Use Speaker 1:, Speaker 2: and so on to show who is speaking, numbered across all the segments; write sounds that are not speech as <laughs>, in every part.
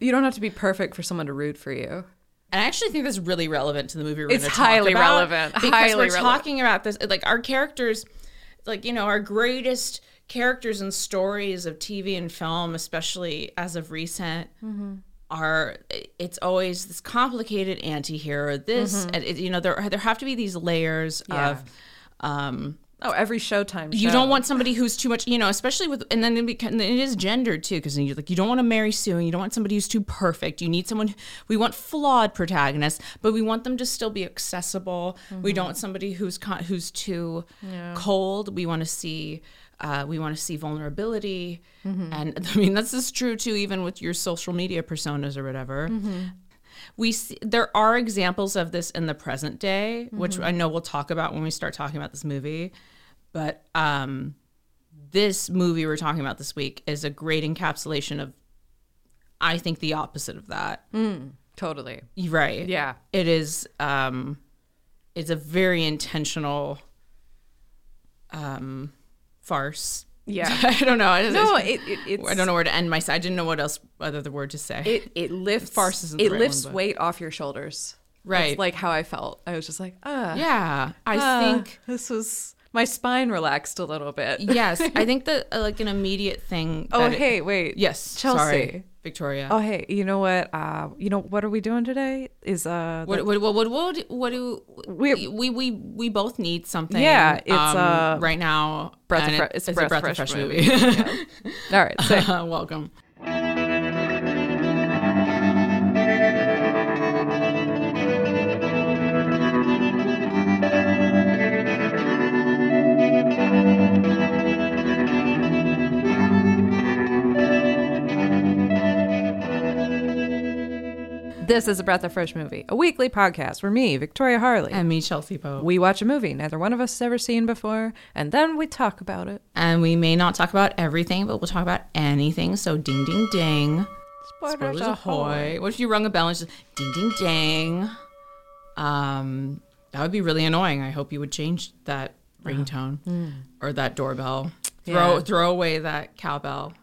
Speaker 1: You don't have to be perfect for someone to root for you.
Speaker 2: And I actually think that's really relevant to the movie. We're
Speaker 1: It's
Speaker 2: gonna
Speaker 1: highly
Speaker 2: talk about
Speaker 1: relevant,
Speaker 2: because
Speaker 1: highly
Speaker 2: we're
Speaker 1: relevant.
Speaker 2: talking about this. Like our characters, like you know, our greatest characters and stories of TV and film, especially as of recent,
Speaker 1: Mm-hmm.
Speaker 2: are it's always this complicated anti-hero. This, and it, you know, there there have to be these layers
Speaker 1: Mm-hmm. Yeah.
Speaker 2: of. Um,
Speaker 1: Oh, every Showtime. Show.
Speaker 2: you don't want somebody who's too much, you know, especially with, and then it, becomes, it is gendered too, because you like you don't want to marry Sue, and you don't want somebody who's too perfect. You need someone. We want flawed protagonists, but we want them to still be accessible. We don't want somebody who's con- who's too cold. We want to see. Uh, we want to see vulnerability, and <laughs> I mean this is true too, even with your social media personas or whatever we see, there are examples of this in the present day, which I know we'll talk about when we start talking about this movie. But um, this movie we're talking about this week is a great encapsulation of, I think, the opposite of that.
Speaker 1: Totally.
Speaker 2: You're Right?
Speaker 1: Yeah.
Speaker 2: It is. Um, it's a very intentional um, farce.
Speaker 1: Yeah.
Speaker 2: <laughs> I don't know. I,
Speaker 1: No, it, it it's,
Speaker 2: I don't know where to end my. I didn't know what else other the word to say.
Speaker 1: It it lifts
Speaker 2: Farce isn't the
Speaker 1: it
Speaker 2: right
Speaker 1: lifts
Speaker 2: one, but-
Speaker 1: weight off your shoulders.
Speaker 2: right.
Speaker 1: It's like how I felt. I was just like, ah,
Speaker 2: yeah. I
Speaker 1: ah,
Speaker 2: think
Speaker 1: this was my spine relaxed a little bit.
Speaker 2: yes, <laughs> I think that uh, like an immediate thing.
Speaker 1: <laughs> Oh
Speaker 2: that it-
Speaker 1: hey, wait.
Speaker 2: yes,
Speaker 1: Chelsea.
Speaker 2: sorry, Victoria.
Speaker 1: Oh hey, you know what? Uh, you know what are we doing today? Is uh,
Speaker 2: What, what, what, what, what, do- what do we,
Speaker 1: We're-
Speaker 2: we we we both need something? um,
Speaker 1: Yeah, it's, uh,
Speaker 2: right now.
Speaker 1: Breath of
Speaker 2: and
Speaker 1: Fre-
Speaker 2: it-
Speaker 1: it's a Breath of
Speaker 2: of
Speaker 1: Fresh
Speaker 2: Fresh
Speaker 1: movie. the- all right. So, <laughs>
Speaker 2: Uh, <laughs> welcome.
Speaker 1: this is a breath of fresh movie, a weekly podcast where me, Victoria Harley,
Speaker 2: And me, Chelsea Poe.
Speaker 1: we watch a movie neither one of us has ever seen before, and then we talk about it.
Speaker 2: And we may not talk about everything, but we'll talk about anything. So ding, ding, ding. Spoilers ahoy. What if you rung a bell and just ding, ding, ding? Um, that would be really annoying. I hope you would change that ringtone or that doorbell. Throw
Speaker 1: Mm. Yeah.
Speaker 2: throw away that cowbell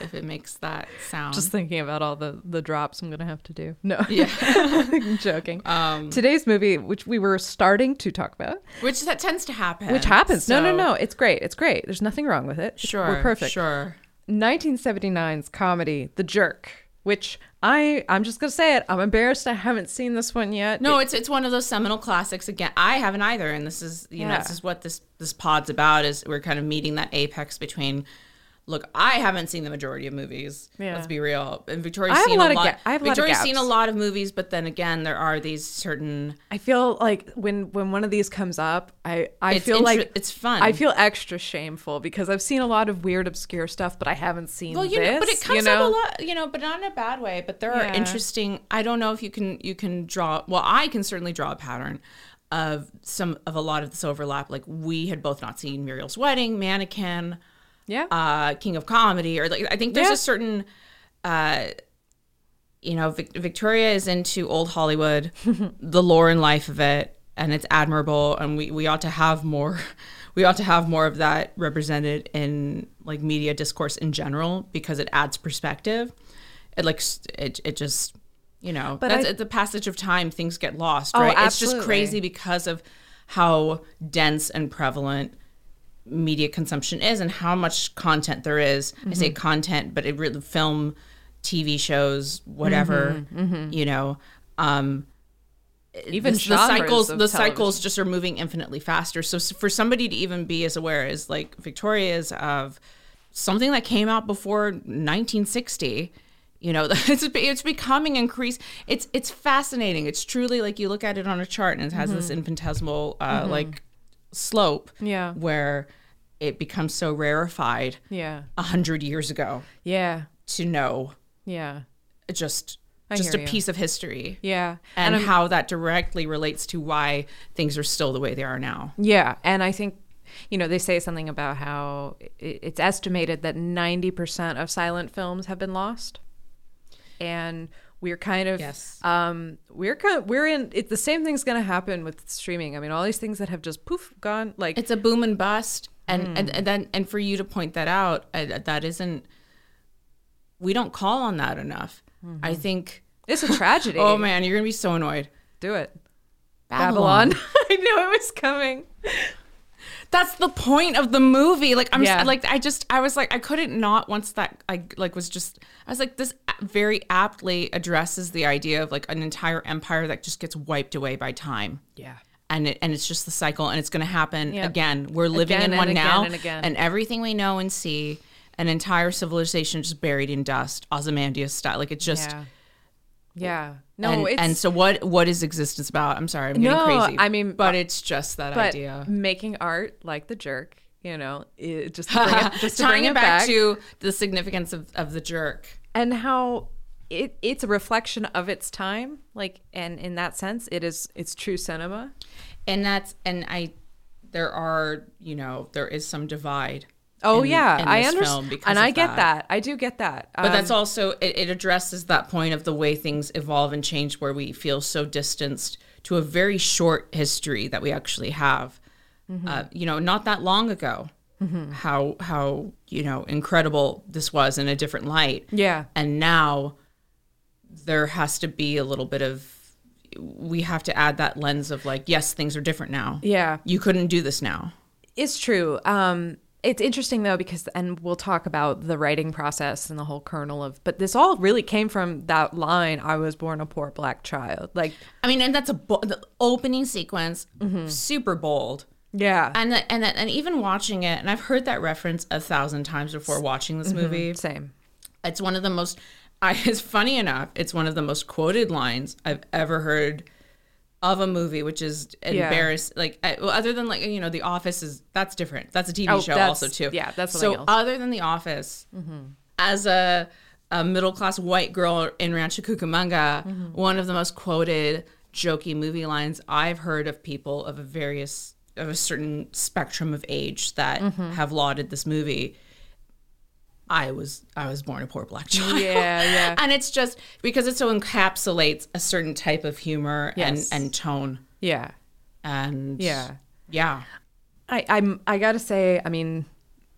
Speaker 2: if it makes that sound.
Speaker 1: <laughs> Just thinking about all the the drops I'm gonna have to do. No, <laughs> I'm joking.
Speaker 2: um,
Speaker 1: Today's movie, which we were starting to talk about,
Speaker 2: which that tends to happen.
Speaker 1: which happens. No, no,
Speaker 2: So-
Speaker 1: no. It's great. It's great. There's nothing wrong with it. It's-
Speaker 2: Sure,
Speaker 1: we're perfect.
Speaker 2: Sure.
Speaker 1: 1979's comedy, The Jerk, which I I'm just gonna say it. I'm embarrassed. I haven't seen this one yet.
Speaker 2: No, it's it's one of those seminal classics again. I haven't either, and this is you know
Speaker 1: Yeah.
Speaker 2: this is what this this pod's about is we're kind of meeting that apex between. Look, I haven't seen the majority of movies.
Speaker 1: Yeah.
Speaker 2: Let's be real. And Victoria's
Speaker 1: I have a
Speaker 2: seen
Speaker 1: lot of ga- I have a lot of
Speaker 2: Victoria's seen a
Speaker 1: gaps.
Speaker 2: lot of movies, but then again, there are these certain.
Speaker 1: I feel like when when one of these comes up, I I
Speaker 2: It's
Speaker 1: feel
Speaker 2: inter-
Speaker 1: like
Speaker 2: it's fun.
Speaker 1: I feel extra shameful because I've seen a lot of weird, obscure stuff, but I haven't seen.
Speaker 2: Well, you
Speaker 1: this,
Speaker 2: know, but it comes
Speaker 1: you know?
Speaker 2: up a lot, you know, but not in a bad way. But there
Speaker 1: Yeah.
Speaker 2: are interesting. I don't know if you can you can draw. Well, I can certainly draw a pattern of some of a lot of this overlap. Like we had both not seen Muriel's Wedding, Mannequin.
Speaker 1: Yeah,
Speaker 2: uh, King of Comedy, or like I think there's
Speaker 1: Yeah.
Speaker 2: a certain, uh, you know, Vic- Victoria is into old Hollywood,
Speaker 1: <laughs>
Speaker 2: the lore and life of it, and it's admirable, and we we ought to have more, <laughs> we ought to have more of that represented in like media discourse in general because it adds perspective, it like s- it it just. You know,
Speaker 1: But
Speaker 2: that's
Speaker 1: I-
Speaker 2: at the passage of time, things get lost,
Speaker 1: Oh,
Speaker 2: right? It's
Speaker 1: absolutely.
Speaker 2: just crazy because of how dense and prevalent media consumption is and how much content there is. I
Speaker 1: Mm-hmm.
Speaker 2: say content, but it really film, TV shows, whatever,
Speaker 1: Mm-hmm.
Speaker 2: you know. Um,
Speaker 1: Even
Speaker 2: the, the
Speaker 1: genres
Speaker 2: cycles, the
Speaker 1: of
Speaker 2: cycles just are moving infinitely faster. So s- for somebody to even be as aware as like Victoria is of something that came out before 1960. You know, <laughs> it's it's becoming increase. It's it's fascinating. It's truly like you look at it on a chart and it has this infinitesimal uh, like slope
Speaker 1: Mm-hmm. Yeah.
Speaker 2: where it becomes so rarefied
Speaker 1: yeah,
Speaker 2: a hundred years ago
Speaker 1: yeah,
Speaker 2: to know
Speaker 1: yeah,
Speaker 2: just
Speaker 1: I
Speaker 2: just a
Speaker 1: hear you.
Speaker 2: piece of history
Speaker 1: yeah.
Speaker 2: and, how that directly relates to why things are still the way they are now.
Speaker 1: Yeah, and I think you know they say something about how i- it's estimated that 90% of silent films have been lost. And we're kind of
Speaker 2: Yes.
Speaker 1: um we're kind we're in it's the same thing's going to happen with streaming. I mean, all these things that have just poof gone like
Speaker 2: It's a boom and bust, and and, and then and for you to point that out, I, that isn't we don't call on that enough. I think.
Speaker 1: It's a tragedy.
Speaker 2: <laughs> Oh man, you're gonna be so annoyed.
Speaker 1: Do it.
Speaker 2: Babylon.
Speaker 1: Babylon. <laughs> I knew it was coming.
Speaker 2: That's the point of the movie. Like I'm
Speaker 1: Yeah.
Speaker 2: s like I just I was like I couldn't not once that I like was just I was like this a- very aptly addresses the idea of like an entire empire that just gets wiped away by time.
Speaker 1: Yeah.
Speaker 2: and it, and it's just the cycle and it's going to happen
Speaker 1: Yep.
Speaker 2: again we're living
Speaker 1: Again
Speaker 2: in
Speaker 1: and
Speaker 2: one
Speaker 1: again
Speaker 2: now
Speaker 1: and again.
Speaker 2: everything we know and see an entire civilization just buried in dust ozymandias style like it's just
Speaker 1: Yeah. Yeah. No,
Speaker 2: and,
Speaker 1: it's
Speaker 2: and so what what is existence about i'm sorry i'm
Speaker 1: No,
Speaker 2: getting crazy
Speaker 1: I mean, uh,
Speaker 2: but it's just that
Speaker 1: but <laughs>
Speaker 2: idea
Speaker 1: making art like the jerk, you know, it, just to bring
Speaker 2: <laughs>
Speaker 1: <laughs> it, just to
Speaker 2: tying
Speaker 1: bring
Speaker 2: it back, to the significance of, of the jerk
Speaker 1: and how it it's a reflection of its time, like and in that sense, it is it's true cinema.
Speaker 2: and that's and i there are you know there is some divide
Speaker 1: Oh
Speaker 2: in-
Speaker 1: yeah,
Speaker 2: in
Speaker 1: I
Speaker 2: this film
Speaker 1: understand,
Speaker 2: because
Speaker 1: and I
Speaker 2: of
Speaker 1: get
Speaker 2: that.
Speaker 1: that. I do get that. Uh,
Speaker 2: But that's also it, it addresses that point of the way things evolve and change where we feel so distanced to a very short history that we actually have uh, you know not that long ago how how you know incredible this was in a different light
Speaker 1: yeah,
Speaker 2: and now there has to be a little bit of we have to add that lens of like yes things are different now
Speaker 1: yeah.
Speaker 2: you couldn't do this now
Speaker 1: It's true. Um, it's interesting though because, and we'll talk about the writing process and the whole kernel of. But this all really came from that line: "I was born a poor black child." Like,
Speaker 2: i mean and that's a bo- the opening sequence super bold
Speaker 1: yeah,
Speaker 2: and the, and the, and even watching it, and I've heard that reference a thousand times before watching this
Speaker 1: Mm-hmm.
Speaker 2: movie.
Speaker 1: same.
Speaker 2: It's one of the most. <laughs> I, it's funny enough. It's one of the most quoted lines I've ever heard of a movie, which is embarrassed. Like, I, well, other than like you know, The Office is that's different. That's a TV
Speaker 1: Oh,
Speaker 2: show
Speaker 1: that's-
Speaker 2: also too.
Speaker 1: yeah, that's
Speaker 2: so.
Speaker 1: something else.
Speaker 2: Other than The Office, as a, a middle class white girl in Rancho Cucamonga,
Speaker 1: Mm-hmm.
Speaker 2: one of the most quoted jokey movie lines I've heard of people of a various of a certain spectrum of age that
Speaker 1: Mm-hmm.
Speaker 2: have lauded this movie. I was I was born a poor black child.
Speaker 1: Yeah, yeah.
Speaker 2: <laughs> and it's just because it so encapsulates a certain type of humor
Speaker 1: Yes.
Speaker 2: and and tone
Speaker 1: <laughs> Yeah,
Speaker 2: and
Speaker 1: yeah.
Speaker 2: yeah.
Speaker 1: I, I'm. I gotta say. I mean,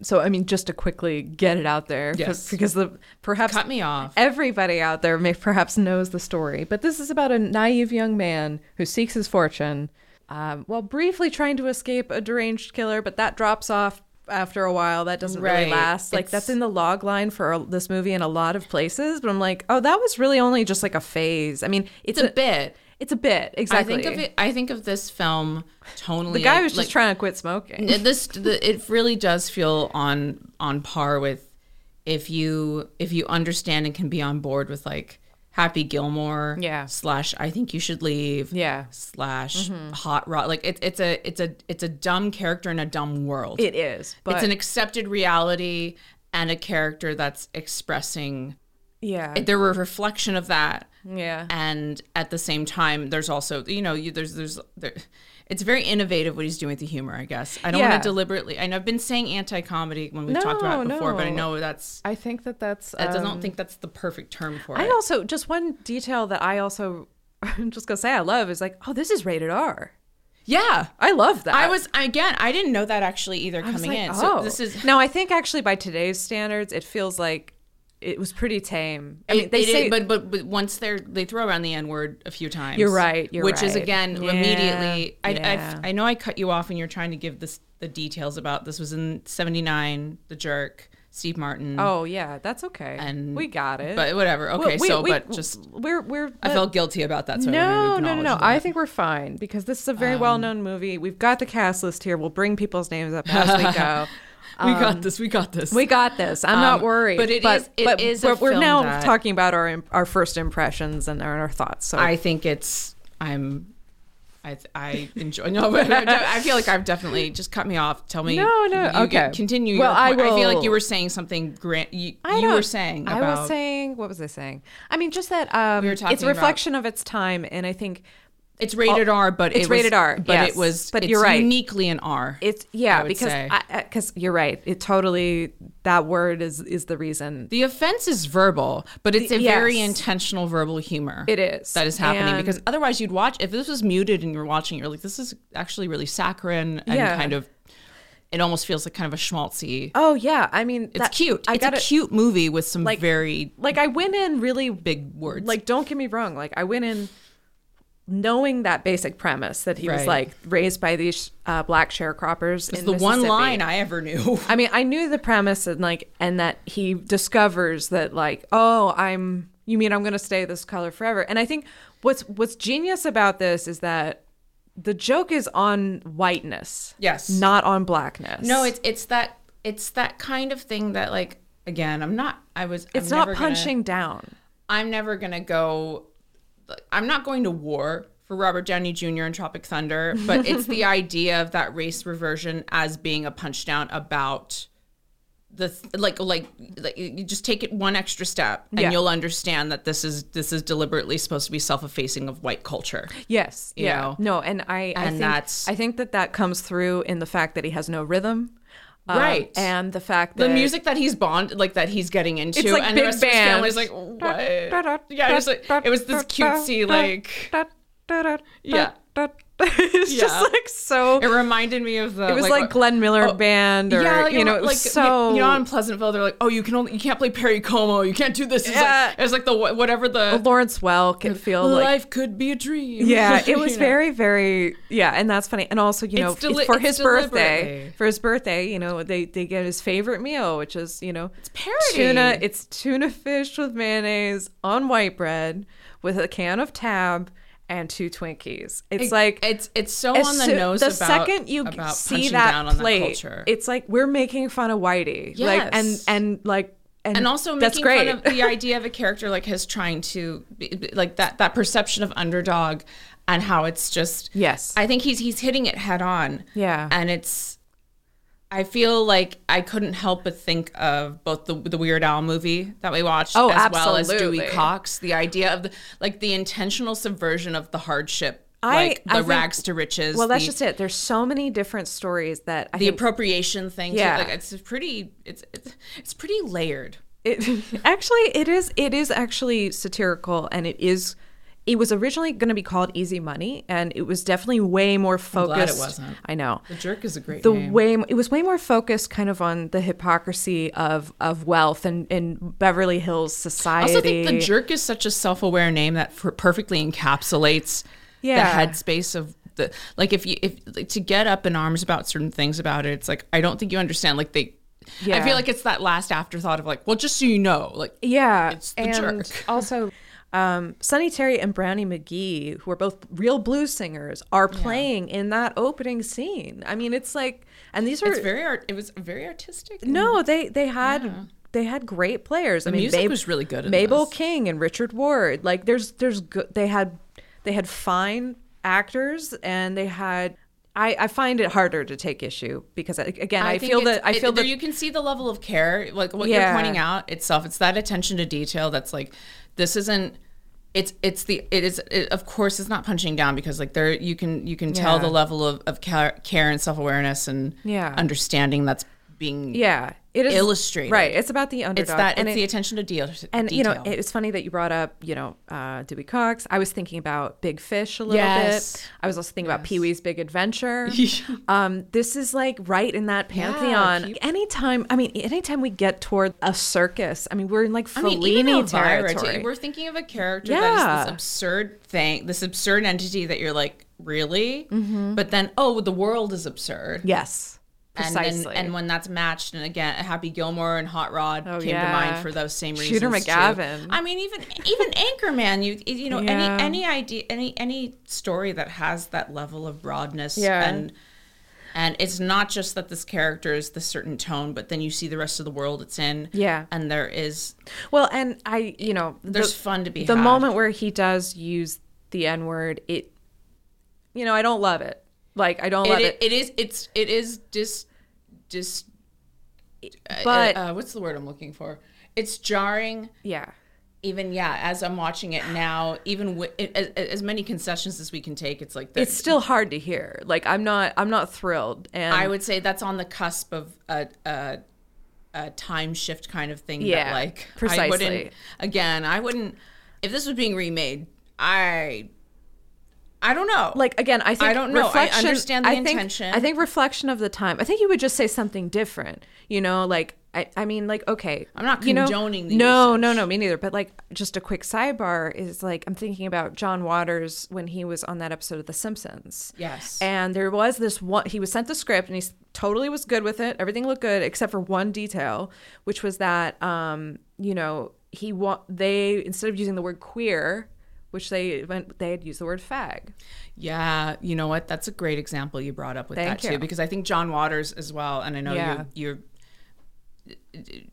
Speaker 1: so I mean, just to quickly get it out there, 'cause-
Speaker 2: Yes.
Speaker 1: because the perhaps
Speaker 2: Cut me off.
Speaker 1: everybody out there may perhaps knows the story, but this is about a naive young man who seeks his fortune, um, while briefly trying to escape a deranged killer, but that drops off after a while. That doesn't
Speaker 2: Right.
Speaker 1: really last. Like that's
Speaker 2: It's-
Speaker 1: in the log line for a- this movie in a lot of places, but I'm like, oh, that was really only just like a phase. I mean, it's,
Speaker 2: It's a
Speaker 1: a,
Speaker 2: bit.
Speaker 1: it's a bit exactly.
Speaker 2: I think of it. I think of this film tonally.
Speaker 1: The guy
Speaker 2: like-
Speaker 1: was just
Speaker 2: like-
Speaker 1: trying to quit smoking.
Speaker 2: It- this the, it really does feel on on par with if you if you understand and can be on board with like Happy Gilmore
Speaker 1: Yeah.
Speaker 2: slash I think you should leave
Speaker 1: Yeah. Mm-hmm.
Speaker 2: slash Hot Rod like it's it's a it's a it's a dumb character in a dumb world.
Speaker 1: It is, but
Speaker 2: it's an accepted reality and a character that's expressing
Speaker 1: yeah,
Speaker 2: they're a reflection of that
Speaker 1: yeah.
Speaker 2: and at the same time there's also you know you, there's there's there, it's very innovative what he's doing with the humor i guess i don't
Speaker 1: Yeah.
Speaker 2: want to deliberately and i've been saying anti-comedy when we've talked about it
Speaker 1: No,
Speaker 2: before but i
Speaker 1: no.
Speaker 2: know that's
Speaker 1: I think that that's.
Speaker 2: i
Speaker 1: um,
Speaker 2: don't think that's the perfect term for
Speaker 1: I
Speaker 2: it
Speaker 1: also just one detail that I also <laughs> I'm just gonna say I love is like, oh, this is rated R.
Speaker 2: yeah
Speaker 1: I love that.
Speaker 2: i was again i didn't know that actually either
Speaker 1: I was
Speaker 2: coming
Speaker 1: like,
Speaker 2: in
Speaker 1: oh.
Speaker 2: so this is
Speaker 1: now. I think actually by today's standards, it feels like it was pretty tame. I mean,
Speaker 2: it-
Speaker 1: they
Speaker 2: it is-
Speaker 1: say,
Speaker 2: but, but but once they're they throw around the n word a few times.
Speaker 1: You're right, you're
Speaker 2: which is
Speaker 1: right.
Speaker 2: again
Speaker 1: Yeah,
Speaker 2: immediately. I,
Speaker 1: yeah.
Speaker 2: I I know I cut you off when you're trying to give this the details about this was in '79. The jerk, Steve Martin.
Speaker 1: oh yeah, that's okay.
Speaker 2: And-
Speaker 1: we got it.
Speaker 2: but whatever. Okay,
Speaker 1: Eh, We-
Speaker 2: so
Speaker 1: we-
Speaker 2: but just
Speaker 1: we're we're
Speaker 2: I felt guilty about that. So
Speaker 1: no,
Speaker 2: I wanted to
Speaker 1: no, no, no.
Speaker 2: acknowledge
Speaker 1: I
Speaker 2: that. Um,
Speaker 1: think we're fine because this is a very well-known movie. We've got the cast list here. We'll bring people's names up as we
Speaker 2: <laughs>
Speaker 1: go.
Speaker 2: we got this. We got this.
Speaker 1: um, We got this. I'm not
Speaker 2: Um,
Speaker 1: worried.
Speaker 2: but it is- it
Speaker 1: but,
Speaker 2: is a
Speaker 1: But we're
Speaker 2: film
Speaker 1: now
Speaker 2: that-
Speaker 1: talking about our im- our first impressions and our, our thoughts. So
Speaker 2: I think it's I'm. I, th- I enjoy no, <laughs> but I, de- I feel like I've definitely just cut me off. Tell me,
Speaker 1: No, no,
Speaker 2: you can
Speaker 1: okay.
Speaker 2: continue.
Speaker 1: Well,
Speaker 2: your
Speaker 1: I
Speaker 2: point. I feel like
Speaker 1: will-
Speaker 2: you were saying something. Grant, you,
Speaker 1: I
Speaker 2: you were
Speaker 1: don't-
Speaker 2: saying. About,
Speaker 1: I was saying. What was I saying? I mean, just that. Um,
Speaker 2: were
Speaker 1: it's
Speaker 2: talking
Speaker 1: a
Speaker 2: about-
Speaker 1: reflection of its time, and I think
Speaker 2: It's rated R, but
Speaker 1: It's
Speaker 2: it was,
Speaker 1: rated R,
Speaker 2: But
Speaker 1: yes.
Speaker 2: it was.
Speaker 1: But
Speaker 2: it's
Speaker 1: you're right.
Speaker 2: Uniquely an R.
Speaker 1: it's yeah
Speaker 2: I would
Speaker 1: because
Speaker 2: say.
Speaker 1: because you're right. It totally that word is is the reason
Speaker 2: the offense is verbal, but it's a
Speaker 1: Yes.
Speaker 2: very intentional verbal humor.
Speaker 1: it is
Speaker 2: that is happening
Speaker 1: And-
Speaker 2: because otherwise you'd watch if this was muted and you're watching, you're like, this is actually really saccharine and
Speaker 1: Yeah.
Speaker 2: kind of it almost feels like kind of a schmaltzy.
Speaker 1: Oh yeah, I mean
Speaker 2: It's
Speaker 1: that-
Speaker 2: cute.
Speaker 1: I
Speaker 2: it's
Speaker 1: got
Speaker 2: a cute movie with some
Speaker 1: like-
Speaker 2: very
Speaker 1: Like I went in really
Speaker 2: big words.
Speaker 1: like don't get me wrong like i went in knowing that basic premise that he was
Speaker 2: Right.
Speaker 1: like raised by these uh, black sharecroppers
Speaker 2: it's the one line I ever knew. <laughs>
Speaker 1: i mean i knew the premise and like and that he discovers that like oh i'm you mean i'm going to stay this color forever and i think what's what's genius about this is that the joke is on whiteness
Speaker 2: Yes.
Speaker 1: not on blackness
Speaker 2: No, it's it's that it's that kind of thing that like again, I'm not I was
Speaker 1: it's
Speaker 2: I'm
Speaker 1: not
Speaker 2: never gonna-
Speaker 1: punching down
Speaker 2: I'm never gonna go. I'm not going to war for Robert Downey Jr. and Tropic Thunder, but
Speaker 1: <laughs>
Speaker 2: it's the idea of that race reversion as being a punchdown about the th- like like like you you just take it one extra step and
Speaker 1: Yeah.
Speaker 2: you'll understand that this is this is deliberately supposed to be self-effacing of white culture.
Speaker 1: Yes.
Speaker 2: you
Speaker 1: yeah.
Speaker 2: know?
Speaker 1: No, and I I
Speaker 2: And
Speaker 1: think
Speaker 2: that's-
Speaker 1: I think that that comes through in the fact that he has no rhythm, um,
Speaker 2: Right.
Speaker 1: And the fact
Speaker 2: The
Speaker 1: that <laughs>
Speaker 2: music that he's bond like that he's getting into
Speaker 1: It's like
Speaker 2: and
Speaker 1: big
Speaker 2: the rest
Speaker 1: band.
Speaker 2: of his family's like
Speaker 1: <laughs>
Speaker 2: what? Yeah, it was like it was this cutesy like Yeah.
Speaker 1: it's
Speaker 2: Yeah.
Speaker 1: just like so.
Speaker 2: it reminded me of the
Speaker 1: It was like, Glenn Miller band, or
Speaker 2: oh, yeah, like,
Speaker 1: you know, it was
Speaker 2: like
Speaker 1: so
Speaker 2: you know, in Pleasantville, they're like, oh, you can only you can't play Perry Como, you can't do this. It's
Speaker 1: Yeah.
Speaker 2: like it's like the wh- whatever the
Speaker 1: Lawrence Welk. It feel
Speaker 2: life
Speaker 1: like.
Speaker 2: could be a dream.
Speaker 1: Yeah,
Speaker 2: <laughs>
Speaker 1: it
Speaker 2: You
Speaker 1: was
Speaker 2: know?
Speaker 1: very, very, yeah, and that's funny. And also, you know,
Speaker 2: It's deli-
Speaker 1: for
Speaker 2: it's
Speaker 1: his birthday,
Speaker 2: deliberately.
Speaker 1: for his birthday, you know, they they get his favorite meal, which is you know, it's
Speaker 2: parody.
Speaker 1: tuna. It's tuna fish with mayonnaise on white bread with a can of Tab and two Twinkies. It's
Speaker 2: It-
Speaker 1: like
Speaker 2: it's it's so
Speaker 1: as
Speaker 2: on the
Speaker 1: soo-
Speaker 2: nose.
Speaker 1: The
Speaker 2: about,
Speaker 1: second you
Speaker 2: about
Speaker 1: see
Speaker 2: punching
Speaker 1: that
Speaker 2: down on
Speaker 1: plate,
Speaker 2: that culture.
Speaker 1: it's like we're making fun of Whitey, like and
Speaker 2: Yes.
Speaker 1: and like and,
Speaker 2: and also
Speaker 1: Mm. that's
Speaker 2: making
Speaker 1: great.
Speaker 2: fun of the idea of a character like his trying to be, be- like that that perception of underdog and how it's just
Speaker 1: Yes.
Speaker 2: i think he's he's hitting it head on
Speaker 1: Yeah.
Speaker 2: and it's i feel like i couldn't help but think of both the the weird owl movie that we watched
Speaker 1: Oh,
Speaker 2: as well as dewey
Speaker 1: absolutely.
Speaker 2: cox the idea of the like the intentional subversion of the hardship
Speaker 1: I-
Speaker 2: like the
Speaker 1: I think-
Speaker 2: rags to
Speaker 1: <laughs>
Speaker 2: riches
Speaker 1: well, that's
Speaker 2: the,
Speaker 1: just it. There's so many different stories that I
Speaker 2: the
Speaker 1: think
Speaker 2: appropriation thing too.
Speaker 1: Yeah.
Speaker 2: like it's pretty it's it's, it's pretty layered
Speaker 1: it <laughs> actually it is it is actually satirical and it is it was originally going to be called Easy Money and it was definitely way more focused.
Speaker 2: glad it wasn't.
Speaker 1: I know.
Speaker 2: the jerk is a great
Speaker 1: The way it was way more focused kind of on the hypocrisy of of wealth and in Beverly Hills
Speaker 2: I
Speaker 1: society.
Speaker 2: also think the jerk is such a self-aware name that for perfectly encapsulates
Speaker 1: Yeah.
Speaker 2: the headspace of the like if you if like, to get up in arms about certain things about it it's like I don't think you understand like they I
Speaker 1: Yeah.
Speaker 2: feel like it's that last afterthought of like well just so you know like
Speaker 1: Yeah,
Speaker 2: It's the
Speaker 1: and
Speaker 2: jerk.
Speaker 1: also, um, Sonny Terry and Brownie McGee, who are both real blues singers, are playing in that opening scene. I mean, it's like, and these are
Speaker 2: it's very art it was very artistic and
Speaker 1: no, they they had they had great players. I mean,
Speaker 2: Mm-hmm. music
Speaker 1: Mab-
Speaker 2: was really good in
Speaker 1: Mabel
Speaker 2: this.
Speaker 1: King and Richard Ward. Like, there's there's good. They had they had fine actors, and they had. I, I find it harder to take issue because I- again I,
Speaker 2: think
Speaker 1: feel
Speaker 2: it's-
Speaker 1: that I
Speaker 2: it-
Speaker 1: feel
Speaker 2: there
Speaker 1: that
Speaker 2: you can see the level of care, like what
Speaker 1: Yeah.
Speaker 2: you're pointing out itself. It's that attention to detail that's like, this isn't. It's it's the it is it, of course it's not punching down because like there you can you can tell
Speaker 1: Yeah.
Speaker 2: the level of, of care, care and self awareness and
Speaker 1: Yeah.
Speaker 2: understanding that's being
Speaker 1: yeah it is
Speaker 2: illustrated.
Speaker 1: right it's about the underdog
Speaker 2: It's that
Speaker 1: and
Speaker 2: it's
Speaker 1: it-
Speaker 2: the attention to deal
Speaker 1: And
Speaker 2: detail.
Speaker 1: you know, it's funny that you brought up, you know, uh, Dewey Cox. I was thinking about Big Fish a little
Speaker 2: Yes.
Speaker 1: bit. I was also thinking about Pee Wee's Big
Speaker 2: <laughs>
Speaker 1: Adventure. um, this is like right in that pantheon.
Speaker 2: keep-
Speaker 1: Anytime, I mean, anytime we get toward a circus, I mean, we're in like
Speaker 2: I
Speaker 1: Fellini
Speaker 2: mean, even Elvira, too,
Speaker 1: territory.
Speaker 2: We're thinking of a character that is
Speaker 1: Yeah.
Speaker 2: this absurd thing, this absurd entity that you're like, really?
Speaker 1: Mm-hmm.
Speaker 2: But then, oh, the world is absurd.
Speaker 1: yes,
Speaker 2: And, then,
Speaker 1: precisely.
Speaker 2: and when that's matched, and again, Happy Gilmore and Hot Rod came
Speaker 1: Oh, yeah.
Speaker 2: to mind for those same reasons.
Speaker 1: Shooter
Speaker 2: too.
Speaker 1: McGavin.
Speaker 2: I mean, even
Speaker 1: <laughs>
Speaker 2: even Anchorman. You you know
Speaker 1: Yeah.
Speaker 2: any any idea any any story that has that level of broadness
Speaker 1: Yeah.
Speaker 2: and and it's not just that this character is the certain tone, but then you see the rest of the world it's in.
Speaker 1: Yeah.
Speaker 2: and there is
Speaker 1: well, and I, you know,
Speaker 2: there's
Speaker 1: the,
Speaker 2: fun to be
Speaker 1: the
Speaker 2: had.
Speaker 1: moment where he does use the N word. It, you know, I don't love it. Like I don't love
Speaker 2: it,
Speaker 1: it,
Speaker 2: it is it's it is dis dis.
Speaker 1: but
Speaker 2: uh, what's the word I'm looking for? It's jarring.
Speaker 1: yeah,
Speaker 2: even yeah as i'm watching it now even with as, as many concessions as we can take it's like
Speaker 1: it's
Speaker 2: this
Speaker 1: still hard to hear. Like I'm not, I'm not thrilled. And
Speaker 2: i would say that's on the cusp of a, a, a time shift kind of thing
Speaker 1: Yeah,
Speaker 2: that like i
Speaker 1: precisely.
Speaker 2: wouldn't again i wouldn't if this was being remade i I don't know.
Speaker 1: like again i think
Speaker 2: don't know. I
Speaker 1: reflection,
Speaker 2: understand the
Speaker 1: I think,
Speaker 2: intention.
Speaker 1: i think reflection of the time i think you would just say something different you know like i, I mean like okay
Speaker 2: I'm not
Speaker 1: you know-
Speaker 2: condoning the
Speaker 1: no no
Speaker 2: usage.
Speaker 1: no me neither but like just a quick sidebar is like i'm thinking about john waters when he was on that episode of the simpsons
Speaker 2: Yes.
Speaker 1: and there was this one he was sent the script and he s- totally was good with it everything looked good except for one detail which was that um you know he wa- they instead of using the word queer which they they had used the word fag
Speaker 2: Yeah, you know what? That's a great example you brought up with
Speaker 1: Thank
Speaker 2: that too,
Speaker 1: you.
Speaker 2: because I think John Waters as well, and I know
Speaker 1: Yeah.
Speaker 2: you're, you're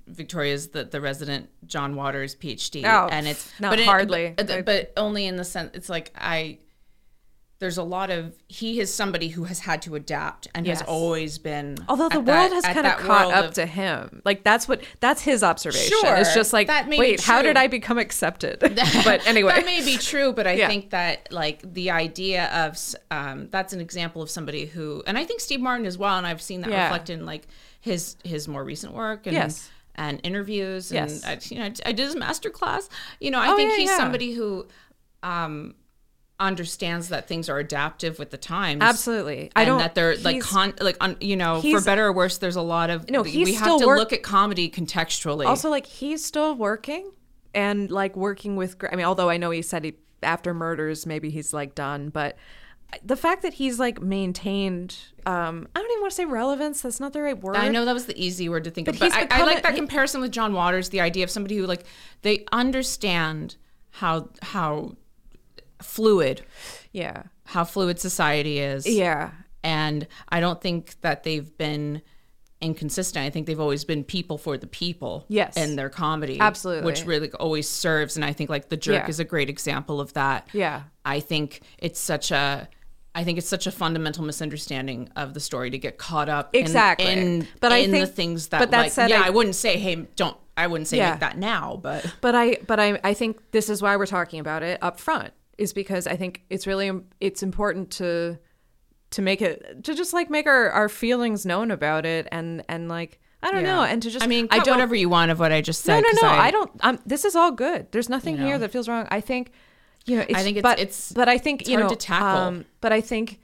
Speaker 2: Victoria's the, the resident John Waters PhD,
Speaker 1: Oh,
Speaker 2: and it's
Speaker 1: not
Speaker 2: but it-
Speaker 1: hardly.
Speaker 2: but, but only in the sense it's like I. There's a lot of he is somebody who has had to adapt and
Speaker 1: Yes.
Speaker 2: has always been.
Speaker 1: Although the
Speaker 2: at
Speaker 1: world
Speaker 2: that-
Speaker 1: has
Speaker 2: at
Speaker 1: kind of
Speaker 2: that
Speaker 1: caught
Speaker 2: world
Speaker 1: up
Speaker 2: of-
Speaker 1: to him. Like that's what that's his observation.
Speaker 2: Sure,
Speaker 1: it's just like,
Speaker 2: that may be
Speaker 1: wait, how did
Speaker 2: true.
Speaker 1: I become <laughs> accepted? but anyway,
Speaker 2: that may be true, but I
Speaker 1: Yeah.
Speaker 2: think that like the idea of s- um, that's an example of somebody who, and I think Steve Martin as well, and I've seen that
Speaker 1: Yeah.
Speaker 2: reflected in like his his more recent work and
Speaker 1: Yes.
Speaker 2: and interviews. And
Speaker 1: Yes.
Speaker 2: I, you know, I did his master class. You know, I
Speaker 1: Oh,
Speaker 2: think
Speaker 1: yeah,
Speaker 2: he's
Speaker 1: yeah.
Speaker 2: somebody who um, understands that things are adaptive with the times.
Speaker 1: absolutely. I
Speaker 2: And
Speaker 1: don't
Speaker 2: that they're like
Speaker 1: he's-
Speaker 2: con like on you know for
Speaker 1: he's-
Speaker 2: better or worse. There's a lot of
Speaker 1: No,
Speaker 2: we-
Speaker 1: he's
Speaker 2: we have
Speaker 1: still
Speaker 2: to
Speaker 1: work-
Speaker 2: look at comedy contextually.
Speaker 1: also like he's still working and like working with. gr- I mean, although I know he said he after murders maybe he's like done, but the fact that he's like maintained, um, I don't even want to say relevance. That's not the right word.
Speaker 2: I know that was the easy word to think of,
Speaker 1: he's
Speaker 2: but I, I
Speaker 1: become
Speaker 2: like
Speaker 1: a-
Speaker 2: that
Speaker 1: he-
Speaker 2: comparison with John Waters. The idea of somebody who like they understand how how fluid
Speaker 1: Yeah.
Speaker 2: how fluid society is,
Speaker 1: Yeah.
Speaker 2: and I don't think that they've been inconsistent. I think they've always been people for the people.
Speaker 1: Yes.
Speaker 2: in their comedy,
Speaker 1: Absolutely.
Speaker 2: which really always serves. And I think like the jerk
Speaker 1: Yeah.
Speaker 2: is a great example of that.
Speaker 1: Yeah.
Speaker 2: I think it's such a. I think it's such a fundamental misunderstanding of the story to get caught up in-
Speaker 1: Exactly.
Speaker 2: in,
Speaker 1: But I
Speaker 2: in the
Speaker 1: think-
Speaker 2: things that,
Speaker 1: but that
Speaker 2: like,
Speaker 1: said,
Speaker 2: yeah, I,
Speaker 1: I-
Speaker 2: wouldn't say, hey, don't. I wouldn't say
Speaker 1: Yeah.
Speaker 2: make that now, but
Speaker 1: but i but i i think this is why we're talking about it up front is because i think it's really im- it's important to to make it to just like make our our feelings known about it and and like i don't know and to just
Speaker 2: I mean,
Speaker 1: i
Speaker 2: cut
Speaker 1: don't
Speaker 2: whatever you want of what I just
Speaker 1: no
Speaker 2: said.
Speaker 1: no
Speaker 2: 'cause
Speaker 1: no i, don't um this is all good there's nothing
Speaker 2: know.
Speaker 1: here that feels wrong i think you know it's,
Speaker 2: think it's-
Speaker 1: but
Speaker 2: it's-
Speaker 1: but i think
Speaker 2: it's
Speaker 1: you
Speaker 2: hard
Speaker 1: know um,
Speaker 2: to tackle.
Speaker 1: but i think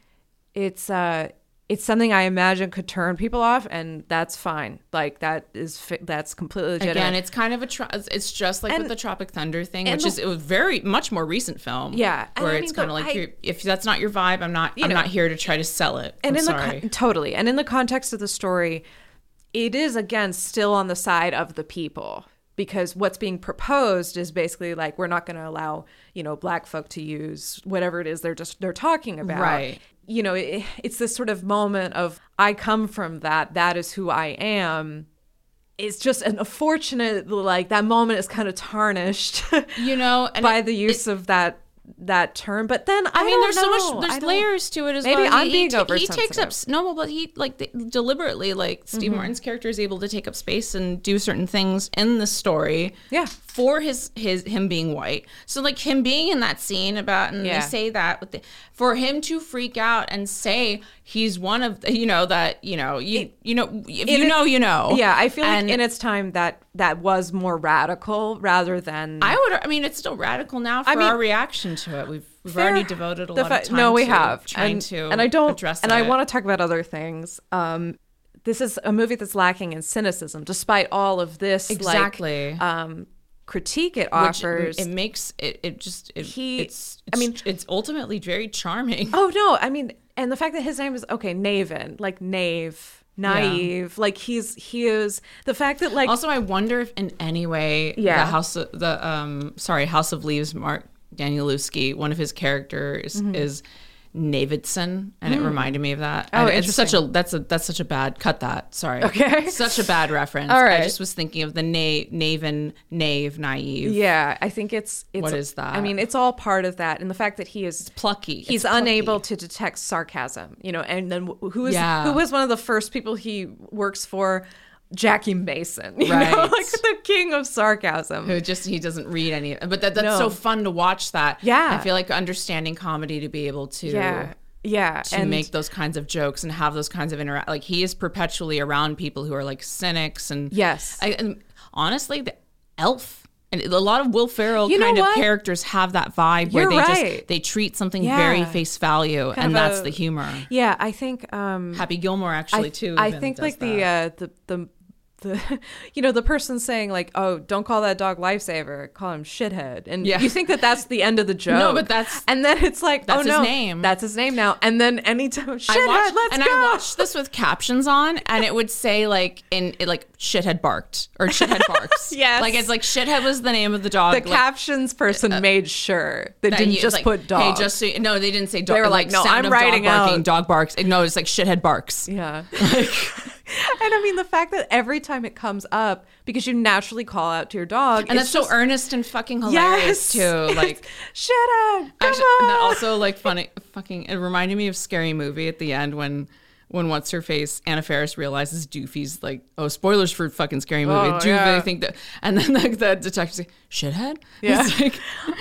Speaker 1: it's uh it's something I imagine could turn people off, and that's fine. Like that is fi- that's completely legitimate.
Speaker 2: Again, it's kind of a. Tro- it's just like with
Speaker 1: And-
Speaker 2: the Tropic Thunder thing,
Speaker 1: and
Speaker 2: which
Speaker 1: the-
Speaker 2: is it was very much more recent film.
Speaker 1: Yeah, and
Speaker 2: where
Speaker 1: I
Speaker 2: it's
Speaker 1: mean,
Speaker 2: kind of
Speaker 1: but
Speaker 2: like
Speaker 1: I-
Speaker 2: you're, if that's not your vibe, I'm not. I'm
Speaker 1: know,
Speaker 2: not here to try to sell it.
Speaker 1: and
Speaker 2: I'm
Speaker 1: in
Speaker 2: sorry.
Speaker 1: the con- totally and in the context of the story it is again still on the side of the people because what's being proposed is basically like we're not going to allow you know black folk to use whatever it is they're just they're talking about
Speaker 2: Right.
Speaker 1: you know it, it's this sort of moment of i come from that that is who i am it's just an unfortunate like that moment is kind of
Speaker 2: <laughs>
Speaker 1: tarnished
Speaker 2: you know, and
Speaker 1: by
Speaker 2: it-
Speaker 1: the use of that that term but then i,
Speaker 2: I mean,
Speaker 1: don't
Speaker 2: there's so
Speaker 1: know. I
Speaker 2: much. There's
Speaker 1: don't-
Speaker 2: layers to it as
Speaker 1: Maybe
Speaker 2: well.
Speaker 1: I'm being
Speaker 2: ta- He takes
Speaker 1: oversensitive. Mm-hmm.
Speaker 2: up s- no, well, but he like th- deliberately like Steve Martin's character is able to take up space and do certain things in the story.
Speaker 1: Yeah.
Speaker 2: For his his him being white, so like him being in that scene about and
Speaker 1: Yeah.
Speaker 2: they say that with the, for him to freak out and say he's one of the, you know that you know you you know if you
Speaker 1: it-
Speaker 2: know you know
Speaker 1: Yeah, I feel
Speaker 2: And-
Speaker 1: like in its time that that was more radical rather than
Speaker 2: I would. I mean, it's still radical now for
Speaker 1: mean-
Speaker 2: our reaction to it. We've we've
Speaker 1: Fair-
Speaker 2: already devoted a
Speaker 1: the
Speaker 2: lot of
Speaker 1: fa-
Speaker 2: time.
Speaker 1: No, we
Speaker 2: to
Speaker 1: have
Speaker 2: trying
Speaker 1: and,
Speaker 2: to
Speaker 1: and I don't
Speaker 2: address
Speaker 1: and I
Speaker 2: it.
Speaker 1: want to talk about other things. Um, this is a movie that's lacking in cynicism, despite all of this
Speaker 2: exactly.
Speaker 1: like um, critique it
Speaker 2: which
Speaker 1: offers.
Speaker 2: it makes it, it just it,
Speaker 1: He-
Speaker 2: it's,
Speaker 1: I
Speaker 2: I
Speaker 1: mean-
Speaker 2: mean it's ultimately very charming <laughs>
Speaker 1: oh no, I mean, and the fact that his name is okay, Naven, like Nave, naive, like he's he is the fact that like
Speaker 2: also i wonder if in any way
Speaker 1: Yeah.
Speaker 2: the house of, the um sorry house of leaves mark danielewski one of his characters
Speaker 1: Mm-hmm.
Speaker 2: is Navidson, and
Speaker 1: Mm.
Speaker 2: it reminded me of that. Oh, it's such a that's a that's such a bad cut that. Sorry,
Speaker 1: Okay.
Speaker 2: such a bad
Speaker 1: <laughs>
Speaker 2: reference.
Speaker 1: All
Speaker 2: I
Speaker 1: right.
Speaker 2: just was thinking of the na- Naven, naive, naive,
Speaker 1: yeah, I think it's, it's
Speaker 2: What is that?
Speaker 1: I mean, it's all part of that, and the fact that he is
Speaker 2: plucky. It's
Speaker 1: he's
Speaker 2: plucky.
Speaker 1: unable to detect sarcasm you know and then wh- who is
Speaker 2: Yeah.
Speaker 1: who was one of the first people he works for jackie mason <laughs> you know
Speaker 2: Right.
Speaker 1: like the king of sarcasm
Speaker 2: who just he doesn't read any but that, that's
Speaker 1: No.
Speaker 2: so fun to watch that
Speaker 1: Yeah.
Speaker 2: i feel like understanding comedy to be able to
Speaker 1: yeah yeah
Speaker 2: to
Speaker 1: and
Speaker 2: make those kinds of jokes and have those kinds of interact like he is perpetually around people who are like cynics and
Speaker 1: Yes.
Speaker 2: I, and honestly the elf And a lot of Will Ferrell
Speaker 1: You know
Speaker 2: kind of
Speaker 1: what?
Speaker 2: characters have that vibe
Speaker 1: You're
Speaker 2: where they
Speaker 1: right.
Speaker 2: just they treat something
Speaker 1: Yeah.
Speaker 2: very face value,
Speaker 1: Kind
Speaker 2: and
Speaker 1: of
Speaker 2: that's
Speaker 1: a-
Speaker 2: the humor.
Speaker 1: Yeah, I think um,
Speaker 2: Happy Gilmore actually
Speaker 1: I,
Speaker 2: too.
Speaker 1: I
Speaker 2: even
Speaker 1: think
Speaker 2: does
Speaker 1: like
Speaker 2: that.
Speaker 1: the uh, the the the <laughs> you know the person saying like oh don't call that dog lifesaver call him shithead and
Speaker 2: Yeah.
Speaker 1: you think that that's the end of the joke
Speaker 2: <laughs> No, but that's-
Speaker 1: and then it's like
Speaker 2: that's
Speaker 1: oh
Speaker 2: his
Speaker 1: no
Speaker 2: name.
Speaker 1: that's his name now and then anytime <laughs> shithead
Speaker 2: I watched,
Speaker 1: let's
Speaker 2: and
Speaker 1: go
Speaker 2: I watched this with captions on, and it would say like in it like shithead barked or shithead barks.
Speaker 1: <laughs> Yes.
Speaker 2: like it's like shithead was the name of the dog.
Speaker 1: the
Speaker 2: like, uh,
Speaker 1: captions person made sure they
Speaker 2: that
Speaker 1: didn't
Speaker 2: you-
Speaker 1: just
Speaker 2: like,
Speaker 1: put dog
Speaker 2: Hey, just so you, no, they didn't say dog.
Speaker 1: They were like, "No,
Speaker 2: sound
Speaker 1: I'm
Speaker 2: of
Speaker 1: writing
Speaker 2: dog barking,
Speaker 1: out."
Speaker 2: dog barks. It- No, it's like shithead
Speaker 1: <laughs>
Speaker 2: barks.
Speaker 1: yeah and I mean the fact that every time it comes up because you naturally call out to your dog
Speaker 2: And
Speaker 1: it's
Speaker 2: that's so
Speaker 1: just,
Speaker 2: earnest and fucking
Speaker 1: yes <laughs>
Speaker 2: hilarious too. Like
Speaker 1: shithead come
Speaker 2: Actually,
Speaker 1: on
Speaker 2: and that also like funny fucking it reminded me of scary movie at the end when when what's her face Anna Faris realizes Doofy's like oh spoilers for fucking scary movie
Speaker 1: Oh,
Speaker 2: Doofy
Speaker 1: yeah.
Speaker 2: I think that and then like the detective's like shithead <laughs>
Speaker 1: Yeah.
Speaker 2: It's like,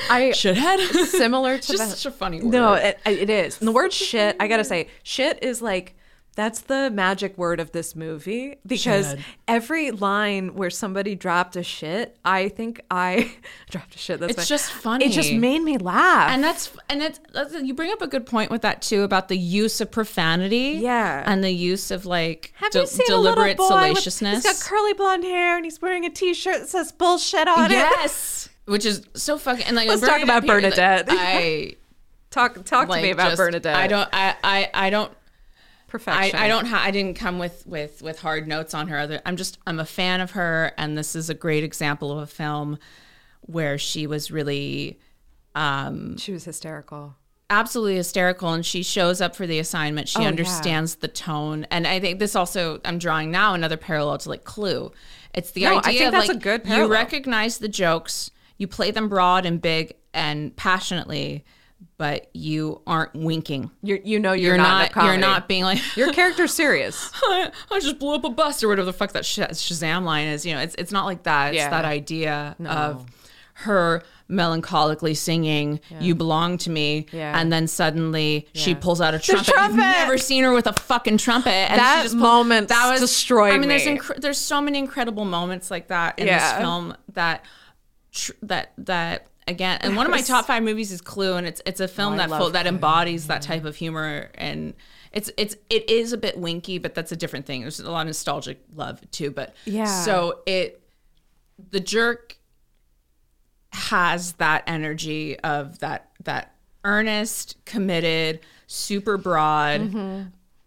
Speaker 1: I-
Speaker 2: shithead
Speaker 1: <laughs> <laughs>
Speaker 2: <laughs>
Speaker 1: similar
Speaker 2: It's
Speaker 1: to
Speaker 2: just
Speaker 1: that.
Speaker 2: such a funny word
Speaker 1: No, it, it is. And the word shit,
Speaker 2: <laughs>
Speaker 1: I gotta say, shit is like that's the magic word of this movie because
Speaker 2: Shit.
Speaker 1: every line where somebody dropped a shit, I think I <laughs> dropped a shit. That's
Speaker 2: It's
Speaker 1: my-
Speaker 2: just funny.
Speaker 1: It just made me laugh.
Speaker 2: and that's and that's, that's you bring up a good point with that too about the use of profanity
Speaker 1: Yeah.
Speaker 2: and the use of like
Speaker 1: have
Speaker 2: de-
Speaker 1: you seen
Speaker 2: deliberate
Speaker 1: a little boy with-
Speaker 2: salaciousness
Speaker 1: he's got curly blonde hair and he's wearing a T-shirt that says "bullshit" on it.
Speaker 2: yes which is so fucking and like
Speaker 1: Let's talk
Speaker 2: bringing it up
Speaker 1: about
Speaker 2: here, like,
Speaker 1: Bernadette.
Speaker 2: I.
Speaker 1: <laughs> Talk talk to me
Speaker 2: like,
Speaker 1: about
Speaker 2: just-
Speaker 1: Bernadette.
Speaker 2: I don't. I. I. I don't. I,
Speaker 1: perfection.
Speaker 2: I don't. Ha- I didn't come with with with hard notes on her. Other. I'm just. I'm a fan of her, and this is a great example of a film where she was really um,
Speaker 1: She was hysterical.
Speaker 2: absolutely hysterical and she shows up for the assignment she
Speaker 1: Oh, yeah.
Speaker 2: understands the tone and i think this also i'm drawing now another parallel to like clue it's the
Speaker 1: No, I
Speaker 2: idea
Speaker 1: think
Speaker 2: of
Speaker 1: that's
Speaker 2: like
Speaker 1: a good
Speaker 2: you
Speaker 1: parallel.
Speaker 2: recognize the jokes you play them broad and big and passionately but you aren't winking
Speaker 1: You're, you know you're,
Speaker 2: you're,
Speaker 1: not. in a
Speaker 2: not,
Speaker 1: comedy.
Speaker 2: you're not being like <laughs>
Speaker 1: Your character's serious.
Speaker 2: I, I just blew up a bus or whatever the fuck that sh- Shazam line is. You know, it's it's not like that. It's
Speaker 1: Yeah.
Speaker 2: that idea of her melancholically singing "You Belong to Me,"
Speaker 1: Yeah.
Speaker 2: and then suddenly she pulls out a trumpet.
Speaker 1: trumpet!
Speaker 2: You've never seen her with a fucking trumpet. And
Speaker 1: That
Speaker 2: she just
Speaker 1: moment destroyed
Speaker 2: I mean, there's
Speaker 1: me.
Speaker 2: incre- there's so many incredible moments like that in
Speaker 1: Yeah.
Speaker 2: this film that tr- that that. Again, and one of my
Speaker 1: was-
Speaker 2: top five movies is Clue, and it's it's a film
Speaker 1: I love
Speaker 2: that
Speaker 1: Mm-hmm.
Speaker 2: full, that embodies that type of humor and it's it's it is a bit winky but that's a different thing there's a lot of nostalgic love too but
Speaker 1: Yeah.
Speaker 2: so it the jerk has that energy of that that earnest committed super broad
Speaker 1: Mm-hmm.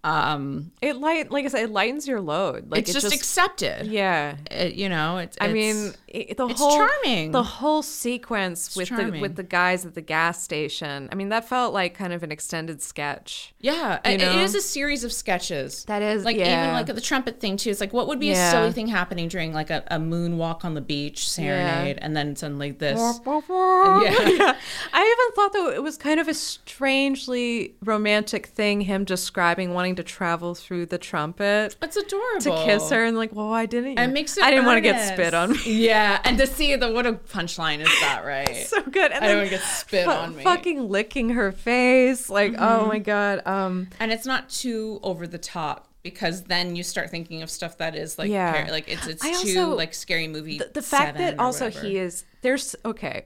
Speaker 2: um
Speaker 1: It light, like I said, it lightens your load. Like
Speaker 2: it's
Speaker 1: it
Speaker 2: just, accepted
Speaker 1: yeah.
Speaker 2: It- you know it's
Speaker 1: I
Speaker 2: it's-
Speaker 1: mean, it, the
Speaker 2: it's
Speaker 1: whole
Speaker 2: charming.
Speaker 1: the whole sequence with the
Speaker 2: charming.
Speaker 1: with the guys at the gas station. I mean, that felt like kind of an extended sketch.
Speaker 2: Yeah, it-
Speaker 1: know?
Speaker 2: it is a series of sketches.
Speaker 1: That is-
Speaker 2: like
Speaker 1: yeah.
Speaker 2: even like the trumpet thing too. It's like what would be
Speaker 1: Yeah.
Speaker 2: a silly thing happening during like a, a moonwalk on the beach serenade, and then suddenly this.
Speaker 1: Yeah. <laughs> I even thought though it was kind of a strangely romantic thing him describing wanting to travel through the trumpet
Speaker 2: It's adorable
Speaker 1: to kiss her and like, well, why didn't you?
Speaker 2: It makes it.
Speaker 1: I didn't want to get
Speaker 2: earnest.
Speaker 1: spit on me.
Speaker 2: <laughs> Yeah, and to see the what a punchline is that, right?
Speaker 1: <laughs> so good. And
Speaker 2: I
Speaker 1: then
Speaker 2: don't get spit
Speaker 1: fu-
Speaker 2: on me. Mm-hmm.
Speaker 1: Fucking licking her face. Like, oh my god. Um.
Speaker 2: and it's not too over the top because then you start thinking of stuff that is like
Speaker 1: Yeah.
Speaker 2: par- like it's it's
Speaker 1: I
Speaker 2: too
Speaker 1: also-
Speaker 2: like scary movie.
Speaker 1: the, the fact
Speaker 2: seven
Speaker 1: that
Speaker 2: or
Speaker 1: also
Speaker 2: whatever.
Speaker 1: he is there's okay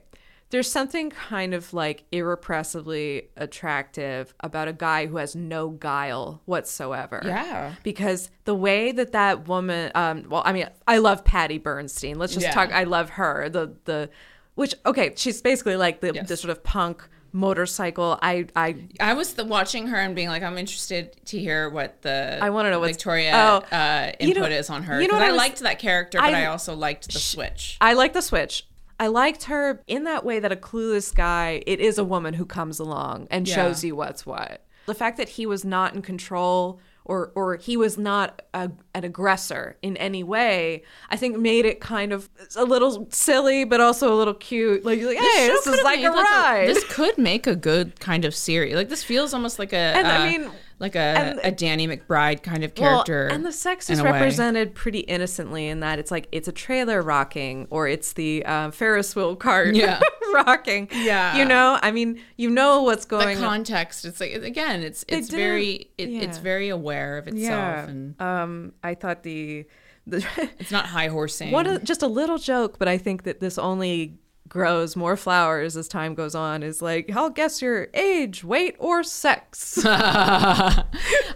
Speaker 1: there's something kind of like irrepressibly attractive about a guy who has no guile whatsoever
Speaker 2: Yeah.
Speaker 1: because the way that that woman um well i mean i love patty bernstein let's just
Speaker 2: Yeah.
Speaker 1: talk i love her the the which okay she's basically like the, the
Speaker 2: Yes.
Speaker 1: sort of punk motorcycle i i
Speaker 2: I was the, watching her and being like, I'm interested to hear what the
Speaker 1: I wanna know what's-
Speaker 2: Victoria
Speaker 1: oh,
Speaker 2: uh,
Speaker 1: you
Speaker 2: input
Speaker 1: know-
Speaker 2: is on her.
Speaker 1: you know what
Speaker 2: 'Cause
Speaker 1: I
Speaker 2: I,
Speaker 1: was-
Speaker 2: liked that character, but
Speaker 1: I-
Speaker 2: I, also liked the switch.
Speaker 1: I like the switch. I liked her in that way that a clueless guy, it is a woman who comes along and
Speaker 2: Yeah.
Speaker 1: shows you what's what. The fact that he was not in control or or he was not a, an aggressor in any way, I think made it kind of a little silly, but also a little cute. Like, you're like, hey, this is like a ride.
Speaker 2: this could make a good kind of series. Like this feels almost like a
Speaker 1: And I
Speaker 2: uh,
Speaker 1: mean-
Speaker 2: like a,
Speaker 1: and-
Speaker 2: a Danny McBride kind of
Speaker 1: Well,
Speaker 2: character.
Speaker 1: and the sex
Speaker 2: in
Speaker 1: is
Speaker 2: a way.
Speaker 1: represented pretty innocently in that it's like it's a trailer rocking or it's the uh, Ferris wheel cart
Speaker 2: Yeah.
Speaker 1: <laughs> rocking.
Speaker 2: Yeah.
Speaker 1: you know, I mean, you know what's
Speaker 2: The
Speaker 1: going on.
Speaker 2: context. It's like again, it's it's
Speaker 1: didn't-
Speaker 2: very it, it's
Speaker 1: yeah.
Speaker 2: very aware of itself.
Speaker 1: Yeah,
Speaker 2: And
Speaker 1: um, I thought the
Speaker 2: <laughs>
Speaker 1: The-
Speaker 2: It's not high horsing. <laughs>
Speaker 1: What a, just a little joke, but I think that this only grows more flowers as time goes on. Is like, I'll guess your age, weight, or
Speaker 2: <laughs>
Speaker 1: sex.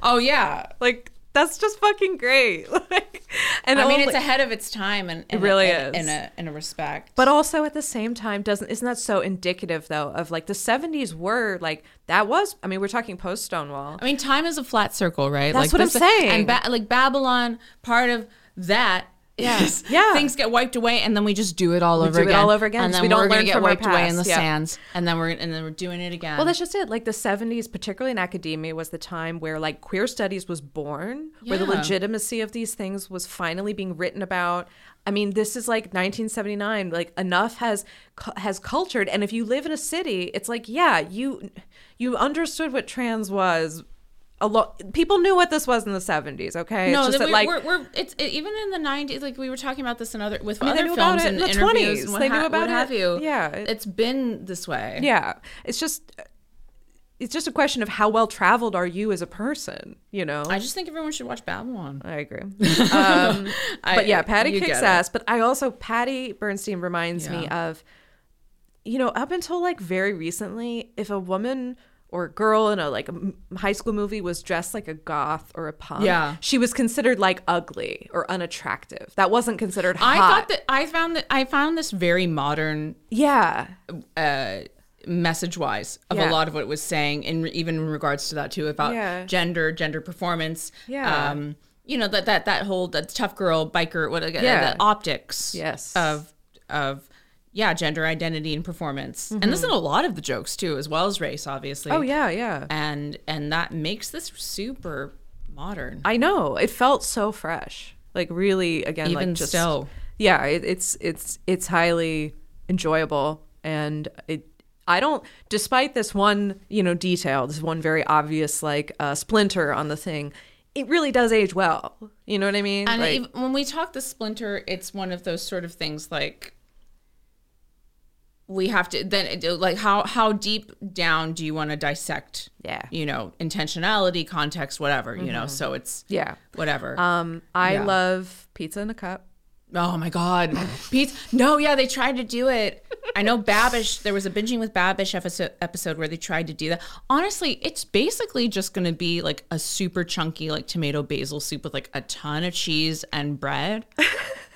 Speaker 2: oh yeah.
Speaker 1: like that's just fucking great. <laughs> Like, and
Speaker 2: I mean,
Speaker 1: only-
Speaker 2: it's ahead of its time, and, and
Speaker 1: really
Speaker 2: and-
Speaker 1: is.
Speaker 2: in a in a respect.
Speaker 1: but also at the same time, doesn't isn't that so indicative though of like the '70s were like that was? I mean, we're talking post Stonewall.
Speaker 2: I mean, time is a flat circle, right?
Speaker 1: That's what I'm
Speaker 2: this-
Speaker 1: saying.
Speaker 2: And ba- like Babylon, part of that is
Speaker 1: Yeah.
Speaker 2: things get wiped away, and then we just do it all over
Speaker 1: do it
Speaker 2: again.
Speaker 1: all over again,
Speaker 2: and
Speaker 1: so
Speaker 2: then
Speaker 1: we don't
Speaker 2: we're gonna
Speaker 1: learn
Speaker 2: get
Speaker 1: from our
Speaker 2: wiped away in the
Speaker 1: past, yeah.
Speaker 2: sands, and then we're and then we're doing it again.
Speaker 1: Well, that's just it. Like the 70s, particularly in academia, was the time where like queer studies was born, where the
Speaker 2: Yeah.
Speaker 1: legitimacy of these things was finally being written about. I mean, this is like 1979. Like enough has cu- has cultured, and if you live in a city, it's like yeah, you you understood what trans was. A lot people knew what this was in the 70s. Okay,
Speaker 2: no,
Speaker 1: it's just
Speaker 2: that
Speaker 1: that
Speaker 2: we,
Speaker 1: like
Speaker 2: we're, we're it's it, even in the '90s. Like we were talking about this in other with
Speaker 1: mean, they
Speaker 2: other
Speaker 1: knew about
Speaker 2: films
Speaker 1: it
Speaker 2: and
Speaker 1: in the
Speaker 2: interviews
Speaker 1: 20s.
Speaker 2: and what,
Speaker 1: They knew
Speaker 2: ha-
Speaker 1: about
Speaker 2: what
Speaker 1: it.
Speaker 2: have you.
Speaker 1: Yeah.
Speaker 2: it's been this way.
Speaker 1: yeah, it's just it's just a question of how well traveled are you as a person. You know,
Speaker 2: I just think everyone should watch Babylon.
Speaker 1: I agree. Um,
Speaker 2: <laughs> I-
Speaker 1: but yeah, Patty
Speaker 2: you
Speaker 1: kicks
Speaker 2: get it.
Speaker 1: ass. But I also Patty Bernstein reminds me
Speaker 2: Yeah.
Speaker 1: of, you know, up until like very recently, if a woman or a girl in a like a m- high school movie was dressed like a goth or a punk,
Speaker 2: Yeah.
Speaker 1: she was considered like ugly or unattractive. That wasn't considered hot.
Speaker 2: I thought that I found that I found this very modern
Speaker 1: yeah,
Speaker 2: uh, message wise of
Speaker 1: Yeah.
Speaker 2: a lot of what it was saying, and re- even in regards to that too about
Speaker 1: Yeah.
Speaker 2: gender, gender performance.
Speaker 1: Yeah.
Speaker 2: Um, you know that that that whole that tough girl biker what
Speaker 1: Yeah.
Speaker 2: yeah. that optics
Speaker 1: Yes.
Speaker 2: of of yeah gender identity and performance and this is in a lot of the jokes too as well as race obviously
Speaker 1: Mm-hmm. oh yeah, yeah.
Speaker 2: and and that makes this super modern
Speaker 1: I know. It felt so fresh. Like really again
Speaker 2: Even
Speaker 1: like just
Speaker 2: still.
Speaker 1: Yeah, it, it's it's it's highly enjoyable and it I don't despite this one, you know, detail, this one very obvious like uh, splinter on the thing, it really does age well. You know what I mean?
Speaker 2: And
Speaker 1: Like-
Speaker 2: even, when we talk the splinter, it's one of those sort of things like we have to then it- like how how deep down do you want to dissect?
Speaker 1: Yeah. Mm-hmm.
Speaker 2: you know, intentionality, context, whatever. You know, so it's
Speaker 1: yeah.
Speaker 2: whatever.
Speaker 1: Um I
Speaker 2: Yeah.
Speaker 1: love pizza in a cup.
Speaker 2: oh my god, Pete! No, yeah, they tried to do it. I know Babish. There was a binging with Babish episode episode where they tried to do that. Honestly, it's basically just going to be like a super chunky like tomato basil soup with like a ton of cheese and
Speaker 1: <laughs>
Speaker 2: bread.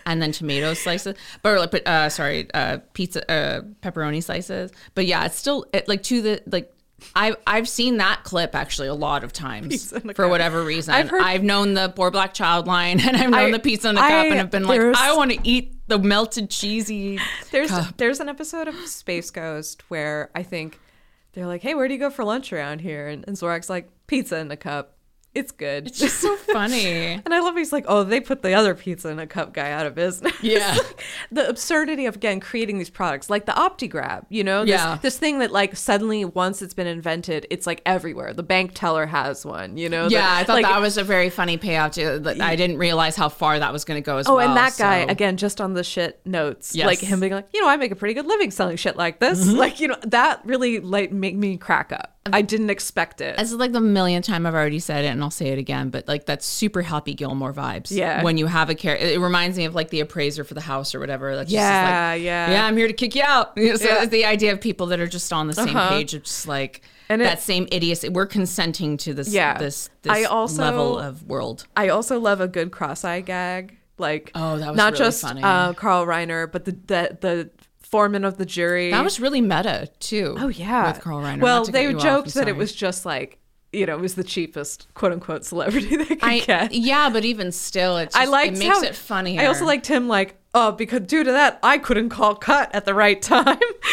Speaker 2: and then tomato slices, but like, but, uh, sorry, uh, pizza, uh, pepperoni slices. But yeah, it's still it, like to the like. I've I've seen that clip actually a lot of times
Speaker 1: Pizza in a
Speaker 2: for
Speaker 1: cup.
Speaker 2: whatever reason.
Speaker 1: I've
Speaker 2: I've,
Speaker 1: heard-
Speaker 2: known the poor black child line, <laughs> and I've known
Speaker 1: I-
Speaker 2: the pizza in a
Speaker 1: I-
Speaker 2: cup, and have been like,
Speaker 1: there's-
Speaker 2: I want to eat the melted cheesy.
Speaker 1: There's there's an episode of Space Ghost where I think they're like, "Hey, where do you go for lunch around here?" And, and Zorak's like, "Pizza in a cup. It's good."
Speaker 2: It's
Speaker 1: <laughs>
Speaker 2: just so funny.
Speaker 1: And I love he's like, oh, they put the other pizza in a cup guy out of business. <laughs>
Speaker 2: Yeah.
Speaker 1: the absurdity of again creating these products, like the OptiGrab, you know, this,
Speaker 2: Yeah.
Speaker 1: this thing that like suddenly once it's been invented, it's like everywhere. The bank teller has one, you know.
Speaker 2: Yeah,
Speaker 1: The-
Speaker 2: I thought
Speaker 1: like-
Speaker 2: that was a very funny payoff. To, that I didn't realize how far that was going to go as
Speaker 1: Oh,
Speaker 2: well.
Speaker 1: and that guy
Speaker 2: so-
Speaker 1: again, just on the shit notes,
Speaker 2: Yes. Mm-hmm.
Speaker 1: like him being like, you know, I make a pretty good living selling shit like this. Like, you know, that really like made me crack up. I didn't expect it.
Speaker 2: This is like the millionth time I've already said it, and I'll say it again. But like that's super Happy Gilmore vibes.
Speaker 1: Yeah.
Speaker 2: When you have a character, it reminds me of like the appraiser for the house or whatever. That's
Speaker 1: Yeah,
Speaker 2: just like,
Speaker 1: yeah.
Speaker 2: yeah. I'm here to kick you out. <laughs> You know, So
Speaker 1: Yeah. Uh-huh.
Speaker 2: the idea of people that are just on the same page of just like
Speaker 1: And it-
Speaker 2: that same idiocy. We're consenting to this.
Speaker 1: Yeah.
Speaker 2: This. this
Speaker 1: I also-
Speaker 2: level of world.
Speaker 1: I also love a good cross-eye gag. Like
Speaker 2: Oh, that was
Speaker 1: not
Speaker 2: really
Speaker 1: just
Speaker 2: funny.
Speaker 1: Uh, Carl Reiner, but the, the the foreman of the jury.
Speaker 2: That was really meta too.
Speaker 1: oh yeah,
Speaker 2: With Carl Reiner.
Speaker 1: Well,
Speaker 2: Not to cut
Speaker 1: they
Speaker 2: you off,
Speaker 1: joked
Speaker 2: I'm
Speaker 1: that it
Speaker 2: sorry.
Speaker 1: was just like you know it was the cheapest quote unquote celebrity <laughs> they could
Speaker 2: I,
Speaker 1: get.
Speaker 2: yeah, but even still, it's
Speaker 1: I
Speaker 2: just,
Speaker 1: liked
Speaker 2: it makes
Speaker 1: how-
Speaker 2: it funny.
Speaker 1: I also liked him like oh because due to that I couldn't call cut at the right time, <laughs>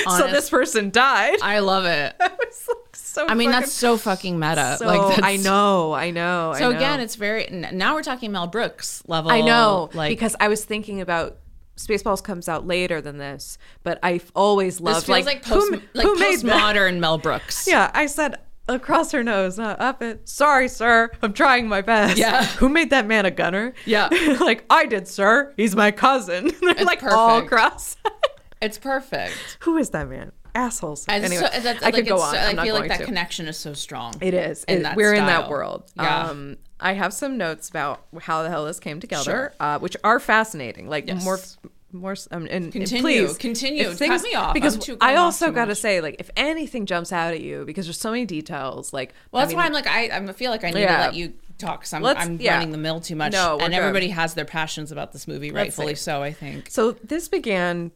Speaker 1: so
Speaker 2: Honest-
Speaker 1: this person died. <laughs> I,
Speaker 2: I love it.
Speaker 1: was like so.
Speaker 2: I mean,
Speaker 1: fucking-
Speaker 2: that's so fucking meta.
Speaker 1: so.
Speaker 2: like that's
Speaker 1: I know, I know.
Speaker 2: So
Speaker 1: I know.
Speaker 2: again, it's very n- now we're talking Mel Brooks level.
Speaker 1: I know
Speaker 2: like
Speaker 1: because I was thinking about Spaceballs comes out later than this, but I've always
Speaker 2: this
Speaker 1: loved
Speaker 2: feels like, post
Speaker 1: ma-
Speaker 2: like
Speaker 1: that?
Speaker 2: postmodern Mel Brooks.
Speaker 1: Yeah, I said across her nose, not up it. Sorry, sir, I'm trying my best.
Speaker 2: Yeah.
Speaker 1: <laughs> who made that man a gunner?
Speaker 2: Yeah.
Speaker 1: <laughs> like I did, sir. He's my cousin. <laughs> They're like all
Speaker 2: perfect.
Speaker 1: cross.
Speaker 2: it's perfect.
Speaker 1: <laughs> who is that man? Assholes.
Speaker 2: And
Speaker 1: anyway,
Speaker 2: so, that's,
Speaker 1: I could
Speaker 2: like,
Speaker 1: go
Speaker 2: it's
Speaker 1: on.
Speaker 2: so-
Speaker 1: I'm
Speaker 2: I
Speaker 1: not
Speaker 2: feel
Speaker 1: going
Speaker 2: like that
Speaker 1: to.
Speaker 2: connection is so strong.
Speaker 1: It is.
Speaker 2: in
Speaker 1: It-
Speaker 2: that
Speaker 1: we're in that
Speaker 2: style.
Speaker 1: world.
Speaker 2: Yeah.
Speaker 1: Um, I have some notes about how the hell this came together, uh, which are fascinating. Like
Speaker 2: Yes.
Speaker 1: more, more. Um, and- and
Speaker 2: Continue,
Speaker 1: please
Speaker 2: continue.
Speaker 1: if
Speaker 2: Cut me off.
Speaker 1: Because
Speaker 2: I'm too-
Speaker 1: I
Speaker 2: going off
Speaker 1: also
Speaker 2: too
Speaker 1: got to
Speaker 2: much.
Speaker 1: say, like, if anything jumps out at you, because there's so many details. Like,
Speaker 2: Well,
Speaker 1: I
Speaker 2: that's
Speaker 1: mean,
Speaker 2: why I'm like I, I feel like I need
Speaker 1: Yeah.
Speaker 2: to let you talk because I'm,
Speaker 1: Let's-
Speaker 2: I'm
Speaker 1: yeah.
Speaker 2: running the mill too much.
Speaker 1: No, we're
Speaker 2: and
Speaker 1: good.
Speaker 2: everybody has their passions about this movie,
Speaker 1: Let's see.
Speaker 2: rightfully so. I think.
Speaker 1: So this began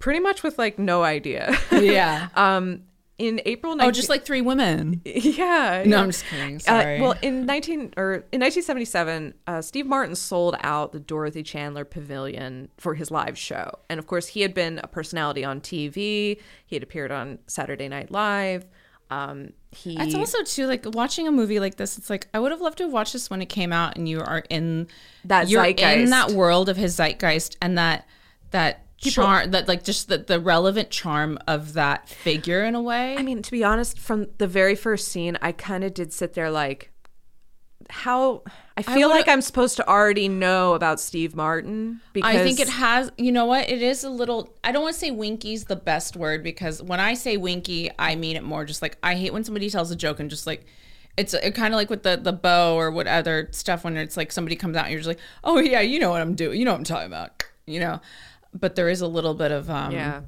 Speaker 1: pretty much with like no idea.
Speaker 2: <laughs>
Speaker 1: <laughs>
Speaker 2: Yeah.
Speaker 1: um, in April, 19-
Speaker 2: oh, just like three women.
Speaker 1: <laughs> yeah.
Speaker 2: No,
Speaker 1: yeah.
Speaker 2: I'm just kidding.
Speaker 1: Uh,
Speaker 2: Sorry.
Speaker 1: well, in nineteen or in nineteen seventy seven, uh, Steve Martin sold out the Dorothy Chandler Pavilion for his live show, and of course, he had been a personality on TV. He had appeared on Saturday Night Live. Um, he
Speaker 2: That's also too like watching a movie like this. It's like I would have loved to have watched this when it came out, and you are in
Speaker 1: That
Speaker 2: you're
Speaker 1: zeitgeist.
Speaker 2: in that world of his zeitgeist, and that that charm, that like just the, the relevant charm of that figure in a way.
Speaker 1: I mean, to be honest, from the very first scene, I kind of did sit there like, how I feel
Speaker 2: wanna-
Speaker 1: like I'm supposed to already know about Steve Martin because
Speaker 2: I think it has. You know what? It is a little. I don't want to say winky's the best word because when I say winky, I mean it more just like I hate when somebody tells a joke and just like it's kind of like with the the bow or what other stuff when it's like somebody comes out and you're just like, oh yeah, you know what I'm doing. You know what I'm talking about. You know. But there is a little bit of um,
Speaker 1: Yeah.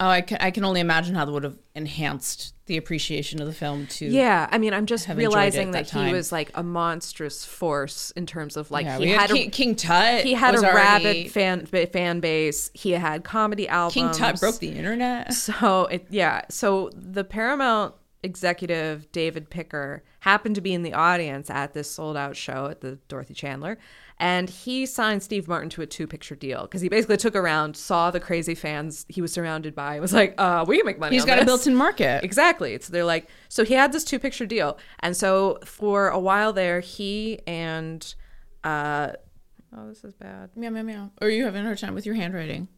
Speaker 2: Oh, I can I can only imagine how that would have enhanced the appreciation of the film too.
Speaker 1: Yeah, I mean, I'm just
Speaker 2: enjoyed it
Speaker 1: realizing that,
Speaker 2: that
Speaker 1: he
Speaker 2: time.
Speaker 1: was like a monstrous force in terms of like
Speaker 2: Yeah,
Speaker 1: he
Speaker 2: we had,
Speaker 1: had,
Speaker 2: King,
Speaker 1: a,
Speaker 2: King Tut.
Speaker 1: he had a
Speaker 2: was already-
Speaker 1: rabid fan ba- fan base. He had comedy albums.
Speaker 2: King Tut broke the internet.
Speaker 1: <laughs> So it yeah. So the Paramount executive David Picker happened to be in the audience at this sold out show at the Dorothy Chandler, and he signed Steve Martin to a two picture deal because he basically took around, saw the crazy fans he was surrounded by, and was like, uh, "We can make money."
Speaker 2: He's
Speaker 1: on
Speaker 2: got a
Speaker 1: this.
Speaker 2: built-in market.
Speaker 1: Exactly. So they're like, so he had this two picture deal. And so for a while there, he and, uh, oh, this is bad.
Speaker 2: Meow meow meow. Or you having a hard time with your handwriting?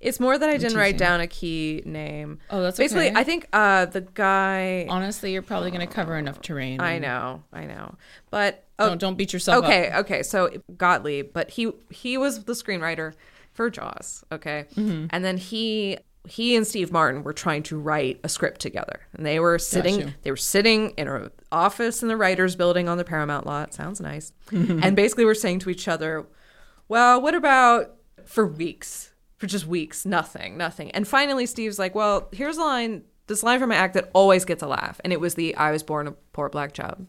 Speaker 1: It's more that I didn't write
Speaker 2: teasing.
Speaker 1: down a key name.
Speaker 2: Oh, that's
Speaker 1: Basically,
Speaker 2: okay.
Speaker 1: I think uh, the guy,
Speaker 2: Honestly, you're probably going to cover enough terrain.
Speaker 1: I know, I know. But,
Speaker 2: Don't
Speaker 1: oh,
Speaker 2: don't beat yourself up.
Speaker 1: okay, okay. So Gottlieb, but he, he was the screenwriter for Jaws. Okay. And then he, he and Steve Martin were trying to write a script together, and they were sitting.
Speaker 2: you.
Speaker 1: They were sitting in an office in the writers' building on the Paramount lot. Sounds nice. and basically, we're saying to each other, "Well, what about for weeks? For just weeks, nothing, nothing." And finally, Steve's like, "Well, here's a line. This line from my act that always gets a laugh, and it was the I was born a poor black child."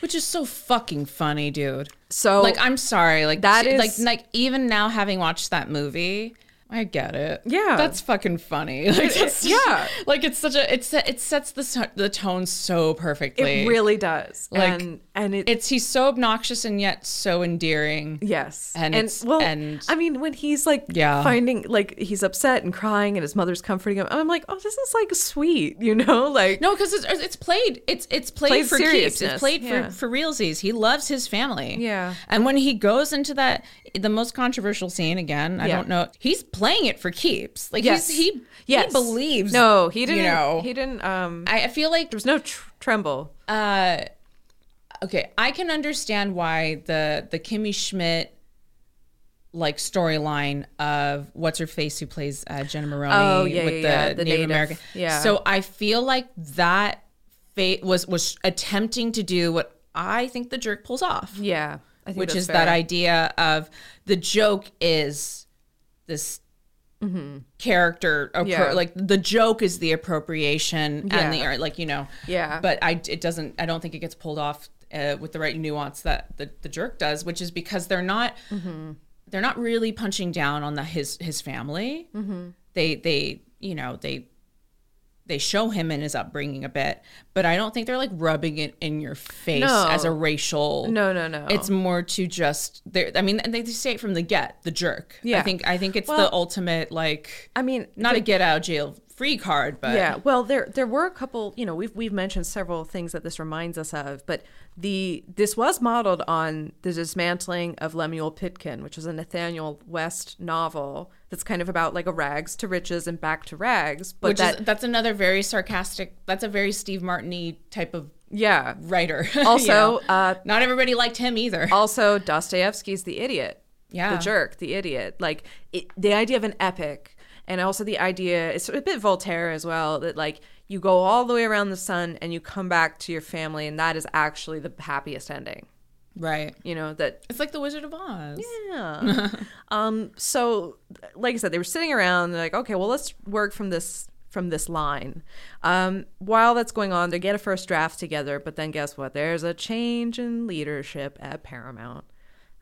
Speaker 2: Which is so fucking funny, dude.
Speaker 1: So
Speaker 2: like, I'm sorry. Like
Speaker 1: Oh. That
Speaker 2: that
Speaker 1: is-
Speaker 2: is like like even now having watched that movie. I get it.
Speaker 1: Yeah.
Speaker 2: that's fucking funny. <laughs> Like, that's-
Speaker 1: yeah.
Speaker 2: like it's such a it's it sets the s- the tone so perfectly.
Speaker 1: it really does,
Speaker 2: Like,
Speaker 1: and and it,
Speaker 2: it's he's so obnoxious and yet so endearing.
Speaker 1: Yes.
Speaker 2: And it's- and-
Speaker 1: I mean, when he's like
Speaker 2: Yeah.
Speaker 1: finding, like, he's upset and crying and his mother's comforting him, I'm like, oh, this is like sweet, <laughs> you know? Like,
Speaker 2: No, because it's it's played it's it's played,
Speaker 1: Played
Speaker 2: for keeps.
Speaker 1: seriousness,
Speaker 2: It's played
Speaker 1: yeah.
Speaker 2: for for realsies. He loves his family.
Speaker 1: Yeah.
Speaker 2: And when he goes into that the most controversial scene again, I
Speaker 1: Yeah.
Speaker 2: don't know. He's playing it for keeps. Like
Speaker 1: yes.
Speaker 2: he's, he
Speaker 1: yes.
Speaker 2: he believes.
Speaker 1: No, he didn't.
Speaker 2: You know.
Speaker 1: He didn't. Um,
Speaker 2: I I feel like
Speaker 1: there was no tr- tremble.
Speaker 2: uh, okay, I can understand why the the Kimmy Schmidt like storyline of what's her face who plays uh, Jenna Maroney
Speaker 1: Oh, yeah,
Speaker 2: with
Speaker 1: yeah,
Speaker 2: the,
Speaker 1: yeah, the
Speaker 2: Native,
Speaker 1: Native.
Speaker 2: American.
Speaker 1: Yeah.
Speaker 2: So I feel like that fa- was was attempting to do what I think the jerk pulls off,
Speaker 1: Yeah. I think
Speaker 2: which
Speaker 1: that's
Speaker 2: is
Speaker 1: fair.
Speaker 2: that idea of the joke is this character appro-
Speaker 1: Yeah.
Speaker 2: like the joke is the appropriation
Speaker 1: Yeah.
Speaker 2: and the art like you know
Speaker 1: Yeah.
Speaker 2: but i it doesn't i don't think it gets pulled off uh, with the right nuance that the, the jerk does which is because they're not they're not really punching down on the his his family they they you know they they show him in his upbringing a bit but i don't think they're like rubbing it in your face
Speaker 1: No.
Speaker 2: as a racial
Speaker 1: No, no, no.
Speaker 2: it's more to just there. I mean, and they say it from the get, the jerk.
Speaker 1: Yeah.
Speaker 2: I think I think it's
Speaker 1: Well-
Speaker 2: the ultimate like
Speaker 1: I mean,
Speaker 2: not a get out of jail free card, but
Speaker 1: Yeah, well, there there were a couple. You know, we've we've mentioned several things that this reminds us of, but the this was modeled on the dismantling of Lemuel Pitkin, which is a Nathaniel West novel that's kind of about like a rags to riches and back to rags, but
Speaker 2: which
Speaker 1: that
Speaker 2: is that's another very sarcastic. That's a very Steve Martini type of
Speaker 1: yeah.
Speaker 2: writer. <laughs> you
Speaker 1: Also,
Speaker 2: know?
Speaker 1: uh,
Speaker 2: not everybody liked him either.
Speaker 1: Also, Dostoevsky's the idiot.
Speaker 2: Yeah.
Speaker 1: the jerk, the idiot. Like it, the idea of an epic, and also the idea it's a bit Voltaire as well that like you go all the way around the sun and you come back to your family, and that is actually the happiest ending.
Speaker 2: Right.
Speaker 1: You know, that
Speaker 2: It's like the Wizard of Oz.
Speaker 1: yeah. um, so, like I said, they were sitting around. They're like, okay, well, let's work from this from this line. Um, while that's going on, they get a first draft together. But then, guess what? There's a change in leadership at Paramount.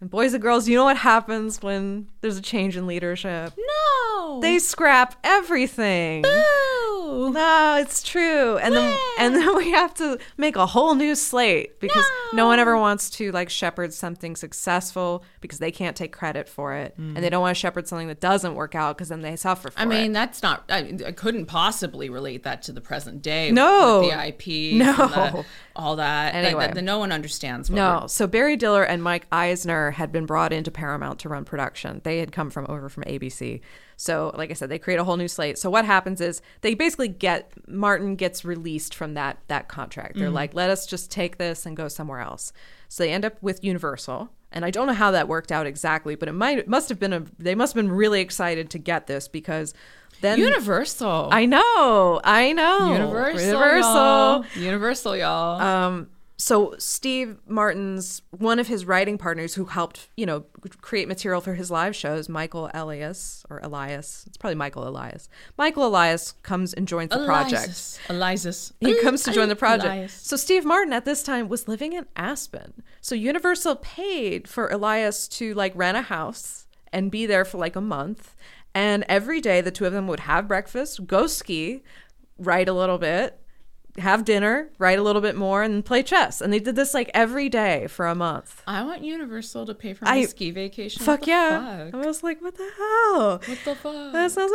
Speaker 1: And boys and girls, you know what happens when there's a change in leadership?
Speaker 2: No.
Speaker 1: They scrap everything.
Speaker 2: Boo!
Speaker 1: No, it's true. And then and <laughs> then we have to make a whole new slate because no, one ever wants to like shepherd something successful because they can't take credit for it. And they don't want to shepherd something that doesn't work out because then they suffer for
Speaker 2: I
Speaker 1: it.
Speaker 2: mean, that's not. I, I couldn't possibly relate that to the present day.
Speaker 1: No.
Speaker 2: with the IP.
Speaker 1: No.
Speaker 2: and the- all that. That-
Speaker 1: Anyway.
Speaker 2: that, that no one understands. What
Speaker 1: No, so Barry Diller and Mike Eisner had been brought into Paramount to run production. They had come from over from ABC. So, like I said, they create a whole new slate. So what happens is they basically get Martin gets released from that that contract.
Speaker 2: Mm-hmm.
Speaker 1: They're like, "Let us just take this and go somewhere else." So they end up with Universal. And I don't know how that worked out exactly, but it might it must have been a they must have been really excited to get this because then
Speaker 2: we're- Universal.
Speaker 1: I know, I know.
Speaker 2: Oh, Universal. Uh,
Speaker 1: Universal.
Speaker 2: Y'all. Universal, y'all.
Speaker 1: so Steve Martin's one of his writing partners who helped, you know, create material for his live shows, Michael Elias or Elias, it's probably Michael Elias. Michael Elias comes and joins the project.
Speaker 2: Elysis. Elysis.
Speaker 1: He comes to join the project.
Speaker 2: Mm, Elias.
Speaker 1: So Steve Martin at this time was living in Aspen. So Universal paid for Elias to like rent a house and be there for like a month. And every day the two of them would have breakfast, go ski, write a little bit, have dinner, write a little bit more, and play chess. And they did this like every day for a month.
Speaker 2: I want Universal to pay for my
Speaker 1: I-
Speaker 2: ski vacation. What
Speaker 1: Fuck
Speaker 2: the
Speaker 1: yeah.
Speaker 2: fuck?
Speaker 1: I was like, what the hell?
Speaker 2: What the fuck?
Speaker 1: That sounds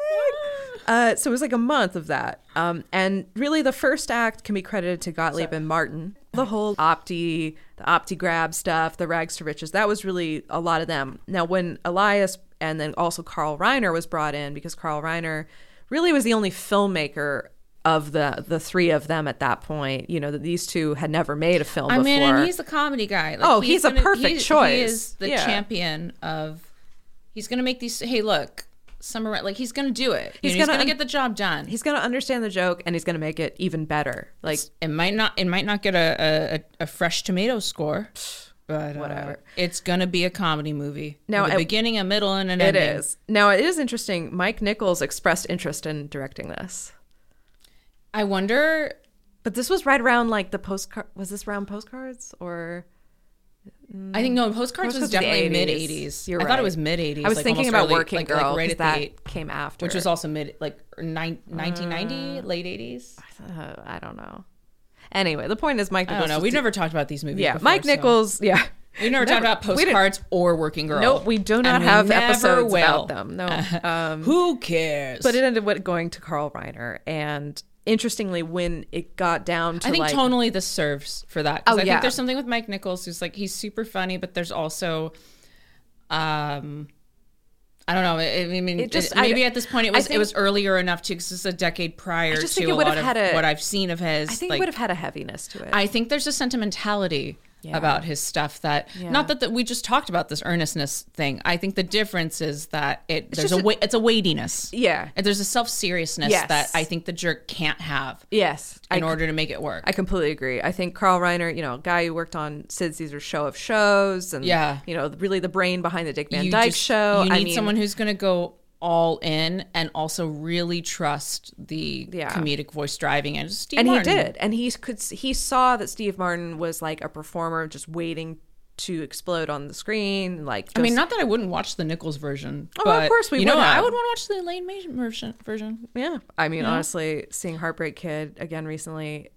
Speaker 1: amazing. Uh, so it was like a month of that. Um, and really, the first act can be credited to Gottlieb and Martin. The whole Opti, the Opti grab stuff, the rags to riches, that was really a lot of them. Now, when Elias and then also Carl Reiner was brought in, because Carl Reiner really was the only filmmaker of the the three of them at that point, you know, that these two had never made a film
Speaker 2: I
Speaker 1: before.
Speaker 2: mean, and he's a comedy guy. Like,
Speaker 1: Oh, he's a perfect
Speaker 2: he-
Speaker 1: choice.
Speaker 2: He is the
Speaker 1: Yeah.
Speaker 2: champion of. He's gonna make these. Hey, look, summer. Like he's gonna do it. You
Speaker 1: He's
Speaker 2: know,
Speaker 1: gonna
Speaker 2: he's gonna,
Speaker 1: un-
Speaker 2: get the job done.
Speaker 1: he's going to understand the joke and he's going to make it even better. Like
Speaker 2: it might not. It might not get a a, a fresh tomato score. But uh,
Speaker 1: Whatever.
Speaker 2: it's gonna be a comedy movie.
Speaker 1: Now,
Speaker 2: Now, a
Speaker 1: I-
Speaker 2: beginning, a middle, and an
Speaker 1: It
Speaker 2: ending.
Speaker 1: is. Now, it is interesting. Mike Nichols expressed interest in directing this.
Speaker 2: I wonder.
Speaker 1: But this was right around like the postcard. Was this around postcards or?
Speaker 2: I think no.
Speaker 1: Mm. Postcards
Speaker 2: Postcards,
Speaker 1: was
Speaker 2: was
Speaker 1: the
Speaker 2: definitely
Speaker 1: 80s.
Speaker 2: mid '80s.
Speaker 1: You're
Speaker 2: I thought
Speaker 1: right.
Speaker 2: it was mid '80s.
Speaker 1: I was
Speaker 2: like,
Speaker 1: thinking
Speaker 2: almost
Speaker 1: about
Speaker 2: early-
Speaker 1: Working
Speaker 2: like,
Speaker 1: Girl
Speaker 2: like, right
Speaker 1: 'cause
Speaker 2: at
Speaker 1: that
Speaker 2: the eight,
Speaker 1: came after.
Speaker 2: which was also mid, like nine, 1990, late '80s.
Speaker 1: Uh, I don't know. Anyway, the point is Mike
Speaker 2: I
Speaker 1: Nichols.
Speaker 2: don't know.
Speaker 1: was
Speaker 2: We've
Speaker 1: do-
Speaker 2: never talked about these movies.
Speaker 1: yeah,
Speaker 2: before,
Speaker 1: Mike
Speaker 2: so-
Speaker 1: Nichols. Yeah.
Speaker 2: We've
Speaker 1: <laughs>
Speaker 2: never, talked about
Speaker 1: we didn't-
Speaker 2: postcards or Working Girl.
Speaker 1: Nope, we do not
Speaker 2: And we
Speaker 1: have
Speaker 2: never
Speaker 1: episodes about
Speaker 2: will.
Speaker 1: them.
Speaker 2: <laughs>
Speaker 1: No. Um,
Speaker 2: Who cares?
Speaker 1: but it ended up going to Carl Reiner. And interestingly, when it got down to
Speaker 2: I think
Speaker 1: like.
Speaker 2: tonally this serves for that. 'cause
Speaker 1: Oh,
Speaker 2: I
Speaker 1: yeah.
Speaker 2: think there's something with Mike Nichols who's like he's super funny, but there's also, um, I don't know. I, I mean,
Speaker 1: It just-
Speaker 2: it- maybe
Speaker 1: I-
Speaker 2: at this point it
Speaker 1: I
Speaker 2: was
Speaker 1: think-
Speaker 2: it was earlier enough to because it's a decade prior
Speaker 1: just
Speaker 2: to
Speaker 1: think
Speaker 2: a
Speaker 1: it would've
Speaker 2: lot of
Speaker 1: had a-
Speaker 2: what I've seen of his.
Speaker 1: I think it
Speaker 2: like,
Speaker 1: would have had a heaviness to it.
Speaker 2: I think there's a sentimentality about his stuff that not that that we just talked about this earnestness thing. I think the difference is that it there's a,
Speaker 1: just a-
Speaker 2: wei- it's a weightiness.
Speaker 1: Yeah.
Speaker 2: And there's a self seriousness
Speaker 1: Yes.
Speaker 2: that I think the jerk can't have
Speaker 1: yes. I
Speaker 2: in order to make it work.
Speaker 1: I completely agree. I think Carl Reiner, you know, guy who worked on Sid Caesar's show of shows and,
Speaker 2: Yeah.
Speaker 1: you know, really the brain behind the Dick Van
Speaker 2: You
Speaker 1: Dyke
Speaker 2: just-
Speaker 1: show.
Speaker 2: You need
Speaker 1: I mean,
Speaker 2: someone who's going to go all in and also really trust the
Speaker 1: Yeah.
Speaker 2: comedic voice driving and Steve
Speaker 1: and
Speaker 2: Martin.
Speaker 1: he did. And he could, s- he saw that Steve Martin was like a performer just waiting to explode on the screen. Like,
Speaker 2: I mean,
Speaker 1: just-
Speaker 2: not that I wouldn't watch the Nichols version.
Speaker 1: Oh, well,
Speaker 2: but
Speaker 1: of course we
Speaker 2: you know,
Speaker 1: would
Speaker 2: I
Speaker 1: have.
Speaker 2: would want to watch the Elaine May version. version.
Speaker 1: yeah. I mean, honestly, seeing Heartbreak Kid again recently.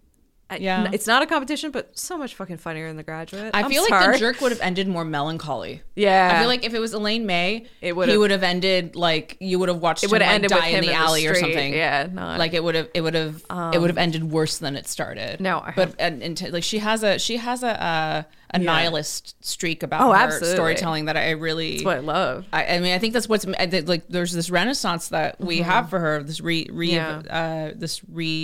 Speaker 1: I-
Speaker 2: Yeah.
Speaker 1: It's not a competition, but so much fucking funnier in The Graduate.
Speaker 2: I
Speaker 1: I'm
Speaker 2: feel like
Speaker 1: sorry.
Speaker 2: the jerk would have ended more melancholy.
Speaker 1: <laughs> Yeah.
Speaker 2: I feel like if it was Elaine May,
Speaker 1: It
Speaker 2: it
Speaker 1: would've-
Speaker 2: he would have ended like you would have watched it
Speaker 1: would've
Speaker 2: him like,
Speaker 1: ended with
Speaker 2: die
Speaker 1: him
Speaker 2: in the
Speaker 1: in the
Speaker 2: alley or
Speaker 1: street.
Speaker 2: something.
Speaker 1: Yeah, no.
Speaker 2: like it would have it would have it would have ended worse than it started.
Speaker 1: Um, No, I
Speaker 2: but and, and t- like she has a she has a uh, a nihilist streak about
Speaker 1: Oh,
Speaker 2: her
Speaker 1: absolutely.
Speaker 2: storytelling that I really
Speaker 1: That's what I love.
Speaker 2: I, I mean, I think that's what's I think, like. There's this renaissance that we
Speaker 1: Mm-hmm.
Speaker 2: have for her. This re, re uh, this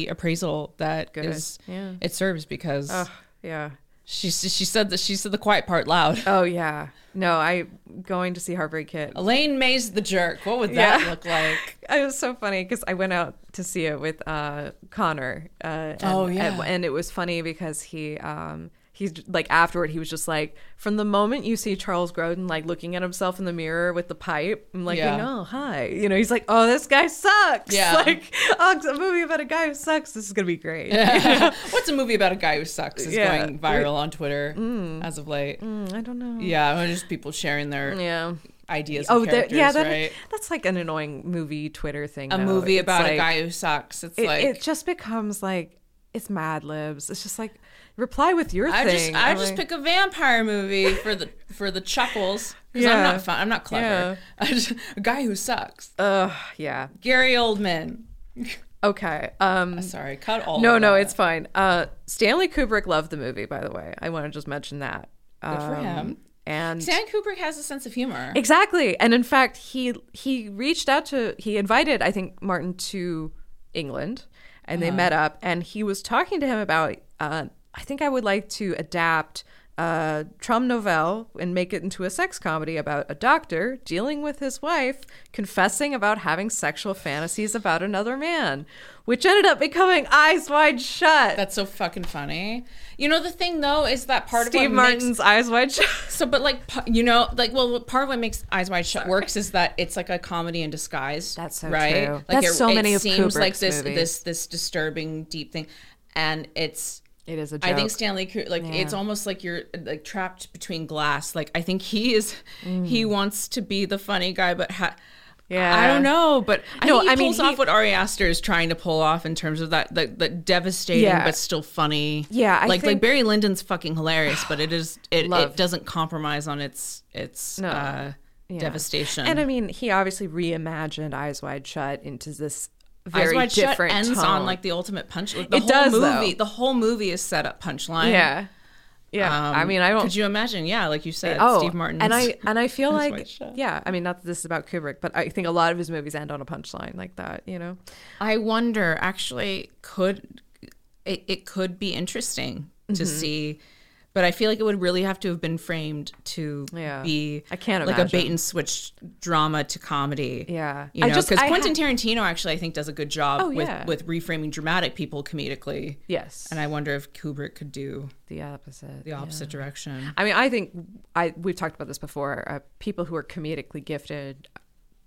Speaker 2: reappraisal that is
Speaker 1: Yeah.
Speaker 2: it serves because
Speaker 1: Ugh, yeah.
Speaker 2: she she said that she said the quiet part loud.
Speaker 1: Oh, yeah. No, I going to see Heartbreak Kid.
Speaker 2: Elaine May's the jerk. What would
Speaker 1: Yeah.
Speaker 2: that
Speaker 1: <laughs>
Speaker 2: look like?
Speaker 1: It was so funny because I went out to see it with uh, Connor. Uh, and,
Speaker 2: Oh, yeah.
Speaker 1: and, and it was funny because he um, he's like afterward he was just like from the moment you see Charles Grodin like looking at himself in the mirror with the pipe and like
Speaker 2: Yeah.
Speaker 1: being, oh hi you know he's like oh this guy sucks
Speaker 2: Yeah.
Speaker 1: <laughs> like oh it's a movie about a guy who sucks this is gonna be great
Speaker 2: What's a movie about a guy who sucks is
Speaker 1: Yeah.
Speaker 2: going viral on Twitter as of late.
Speaker 1: Mm, I don't know
Speaker 2: Yeah, just people sharing their
Speaker 1: yeah
Speaker 2: ideas.
Speaker 1: Mm. oh
Speaker 2: Oh,
Speaker 1: there- yeah that,
Speaker 2: right?
Speaker 1: that's like an annoying movie Twitter thing
Speaker 2: a
Speaker 1: though.
Speaker 2: movie
Speaker 1: It's
Speaker 2: about a
Speaker 1: like-
Speaker 2: guy who sucks. It's
Speaker 1: it,
Speaker 2: like
Speaker 1: it just becomes like it's Mad Libs. It's just like reply with your
Speaker 2: I
Speaker 1: thing.
Speaker 2: just I
Speaker 1: I'm
Speaker 2: just
Speaker 1: like,
Speaker 2: pick a vampire movie for the for the chuckles because I'm
Speaker 1: Yeah.
Speaker 2: not fun. I'm not clever.
Speaker 1: Yeah.
Speaker 2: <laughs> I just, a guy who sucks.
Speaker 1: Ugh, yeah.
Speaker 2: Gary Oldman. <laughs>
Speaker 1: Okay. Um.
Speaker 2: Sorry, cut all.
Speaker 1: No,
Speaker 2: of
Speaker 1: no,
Speaker 2: that.
Speaker 1: it's fine. Uh, Stanley Kubrick loved the movie, by the way. I want to just mention that. Um,
Speaker 2: Good for him.
Speaker 1: And
Speaker 2: Stan Kubrick has a sense of humor.
Speaker 1: exactly, and in fact, he he reached out to he invited I think Martin to England, and they met up, and he was talking to him about uh, I think I would like to adapt. Uh, Trum novel and make it into a sex comedy about a doctor dealing with his wife confessing about having sexual fantasies about another man, which ended up becoming Eyes Wide Shut.
Speaker 2: That's so fucking funny. You know the thing though is that part
Speaker 1: Steve
Speaker 2: of what makes-
Speaker 1: Martin's eyes wide shut.
Speaker 2: <laughs> So, but like pu- you know, like well, what- part of what makes Eyes Wide Shut works is that it's like a comedy in disguise.
Speaker 1: That's so
Speaker 2: right.
Speaker 1: true.
Speaker 2: Like
Speaker 1: That's
Speaker 2: it,
Speaker 1: so
Speaker 2: it
Speaker 1: many of
Speaker 2: seems like
Speaker 1: Kubrick's
Speaker 2: this
Speaker 1: movies.
Speaker 2: this this disturbing deep thing, and it's.
Speaker 1: It is a
Speaker 2: I think
Speaker 1: joke.
Speaker 2: Stanley Kubrick, like it's almost like you're like trapped between glass. Like I think he is, he wants to be the funny guy, but ha-
Speaker 1: Mm. Yeah.
Speaker 2: I don't know. But I
Speaker 1: No,
Speaker 2: think he
Speaker 1: I mean,
Speaker 2: pulls
Speaker 1: he-
Speaker 2: off what Ari Aster is trying to pull off in terms of that that, that devastating
Speaker 1: Yeah.
Speaker 2: but still funny.
Speaker 1: Yeah, I
Speaker 2: like like
Speaker 1: think-
Speaker 2: Barry Lyndon's fucking hilarious, but it is it,
Speaker 1: Love.
Speaker 2: it doesn't compromise on its its
Speaker 1: No.
Speaker 2: uh,
Speaker 1: Yeah.
Speaker 2: devastation.
Speaker 1: And I mean, he obviously reimagined Eyes Wide Shut into this
Speaker 2: Eyes
Speaker 1: very
Speaker 2: Wide Shut
Speaker 1: different
Speaker 2: ends
Speaker 1: tone.
Speaker 2: on like the ultimate punch. Like, the
Speaker 1: It
Speaker 2: whole
Speaker 1: does, though.
Speaker 2: movie. The whole movie is set up punchline.
Speaker 1: yeah, yeah.
Speaker 2: Um,
Speaker 1: I mean, I don't.
Speaker 2: Could you imagine? Yeah, like you said,
Speaker 1: oh,
Speaker 2: Steve Martin.
Speaker 1: and I and I feel
Speaker 2: Eyes Wide
Speaker 1: like
Speaker 2: Shut.
Speaker 1: yeah. I mean, not that this is about Kubrick, but I think a lot of his movies end on a punchline like that. You know,
Speaker 2: I wonder actually could it, it could be interesting
Speaker 1: Mm-hmm.
Speaker 2: to see but I feel like it would really have to have been framed to
Speaker 1: Yeah.
Speaker 2: be
Speaker 1: I can't
Speaker 2: like a
Speaker 1: imagine.
Speaker 2: bait and switch drama to comedy.
Speaker 1: Yeah.
Speaker 2: You
Speaker 1: I
Speaker 2: know,
Speaker 1: just-
Speaker 2: because
Speaker 1: I
Speaker 2: Quentin Tarantino actually I think does a good job
Speaker 1: Oh,
Speaker 2: with,
Speaker 1: yeah.
Speaker 2: with reframing dramatic people comedically.
Speaker 1: yes,
Speaker 2: And I wonder if Kubrick could do
Speaker 1: the opposite.
Speaker 2: the opposite direction.
Speaker 1: I mean, I think I we've talked about this before. Uh, people who are comedically gifted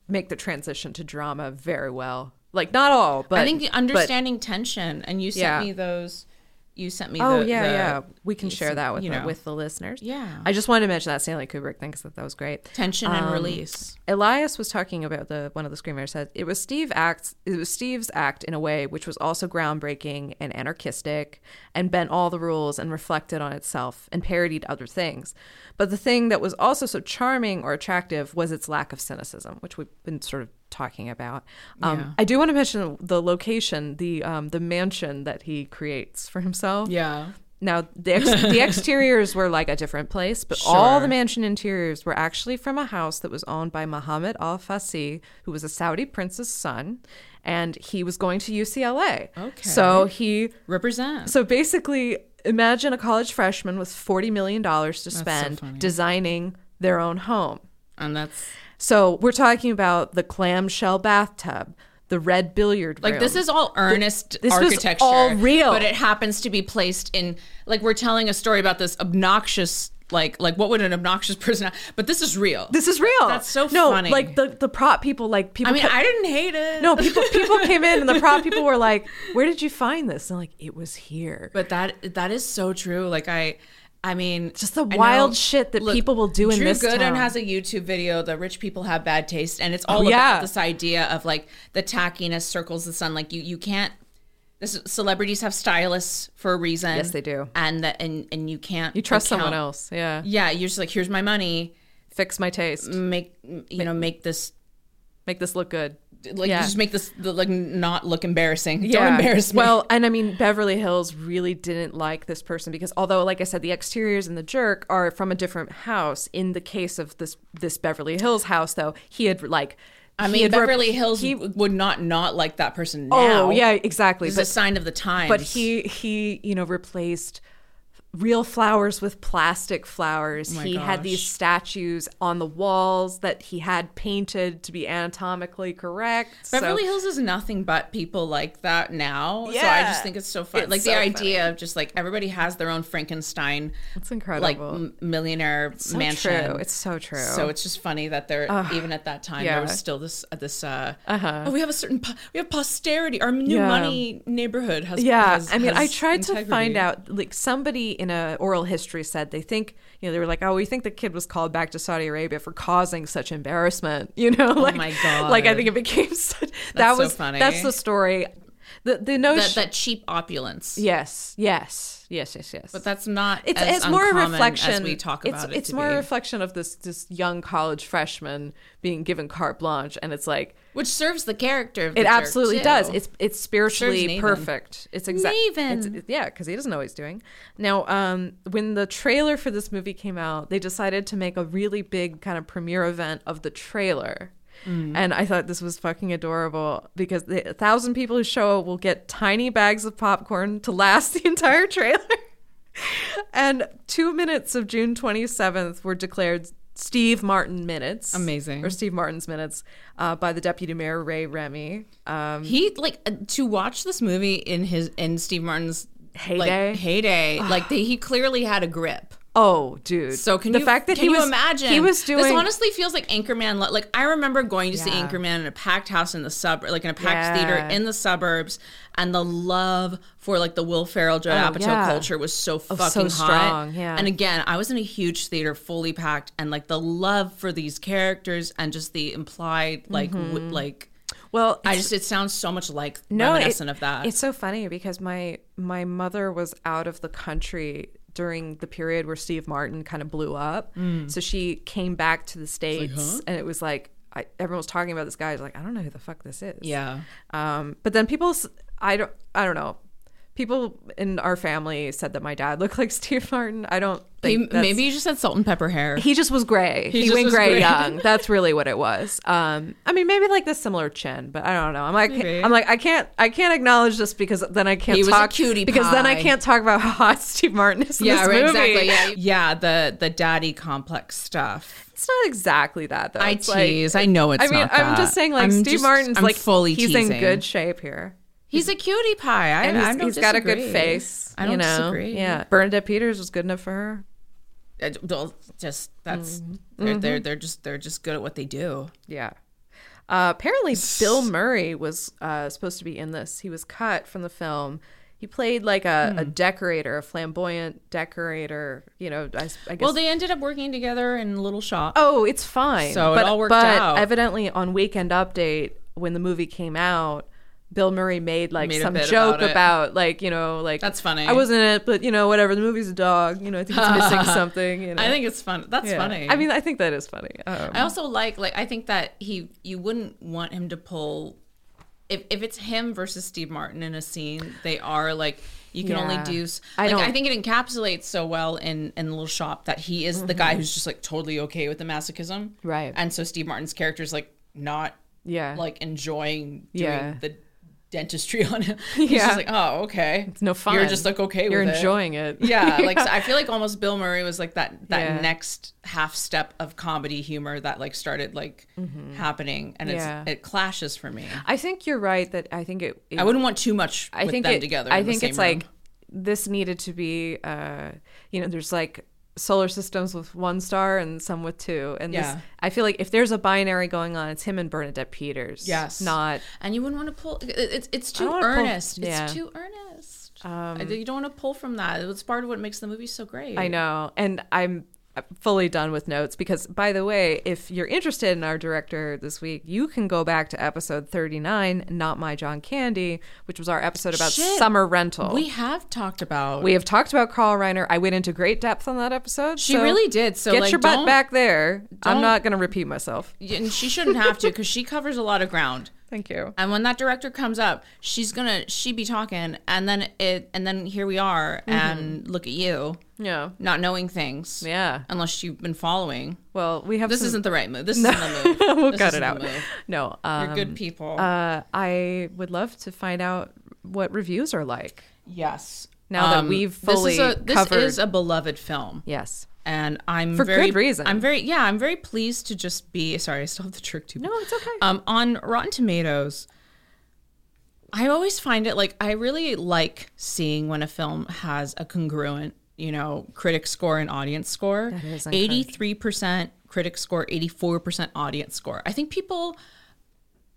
Speaker 1: make the transition to drama very well. Like not all, but
Speaker 2: I think
Speaker 1: but-
Speaker 2: understanding tension and you sent
Speaker 1: Yeah.
Speaker 2: me those you sent me
Speaker 1: Oh
Speaker 2: the,
Speaker 1: yeah,
Speaker 2: the-
Speaker 1: yeah. We can share
Speaker 2: some-
Speaker 1: that with
Speaker 2: you
Speaker 1: the,
Speaker 2: know.
Speaker 1: with the listeners.
Speaker 2: Yeah.
Speaker 1: I just wanted to mention that Stanley Kubrick thing because that was great.
Speaker 2: tension
Speaker 1: Um,
Speaker 2: and release.
Speaker 1: Elias was talking about the one of the screenwriters said it was Steve acts it was Steve's act in a way which was also groundbreaking and anarchistic and bent all the rules and reflected on itself and parodied other things. But the thing that was also so charming or attractive was its lack of cynicism, which we've been sort of talking about. Um, I do want to mention the location, the um, the mansion that he creates for himself.
Speaker 2: Yeah.
Speaker 1: Now the
Speaker 2: <laughs>
Speaker 1: ex- the exteriors were like a different place, but all the
Speaker 2: Sure.
Speaker 1: mansion interiors were actually from a house that was owned by Muhammad Al Fasih, who was a Saudi prince's son, and he was going to UCLA.
Speaker 2: Okay.
Speaker 1: So he
Speaker 2: Represent.
Speaker 1: so basically imagine a college freshman with 40 million dollars to spend
Speaker 2: funny.
Speaker 1: designing their own home.
Speaker 2: And that's
Speaker 1: So we're talking about the clamshell bathtub, the red billiard room.
Speaker 2: like this is all earnest
Speaker 1: this was
Speaker 2: architecture.
Speaker 1: all real.
Speaker 2: But it happens to be placed in like we're telling a story about this obnoxious like like what would an obnoxious <laughs> person but this is real.
Speaker 1: this is real.
Speaker 2: That's so
Speaker 1: no,
Speaker 2: funny.
Speaker 1: Like the, the prop people, like people.
Speaker 2: I mean,
Speaker 1: kept-
Speaker 2: I didn't hate it.
Speaker 1: No, people people came in and the prop people were like, "Where did you find this?" And I'm like, "It was here."
Speaker 2: But that that is so true. Like I I mean
Speaker 1: Just the
Speaker 2: I
Speaker 1: wild shit that people will do in
Speaker 2: Drew
Speaker 1: this
Speaker 2: Gooden
Speaker 1: town. Oh,
Speaker 2: has a YouTube video that rich people have bad taste and it's all
Speaker 1: yeah.
Speaker 2: about this idea of like the tackiness circles the sun. Like you you can't this celebrities have stylists for a reason.
Speaker 1: Yes, they do.
Speaker 2: And that and and you can't
Speaker 1: you trust
Speaker 2: account-
Speaker 1: someone else, yeah.
Speaker 2: Yeah, you're just like here's my money.
Speaker 1: Fix my taste,
Speaker 2: Make you know make this
Speaker 1: make this look good.
Speaker 2: like
Speaker 1: Yeah.
Speaker 2: just make this the, like not look embarrassing. Don't
Speaker 1: Yeah.
Speaker 2: embarrass me.
Speaker 1: Well, and I mean, Beverly Hills really didn't like this person because although, like I said, the exteriors and the jerk are from a different house. In the case of this this Beverly Hills house, though, he had like,
Speaker 2: I
Speaker 1: he
Speaker 2: mean
Speaker 1: had rep-
Speaker 2: Beverly Hills
Speaker 1: he-
Speaker 2: would not not like that person.
Speaker 1: Oh
Speaker 2: now.
Speaker 1: yeah, exactly.
Speaker 2: It's
Speaker 1: But-
Speaker 2: a sign of the times.
Speaker 1: but he he you know replaced real flowers with plastic flowers.
Speaker 2: Oh my
Speaker 1: he had these
Speaker 2: gosh.
Speaker 1: statues on the walls that he had painted to be anatomically correct. So-
Speaker 2: Beverly Hills is nothing but people like that now. So I
Speaker 1: Yeah.
Speaker 2: just think it's so fun.
Speaker 1: It's
Speaker 2: like
Speaker 1: so
Speaker 2: the idea of just like everybody has their own Frankenstein,
Speaker 1: it's
Speaker 2: like
Speaker 1: incredible.
Speaker 2: m- millionaire
Speaker 1: so
Speaker 2: mansion.
Speaker 1: true. It's so true.
Speaker 2: So it's just funny that there, even at that time,
Speaker 1: yeah. Uh-huh.
Speaker 2: there was still this uh, this. Uh, oh, we have a certain po- we have posterity. Our new
Speaker 1: Yeah.
Speaker 2: money neighborhood has.
Speaker 1: Yeah,
Speaker 2: has-
Speaker 1: I mean, I
Speaker 2: has
Speaker 1: tried to find
Speaker 2: integrity.
Speaker 1: out. Like somebody in a oral history said they think you know they were like, oh, we think the kid was called back to Saudi Arabia for causing such embarrassment. <laughs> You know, like
Speaker 2: Oh my
Speaker 1: like I
Speaker 2: God.
Speaker 1: think it became such. that
Speaker 2: That's so
Speaker 1: was
Speaker 2: funny.
Speaker 1: That's the story. The the notion.
Speaker 2: that, that cheap opulence.
Speaker 1: yes, yes, yes, yes, yes.
Speaker 2: But that's not.
Speaker 1: it's
Speaker 2: as
Speaker 1: it's more a
Speaker 2: uncommon
Speaker 1: reflection.
Speaker 2: As we talk about
Speaker 1: it's,
Speaker 2: it.
Speaker 1: It's
Speaker 2: to
Speaker 1: more
Speaker 2: be.
Speaker 1: a reflection of this this young college freshman being given carte blanche, and it's like
Speaker 2: which serves the character. Of the
Speaker 1: it
Speaker 2: jerk,
Speaker 1: absolutely
Speaker 2: too.
Speaker 1: does. It's it's spiritually
Speaker 2: Nathan.
Speaker 1: perfect. It's exactly
Speaker 2: Nathan.
Speaker 1: yeah, because he doesn't know what he's doing. Now, um, when the trailer for this movie came out, they decided to make a really big kind of premiere event of the trailer.
Speaker 2: Mm.
Speaker 1: And I thought this was fucking adorable because the a thousand people who show up will get tiny bags of popcorn to last the entire trailer. and two minutes of June 27th were declared Steve Martin minutes.
Speaker 2: Amazing.
Speaker 1: Or Steve Martin's minutes uh, by the deputy mayor, Ray Remy. Um,
Speaker 2: He like uh, to watch this movie in his in Steve Martin's
Speaker 1: Heyday.
Speaker 2: Like, heyday. like they, he clearly had a grip.
Speaker 1: oh, dude.
Speaker 2: So can
Speaker 1: the
Speaker 2: you
Speaker 1: fact that he
Speaker 2: can you
Speaker 1: was
Speaker 2: imagine
Speaker 1: he was doing
Speaker 2: this honestly feels like Anchorman. le- Like I remember going to see
Speaker 1: Yeah.
Speaker 2: Anchorman in a packed house in the sub, like in a packed
Speaker 1: Yeah.
Speaker 2: theater in the suburbs, and the love for like the Will Ferrell, Judd
Speaker 1: Oh,
Speaker 2: Apatow
Speaker 1: yeah. Oh,
Speaker 2: culture was so
Speaker 1: so
Speaker 2: fucking hot.
Speaker 1: strong, yeah.
Speaker 2: And again, I was in a huge theater, fully packed, and like the love for these characters and just the implied like
Speaker 1: Mm-hmm.
Speaker 2: w- like
Speaker 1: well.
Speaker 2: I
Speaker 1: it's-
Speaker 2: just it sounds so much like
Speaker 1: no, it-
Speaker 2: reminiscent of that.
Speaker 1: It's so funny because my my mother was out of the country during the period where Steve Martin kind of blew up.
Speaker 2: Mm.
Speaker 1: So she came back to the states, and it was like I, everyone was talking about this guy. I was like, I don't know who the fuck this is.
Speaker 2: yeah.
Speaker 1: Um, but then people, s- I don't, I don't know. People in our family said that my dad looked like <laughs> Steve Martin. I don't
Speaker 2: He-
Speaker 1: think that's-
Speaker 2: maybe you just had salt and
Speaker 1: <laughs>
Speaker 2: pepper hair.
Speaker 1: he just was gray. He,
Speaker 2: just
Speaker 1: went
Speaker 2: was
Speaker 1: gray,
Speaker 2: gray. <laughs>
Speaker 1: young. That's really what it was. Um, I mean, maybe like the similar chin, but I don't know. I'm like,
Speaker 2: Maybe.
Speaker 1: I'm like, I can't, I can't acknowledge this because then I can't
Speaker 2: He was a
Speaker 1: talk
Speaker 2: cutie
Speaker 1: because then I
Speaker 2: pie.
Speaker 1: can't talk about how hot Steve Martin is in
Speaker 2: yeah,
Speaker 1: this
Speaker 2: right,
Speaker 1: movie.
Speaker 2: exactly. Yeah, yeah, the the daddy complex stuff.
Speaker 1: It's not exactly that though.
Speaker 2: I
Speaker 1: It's like-
Speaker 2: tease. I know it's.
Speaker 1: I mean,
Speaker 2: not
Speaker 1: I'm
Speaker 2: that.
Speaker 1: just saying, like
Speaker 2: I'm
Speaker 1: Steve
Speaker 2: just-
Speaker 1: Martin's
Speaker 2: I'm
Speaker 1: like
Speaker 2: fully
Speaker 1: he's
Speaker 2: teasing.
Speaker 1: in good shape here.
Speaker 2: He's a cutie pie. I,
Speaker 1: And
Speaker 2: I
Speaker 1: he's,
Speaker 2: don't
Speaker 1: he's got a good
Speaker 2: disagree.
Speaker 1: face.
Speaker 2: I don't
Speaker 1: you know?
Speaker 2: disagree.
Speaker 1: Yeah, Bernadette Peters was good enough for her.
Speaker 2: I d- well, just that's
Speaker 1: Mm-hmm.
Speaker 2: they're, they're they're just they're just good at what they do.
Speaker 1: Yeah. Uh, apparently, Bill Murray was uh, supposed to be in this. He was cut from the film. He played like a,
Speaker 2: Hmm.
Speaker 1: a decorator, a flamboyant decorator. You know, I, s- I guess.
Speaker 2: Well, they ended up working together in Little Shop.
Speaker 1: oh, it's fine.
Speaker 2: So it
Speaker 1: but,
Speaker 2: all worked
Speaker 1: but
Speaker 2: out.
Speaker 1: evidently, on Weekend Update, when the movie came out, Bill Murray made like
Speaker 2: Made a
Speaker 1: some
Speaker 2: bit
Speaker 1: joke
Speaker 2: about it.
Speaker 1: about, like you know like
Speaker 2: That's funny.
Speaker 1: I wasn't in it, but you know whatever. The movie's a dog. You know, I think it's
Speaker 2: <laughs>
Speaker 1: missing something. You know,
Speaker 2: I think it's fun. That's
Speaker 1: Oh, Yeah.
Speaker 2: funny.
Speaker 1: I mean, I think that is funny. Um,
Speaker 2: I also like like I think that he you wouldn't want him to pull if if it's him versus Steve Martin in a scene they are like you can only
Speaker 1: Yeah.
Speaker 2: do s-
Speaker 1: I
Speaker 2: like I,
Speaker 1: don't-
Speaker 2: think it encapsulates so well in in Little Shop that he is the guy who's just like totally okay with the masochism
Speaker 1: Mm-hmm. Right.
Speaker 2: and so Steve Martin's character is like not
Speaker 1: yeah,
Speaker 2: like enjoying doing
Speaker 1: Yeah.
Speaker 2: the dentistry <laughs> on him he's
Speaker 1: Yeah.
Speaker 2: just like oh okay it's
Speaker 1: no fun.
Speaker 2: you're just like okay
Speaker 1: you're
Speaker 2: with it.
Speaker 1: enjoying it. <laughs>
Speaker 2: Yeah, like so I feel like almost Bill Murray was like that that
Speaker 1: Yeah.
Speaker 2: next half step of comedy humor that like started like happening, and it's
Speaker 1: Mm-hmm. Yeah.
Speaker 2: it clashes for me.
Speaker 1: I think you're right that I think it. it-
Speaker 2: I wouldn't want too much.
Speaker 1: I
Speaker 2: with
Speaker 1: think
Speaker 2: them
Speaker 1: it,
Speaker 2: together.
Speaker 1: I
Speaker 2: in the
Speaker 1: think
Speaker 2: same
Speaker 1: it's
Speaker 2: room.
Speaker 1: like this needed to be. Uh, you know, there's like solar systems with one star and some with two, and
Speaker 2: Yeah.
Speaker 1: this, I feel like if there's a binary going on, it's him and Bernadette Peters.
Speaker 2: Yes.
Speaker 1: not
Speaker 2: and you wouldn't want to pull. it- It's it's too
Speaker 1: wanna pull-
Speaker 2: earnest.
Speaker 1: yeah. Um,
Speaker 2: It's too earnest. I- you don't want to pull from that. It's part of what makes the movie so great.
Speaker 1: I know. And I'm fully done with notes because, by the way, if you're interested in our director this week, you can go back to episode 39, Not My John Candy, which was our episode about
Speaker 2: Shit.
Speaker 1: summer rental.
Speaker 2: We have talked about.
Speaker 1: We have talked about Carl Reiner. I went into great depth on that episode.
Speaker 2: she
Speaker 1: so
Speaker 2: really did. So
Speaker 1: get
Speaker 2: like,
Speaker 1: your butt
Speaker 2: don't-
Speaker 1: back there. I'm
Speaker 2: don't-
Speaker 1: not going to repeat myself.
Speaker 2: And she shouldn't have to because she covers a lot of ground.
Speaker 1: Thank you.
Speaker 2: and when that director comes up she's gonna she be talking and then it and then here we are
Speaker 1: Mm-hmm.
Speaker 2: and look at you
Speaker 1: Yeah.
Speaker 2: not knowing things
Speaker 1: Yeah.
Speaker 2: unless you've been following
Speaker 1: Well, we have
Speaker 2: this
Speaker 1: some-
Speaker 2: isn't the right
Speaker 1: <laughs>
Speaker 2: move this isn't the move
Speaker 1: we'll
Speaker 2: This
Speaker 1: cut
Speaker 2: isn't
Speaker 1: it
Speaker 2: the
Speaker 1: out.
Speaker 2: move.
Speaker 1: No.
Speaker 2: you're
Speaker 1: Um,
Speaker 2: good people
Speaker 1: uh, I would love to find out what reviews are like.
Speaker 2: yes
Speaker 1: Now that
Speaker 2: Um,
Speaker 1: we've fully
Speaker 2: this is a, this
Speaker 1: covered,
Speaker 2: is a beloved film.
Speaker 1: yes,
Speaker 2: and I'm
Speaker 1: For
Speaker 2: very,
Speaker 1: good reason.
Speaker 2: I'm very yeah, I'm very pleased to just be sorry, I still have the trick too.
Speaker 1: No, it's okay.
Speaker 2: Um on Rotten Tomatoes, I always find it like I really like seeing when a film has a congruent, you know, critic score and audience score.
Speaker 1: That is encouraging.
Speaker 2: Eighty-three percent critic score, eighty-four percent audience score. I think people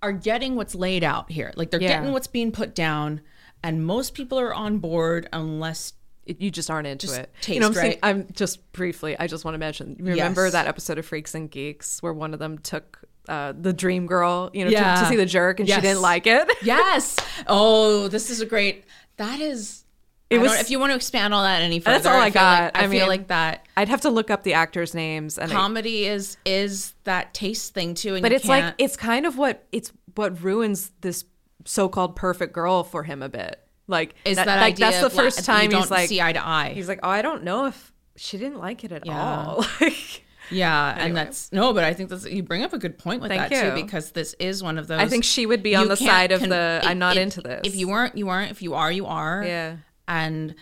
Speaker 2: are getting what's laid out here. Like they're
Speaker 1: Yeah.
Speaker 2: getting what's being put down, and most people are on board unless
Speaker 1: it- you just aren't into it. you
Speaker 2: taste,
Speaker 1: know, I'm, saying,
Speaker 2: right?
Speaker 1: I'm just briefly. I just want to mention. Remember
Speaker 2: Yes.
Speaker 1: that episode of Freaks and Geeks where one of them took uh, the dream girl, you know, to- to,
Speaker 2: Yeah.
Speaker 1: see the jerk, and she
Speaker 2: Yes.
Speaker 1: didn't like it. <laughs>
Speaker 2: Yes. Oh, this is a great. That is.
Speaker 1: It
Speaker 2: It
Speaker 1: was-
Speaker 2: was. if you want to expand on that any further,
Speaker 1: That's all I
Speaker 2: feel like-
Speaker 1: got. I
Speaker 2: I, feel
Speaker 1: mean,
Speaker 2: like that
Speaker 1: I'd have to look up the actors' names, and I-
Speaker 2: comedy is is that taste thing too. And
Speaker 1: but
Speaker 2: you
Speaker 1: it's like
Speaker 2: can't-
Speaker 1: it's kind of what it's what ruins this so-called perfect girl for him a bit. Like
Speaker 2: is that,
Speaker 1: like,
Speaker 2: idea
Speaker 1: that's the
Speaker 2: of la-
Speaker 1: first
Speaker 2: you
Speaker 1: time
Speaker 2: don't
Speaker 1: he's like
Speaker 2: see eye to eye.
Speaker 1: he's like oh I don't know if she didn't like it at
Speaker 2: Yeah.
Speaker 1: all. <laughs> Like,
Speaker 2: Yeah, and that's no, but I think that's you bring up a good point with
Speaker 1: Thank
Speaker 2: that
Speaker 1: you.
Speaker 2: too because this is one of those.
Speaker 1: I think she would be on
Speaker 2: you
Speaker 1: the
Speaker 2: can't
Speaker 1: side of
Speaker 2: con-
Speaker 1: the
Speaker 2: it-
Speaker 1: I'm not
Speaker 2: it-
Speaker 1: into this.
Speaker 2: If you weren't, you weren't. If you are, you are.
Speaker 1: Yeah.
Speaker 2: and.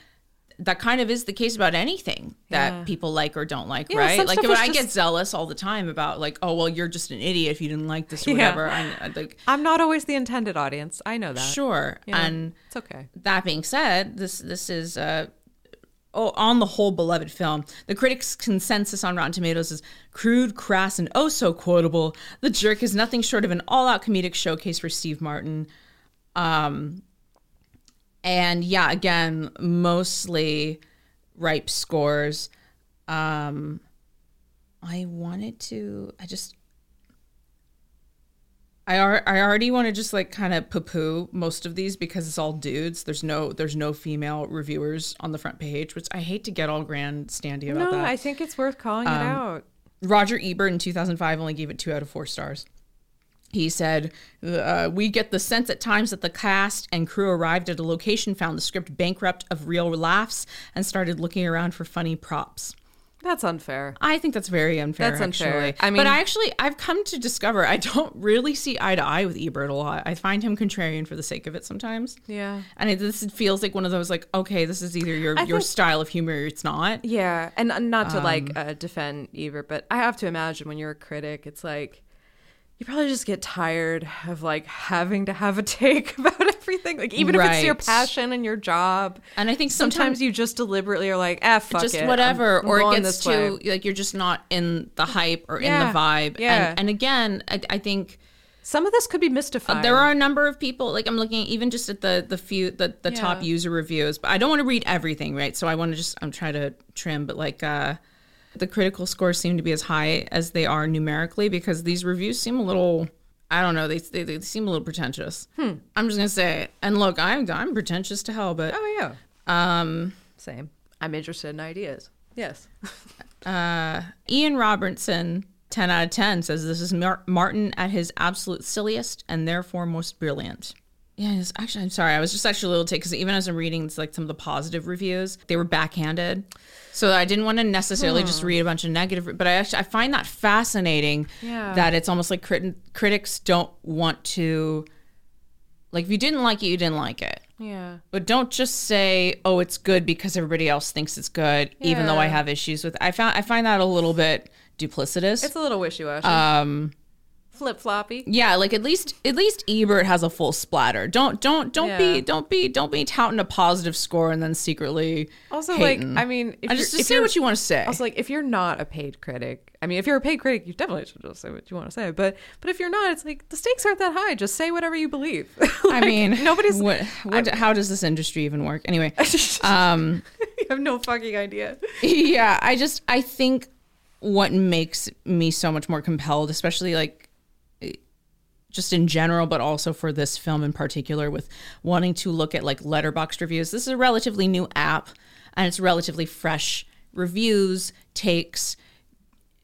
Speaker 2: That kind of is the case about anything that people like or don't like,
Speaker 1: Yeah, some
Speaker 2: right? Like
Speaker 1: stuff
Speaker 2: when
Speaker 1: is
Speaker 2: I
Speaker 1: just-
Speaker 2: get zealous all the time about like, oh well, you're just an idiot if you didn't like this or
Speaker 1: Yeah.
Speaker 2: whatever. I'm, I'm like,
Speaker 1: I'm not always the intended audience. I know that.
Speaker 2: sure.
Speaker 1: You know,
Speaker 2: And
Speaker 1: it's okay.
Speaker 2: that being said, this this is uh, oh, on the whole beloved film. The critics' consensus on Rotten Tomatoes is crude, crass, and oh so quotable. The jerk is nothing short of an all-out comedic showcase for Steve Martin. Um, and yeah, again, mostly ripe scores. Um, I wanted to. I just. I, ar- I already want to just like kind of poo-poo most of these because it's all dudes. There's no there's no female reviewers on the front page, which I hate to get all grandstandy about
Speaker 1: No,
Speaker 2: that. Um,
Speaker 1: I think it's worth calling it out.
Speaker 2: Roger Ebert in 2005 only gave it two out of four stars. He said, uh, We get the sense at times that the cast and crew arrived at a location, found the script bankrupt of real laughs, and started looking around for funny props.
Speaker 1: That's unfair.
Speaker 2: I think that's very unfair.
Speaker 1: That's unfair.
Speaker 2: Actually.
Speaker 1: I mean-
Speaker 2: but I actually, I've come to discover I don't really see eye to eye with Ebert a lot. I find him contrarian for the sake of it sometimes.
Speaker 1: Yeah.
Speaker 2: And it, this feels like one of those, like, okay, this is either your,
Speaker 1: I
Speaker 2: your
Speaker 1: think-
Speaker 2: style of humor or it's not.
Speaker 1: Yeah, and uh, not to like
Speaker 2: Um,
Speaker 1: uh, defend Ebert, but I have to imagine when you're a critic, it's like you probably just get tired of like having to have a <laughs> take about everything. Like even if it's your
Speaker 2: Right.
Speaker 1: passion and your job,
Speaker 2: And I think
Speaker 1: sometimes you just deliberately are like, "Ah, fuck
Speaker 2: just
Speaker 1: it, I'm-
Speaker 2: whatever
Speaker 1: I'm
Speaker 2: or
Speaker 1: going
Speaker 2: it gets
Speaker 1: this way.
Speaker 2: too like you're just not in the hype or
Speaker 1: Yeah,
Speaker 2: in the vibe
Speaker 1: yeah.
Speaker 2: and, and again I, I think
Speaker 1: Some of this could be mystified.
Speaker 2: there are a number of people like i'm looking even just at the the few the, the top
Speaker 1: Yeah.
Speaker 2: user reviews but i don't want to read everything right so i want to just i'm trying to trim but like uh the critical scores seem to be as high as they are numerically because these reviews seem a little i don't know they they, they seem a little pretentious
Speaker 1: Hmm.
Speaker 2: i'm just gonna say it and look i'm i'm pretentious to hell but
Speaker 1: Oh yeah. Um, same. I'm interested in ideas. <laughs> Yes.
Speaker 2: Ian Robertson, 10 out of 10, says this is Mar- Martin at his absolute silliest and therefore most brilliant. Yeah, it's actually, I'm sorry. I was just actually a little ticked because even as I'm reading it's like some of the positive reviews, they were backhanded. So I didn't want to necessarily just read a bunch of negative, but I actually I find that fascinating.
Speaker 1: Yeah.
Speaker 2: That it's almost like crit- critics don't want to, like, if you didn't like it, you didn't like it.
Speaker 1: Yeah.
Speaker 2: But don't just say, "Oh, it's good because everybody else thinks it's good," even though I
Speaker 1: Yeah.
Speaker 2: have issues with. I found I find that a little bit duplicitous.
Speaker 1: It's a little wishy-washy.
Speaker 2: um,
Speaker 1: Flip floppy.
Speaker 2: yeah, like at least at least Ebert has a full splatter. Don't don't don't
Speaker 1: Yeah.
Speaker 2: be don't be don't be touting a positive score and then secretly.
Speaker 1: Also,
Speaker 2: hating.
Speaker 1: like, I mean, if
Speaker 2: I
Speaker 1: you're-
Speaker 2: just,
Speaker 1: if
Speaker 2: just say
Speaker 1: you're-
Speaker 2: what you want to say.
Speaker 1: Also, like, if you're not a paid critic, I mean, if you're a paid critic, you definitely should just say what you want to say. But but if you're not, it's like the stakes aren't that high. Just say whatever you believe. <laughs>
Speaker 2: I
Speaker 1: Like,
Speaker 2: mean,
Speaker 1: nobody's.
Speaker 2: What, what, how does this industry even work?
Speaker 1: <laughs>
Speaker 2: Anyway, <laughs>
Speaker 1: um, <laughs> you have no fucking idea.
Speaker 2: yeah, I just I think what makes me so much more compelled, especially like just in general, but also for this film in particular, with wanting to look at like letterbox reviews. This is a relatively new app and it's relatively fresh reviews, takes.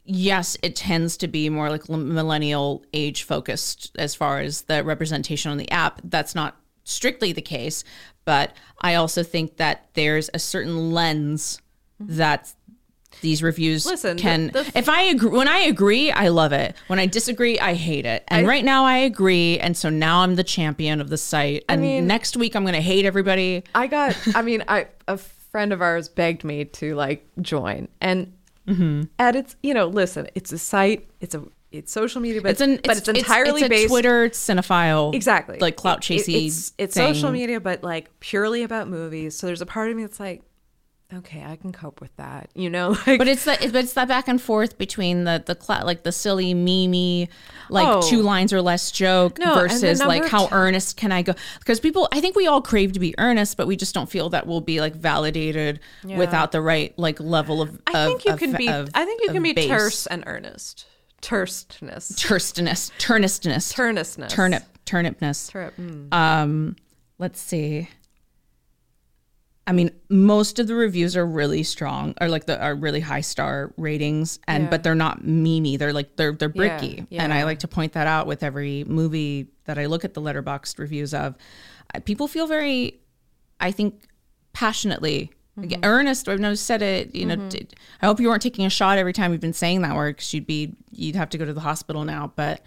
Speaker 2: Yes, it tends to be more like millennial age focused as far as the representation on the app. That's not strictly the case, but I also think that there's a certain lens that these reviews
Speaker 1: Listen, the-
Speaker 2: can
Speaker 1: the-
Speaker 2: if i agree when i agree i love it when i disagree i hate it and
Speaker 1: I-
Speaker 2: right now i agree and so now i'm the champion of the site and
Speaker 1: mean-
Speaker 2: next week i'm gonna hate everybody
Speaker 1: I got. I mean, I a friend of ours begged me to like join, and at its you know, listen, it's a site, it's a it's social media, but
Speaker 2: it's an
Speaker 1: but it's, entirely
Speaker 2: it's a
Speaker 1: based
Speaker 2: Twitter cinephile
Speaker 1: exactly
Speaker 2: like clout
Speaker 1: It- it-
Speaker 2: chasey
Speaker 1: it's it's
Speaker 2: thing.
Speaker 1: social media, but like purely about movies. So there's a part of me that's like, okay, I can cope with that, you know. <laughs> Like,
Speaker 2: But it's that, but it's that back and forth between the the cla- like the silly meme, like
Speaker 1: Oh.
Speaker 2: two lines or less joke
Speaker 1: No, and the
Speaker 2: versus like
Speaker 1: number of
Speaker 2: how
Speaker 1: ti-
Speaker 2: earnest can I go? Because people, I think we all crave to be earnest, but we just don't feel that we'll be like validated
Speaker 1: Yeah.
Speaker 2: without the right like level of.
Speaker 1: I think
Speaker 2: of-
Speaker 1: you
Speaker 2: of-
Speaker 1: can be.
Speaker 2: of-
Speaker 1: I think you
Speaker 2: of
Speaker 1: can be
Speaker 2: base.
Speaker 1: terse and earnest, terseness,
Speaker 2: terseness, turnestness,
Speaker 1: turnestness,
Speaker 2: turnip, turnipness.
Speaker 1: Turnip. mm.
Speaker 2: Um, let's see. I mean, most of the reviews are really strong, or like the are really high star ratings, and
Speaker 1: Yeah.
Speaker 2: but they're not memey. They're like they're they're bricky, and I
Speaker 1: yeah.
Speaker 2: like to point that out with every movie that I look at the letterboxed reviews of. I- People feel very, I think, passionately.
Speaker 1: Mm-hmm.
Speaker 2: Again, Earnest, I've never said it. You know, d- I hope you weren't taking a shot every time we've been saying that word because you'd be, you'd have to go to the hospital now. But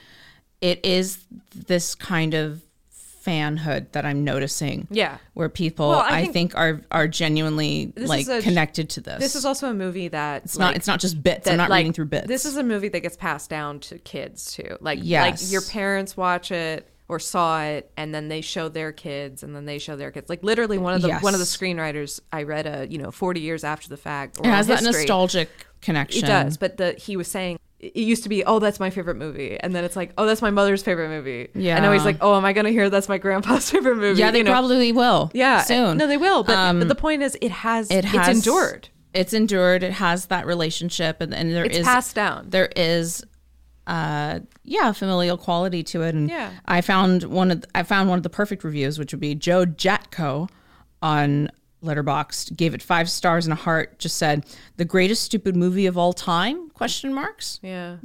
Speaker 2: it is this kind of fanhood that I'm noticing.
Speaker 1: Yeah.
Speaker 2: Where people
Speaker 1: Well, I
Speaker 2: I,
Speaker 1: think-
Speaker 2: think, are are genuinely
Speaker 1: is
Speaker 2: like
Speaker 1: a-
Speaker 2: connected to this.
Speaker 1: This is also a movie that
Speaker 2: it's not it's not just bits. I'm
Speaker 1: that,
Speaker 2: not
Speaker 1: like,
Speaker 2: reading through bits.
Speaker 1: This is a movie that gets passed down to kids too. Like
Speaker 2: Yes.
Speaker 1: like your parents watch it or saw it and then they show their kids and then they show their kids. Like literally one of the one of the
Speaker 2: Yes.
Speaker 1: screenwriters I read a, you know, 40 years after the fact or
Speaker 2: it has that
Speaker 1: history.
Speaker 2: nostalgic connection.
Speaker 1: It does, but the he was saying it used to be, oh, that's my favorite movie, and then it's like, oh, that's my mother's favorite movie.
Speaker 2: Yeah.
Speaker 1: and now he's like, oh, am I gonna hear that's my grandpa's <laughs> favorite movie?
Speaker 2: Yeah, they
Speaker 1: You know?
Speaker 2: probably will.
Speaker 1: yeah
Speaker 2: Soon. Um,
Speaker 1: No, they will. But, but the point is, it has
Speaker 2: it has
Speaker 1: it's endured.
Speaker 2: It's endured. It has that relationship and, and there is
Speaker 1: It's passed down.
Speaker 2: There is uh yeah, familial quality to it. And
Speaker 1: Yeah.
Speaker 2: I found one of th- I found one of the perfect reviews, which would be Joe Jatko on Letterboxd, gave it five stars and a heart, just said, the greatest stupid movie of all time question marks.
Speaker 1: yeah.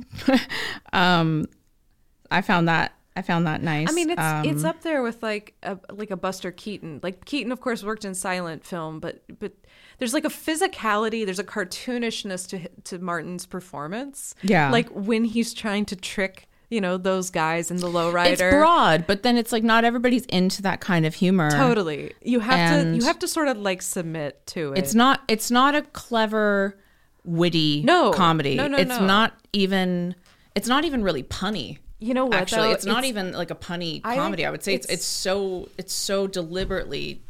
Speaker 2: I found that I found that nice.
Speaker 1: I mean, it's
Speaker 2: Um,
Speaker 1: it's up there with like a like a Buster Keaton. Like Keaton, of course, worked in silent film, but but there's like a physicality, there's a cartoonishness to to Martin's performance.
Speaker 2: Yeah.
Speaker 1: like when he's trying to trick you know those guys in the lowrider.
Speaker 2: it's broad, but then it's like not everybody's into that kind of humor.
Speaker 1: Totally, you have to
Speaker 2: And-
Speaker 1: you have to sort of like submit to it.
Speaker 2: It's not it's not a clever witty
Speaker 1: No.
Speaker 2: comedy.
Speaker 1: No, no,
Speaker 2: it's
Speaker 1: no.
Speaker 2: not even it's not even really punny.
Speaker 1: you know what?
Speaker 2: Actually,
Speaker 1: though?
Speaker 2: it's not even like a punny
Speaker 1: I think
Speaker 2: comedy. I would say it's,
Speaker 1: it's-
Speaker 2: it's so it's so deliberately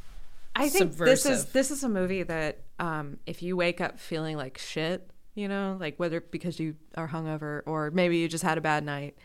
Speaker 1: I think this is
Speaker 2: subversive.
Speaker 1: this is a movie that um, if you wake up feeling like shit, you know, like whether because you are hungover or maybe you just had a bad night,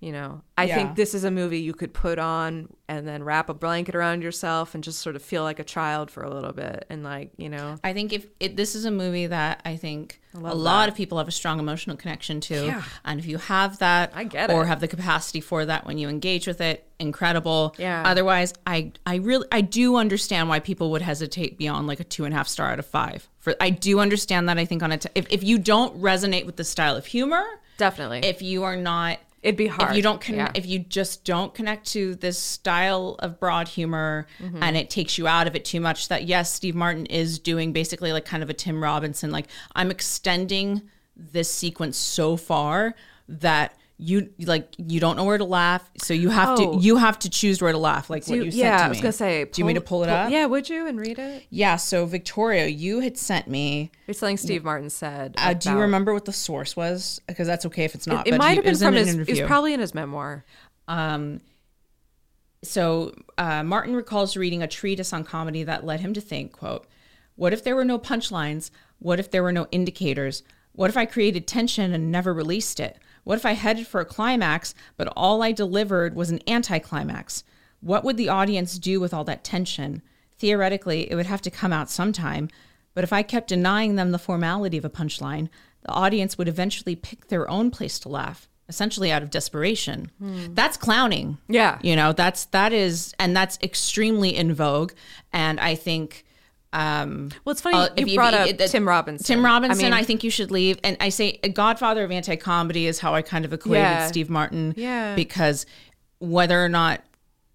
Speaker 1: you know, I
Speaker 2: Yeah.
Speaker 1: think this is a movie you could put on and then wrap a blanket around yourself and just sort of feel like a child for a little bit and like you know,
Speaker 2: I think if it, this is a movie that I think a lot of people have a strong emotional connection to,
Speaker 1: Yeah.
Speaker 2: and if you have that,
Speaker 1: I get
Speaker 2: or
Speaker 1: it.
Speaker 2: have the capacity for that when you engage with it, incredible.
Speaker 1: Yeah.
Speaker 2: Otherwise, I I really I do understand why people would hesitate beyond like a two and a half star out of five. For I do understand that. I think on a t- if if you don't resonate with the style of humor,
Speaker 1: definitely
Speaker 2: if you are not
Speaker 1: it'd be hard
Speaker 2: if you don't con-
Speaker 1: yeah.
Speaker 2: if you just don't connect to this style of broad humor
Speaker 1: Mm-hmm.
Speaker 2: and it takes you out of it too much that yes steve martin is doing basically like kind of a tim robinson like i'm extending this sequence so far that you like you don't know where to laugh so you have
Speaker 1: Oh.
Speaker 2: to you have to choose where to laugh like
Speaker 1: Do
Speaker 2: what
Speaker 1: you-
Speaker 2: you, sent
Speaker 1: yeah,
Speaker 2: to me
Speaker 1: I was gonna say,
Speaker 2: do you mean to pull it up
Speaker 1: Yeah, would you and read it?
Speaker 2: yeah so victoria you had sent me
Speaker 1: It's something Steve Martin said.
Speaker 2: uh, do you
Speaker 1: about-
Speaker 2: remember what the source was because that's okay if it's not
Speaker 1: It
Speaker 2: but
Speaker 1: might
Speaker 2: he-
Speaker 1: have been
Speaker 2: was in
Speaker 1: from
Speaker 2: an
Speaker 1: his. It was
Speaker 2: interview.
Speaker 1: probably in his memoir.
Speaker 2: so uh, martin recalls reading a treatise on comedy that led him to think quote what if there were no punchlines what if there were no indicators what if i created tension and never released it what if i headed for a climax but all i delivered was an anticlimax what would the audience do with all that tension theoretically it would have to come out sometime but if i kept denying them the formality of a punchline the audience would eventually pick their own place to laugh essentially out of desperation that's clowning
Speaker 1: Yeah.
Speaker 2: you know that's that is and that's extremely in vogue and i think um
Speaker 1: Well, it's funny
Speaker 2: uh,
Speaker 1: you
Speaker 2: if- if-
Speaker 1: brought up
Speaker 2: it- it-
Speaker 1: Tim Robinson.
Speaker 2: Tim Robinson, I,
Speaker 1: mean,
Speaker 2: think you should leave. And I say a godfather of anti comedy is how I kind of equated
Speaker 1: Yeah.
Speaker 2: Steve Martin.
Speaker 1: Yeah.
Speaker 2: Because whether or not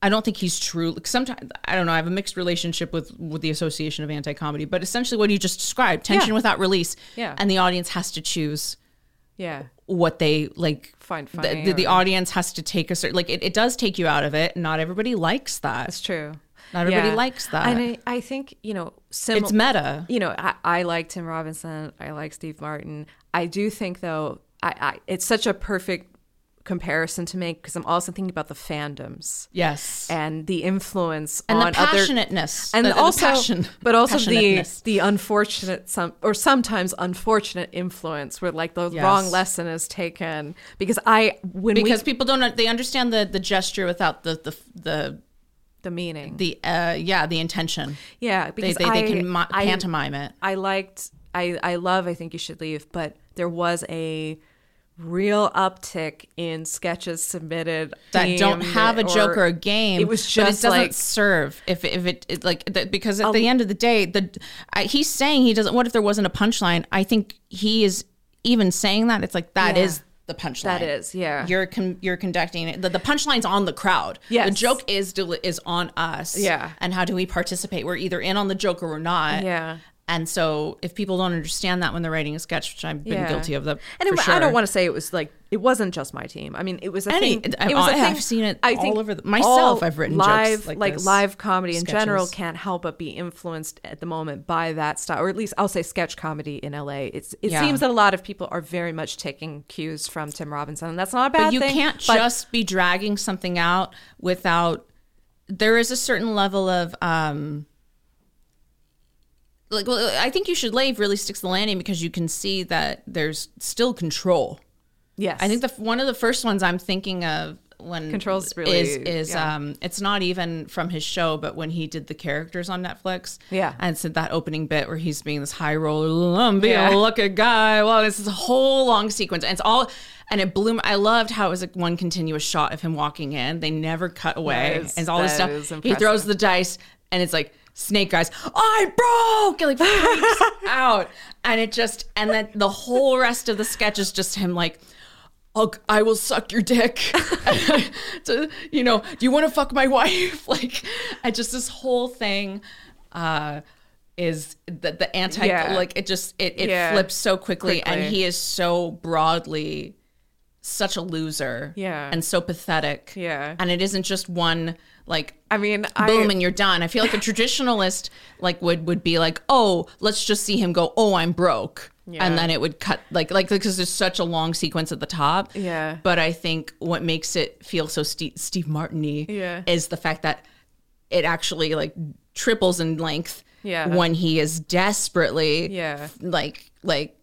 Speaker 2: I don't think he's true. Like sometimes I don't know. I have a mixed relationship with with the Association of Anti Comedy, but essentially what you just described, tension
Speaker 1: Yeah.
Speaker 2: without release,
Speaker 1: Yeah.
Speaker 2: and the audience has to choose
Speaker 1: Yeah.
Speaker 2: what they like.
Speaker 1: Find
Speaker 2: the-
Speaker 1: funny
Speaker 2: the, the
Speaker 1: or-
Speaker 2: audience has to take a certain like it, it does take you out of it. Not everybody likes that.
Speaker 1: That's true.
Speaker 2: Not everybody likes that.
Speaker 1: And I, I think, you know, similar.
Speaker 2: It's meta.
Speaker 1: you know, I, I like Tim Robinson. I like Steve Martin. I do think, though, I, I it's such a perfect comparison to make because I'm also thinking about the fandoms
Speaker 2: Yes.
Speaker 1: and the influence
Speaker 2: And
Speaker 1: on
Speaker 2: the
Speaker 1: other
Speaker 2: passionateness.
Speaker 1: and
Speaker 2: the- the
Speaker 1: also
Speaker 2: passion-
Speaker 1: but also the
Speaker 2: passionateness.
Speaker 1: the unfortunate some or sometimes unfortunate influence where like the
Speaker 2: Yes.
Speaker 1: wrong lesson is taken because I when
Speaker 2: because
Speaker 1: we
Speaker 2: people don't they understand the the gesture without the the the
Speaker 1: the meaning
Speaker 2: the uh yeah the intention
Speaker 1: yeah
Speaker 2: they
Speaker 1: because
Speaker 2: they,
Speaker 1: I,
Speaker 2: they can mo-
Speaker 1: I-
Speaker 2: pantomime it
Speaker 1: I liked I I love I think you should leave, but there was a real uptick in sketches submitted
Speaker 2: that don't
Speaker 1: themed
Speaker 2: have a joke or a game
Speaker 1: It was
Speaker 2: but it
Speaker 1: just
Speaker 2: doesn't
Speaker 1: like- Oh.
Speaker 2: serve if if it, it like the, because at the end of the day the I, he's saying he doesn't what if there wasn't a punchline i think he is even saying that it's like that is
Speaker 1: Yeah.
Speaker 2: the punchline
Speaker 1: That is, yeah.
Speaker 2: you're con- you're conducting it the, the punchline's on the crowd Yeah, the
Speaker 1: Yes.
Speaker 2: joke is deli- is on us
Speaker 1: Yeah.
Speaker 2: and how do we participate we're either in on the joke or we're not
Speaker 1: Yeah.
Speaker 2: and so if people don't understand that when they're writing a sketch which i've been
Speaker 1: Yeah.
Speaker 2: guilty of that
Speaker 1: And
Speaker 2: for
Speaker 1: it,
Speaker 2: sure.
Speaker 1: I don't want to say it was like it wasn't just my team. I mean, it was a
Speaker 2: Any-
Speaker 1: thing.
Speaker 2: I-
Speaker 1: It was a
Speaker 2: I have
Speaker 1: thing-
Speaker 2: seen it all over the-
Speaker 1: all
Speaker 2: myself, I've written jokes
Speaker 1: live
Speaker 2: like this.
Speaker 1: live comedy in general
Speaker 2: Sketches.
Speaker 1: can't help but be influenced at the moment by that style, or at least I'll say sketch comedy in LA. It's it
Speaker 2: Yeah.
Speaker 1: seems that a lot of people are very much taking cues from Tim Robinson, and that's not a bad
Speaker 2: but you
Speaker 1: thing.
Speaker 2: can't
Speaker 1: but
Speaker 2: just be dragging something out without there is a certain level of um like well i think you should leave really sticks the landing because you can see that there's still control
Speaker 1: yes,
Speaker 2: i think the one of the first ones i'm thinking of when
Speaker 1: Control's really-
Speaker 2: is is
Speaker 1: yeah.
Speaker 2: um it's not even from his show but when he did the characters on netflix
Speaker 1: Yeah.
Speaker 2: and said that opening bit where he's being this high roller i'm being
Speaker 1: Yeah.
Speaker 2: a lucky guy well this is a whole long sequence and it's all and it blew my, i loved how it was like one continuous shot of him walking in they never cut away
Speaker 1: That is-
Speaker 2: and all this
Speaker 1: that
Speaker 2: stuff
Speaker 1: is
Speaker 2: he
Speaker 1: impressive.
Speaker 2: throws the dice and it's like snake eyes i broke it like
Speaker 1: <laughs>
Speaker 2: freaks out and it just and then the whole rest of the sketch is just him like I'll, I will suck
Speaker 1: <laughs>
Speaker 2: your dick. <laughs> To- you know, do you want to fuck my <laughs> wife? Like, I just this whole thing uh, is the, the anti
Speaker 1: Yeah.
Speaker 2: like it just it, it
Speaker 1: Yeah.
Speaker 2: flips so quickly, and
Speaker 1: Quickly.
Speaker 2: he is so broadly such a loser,
Speaker 1: Yeah.
Speaker 2: and so pathetic,
Speaker 1: Yeah.
Speaker 2: and it isn't just one like
Speaker 1: I mean, I,
Speaker 2: boom and you're done.
Speaker 1: <laughs>
Speaker 2: I feel like a traditionalist like would would be like, oh, let's just see him go. Oh, I'm broke,
Speaker 1: Yeah.
Speaker 2: and then it would cut like like because there's such a long sequence at the top.
Speaker 1: Yeah.
Speaker 2: But I think what makes it feel so Steve, Steve Martiny
Speaker 1: Yeah.
Speaker 2: is the fact that it actually like triples in length.
Speaker 1: Yeah.
Speaker 2: When he is desperately
Speaker 1: Yeah.
Speaker 2: like like.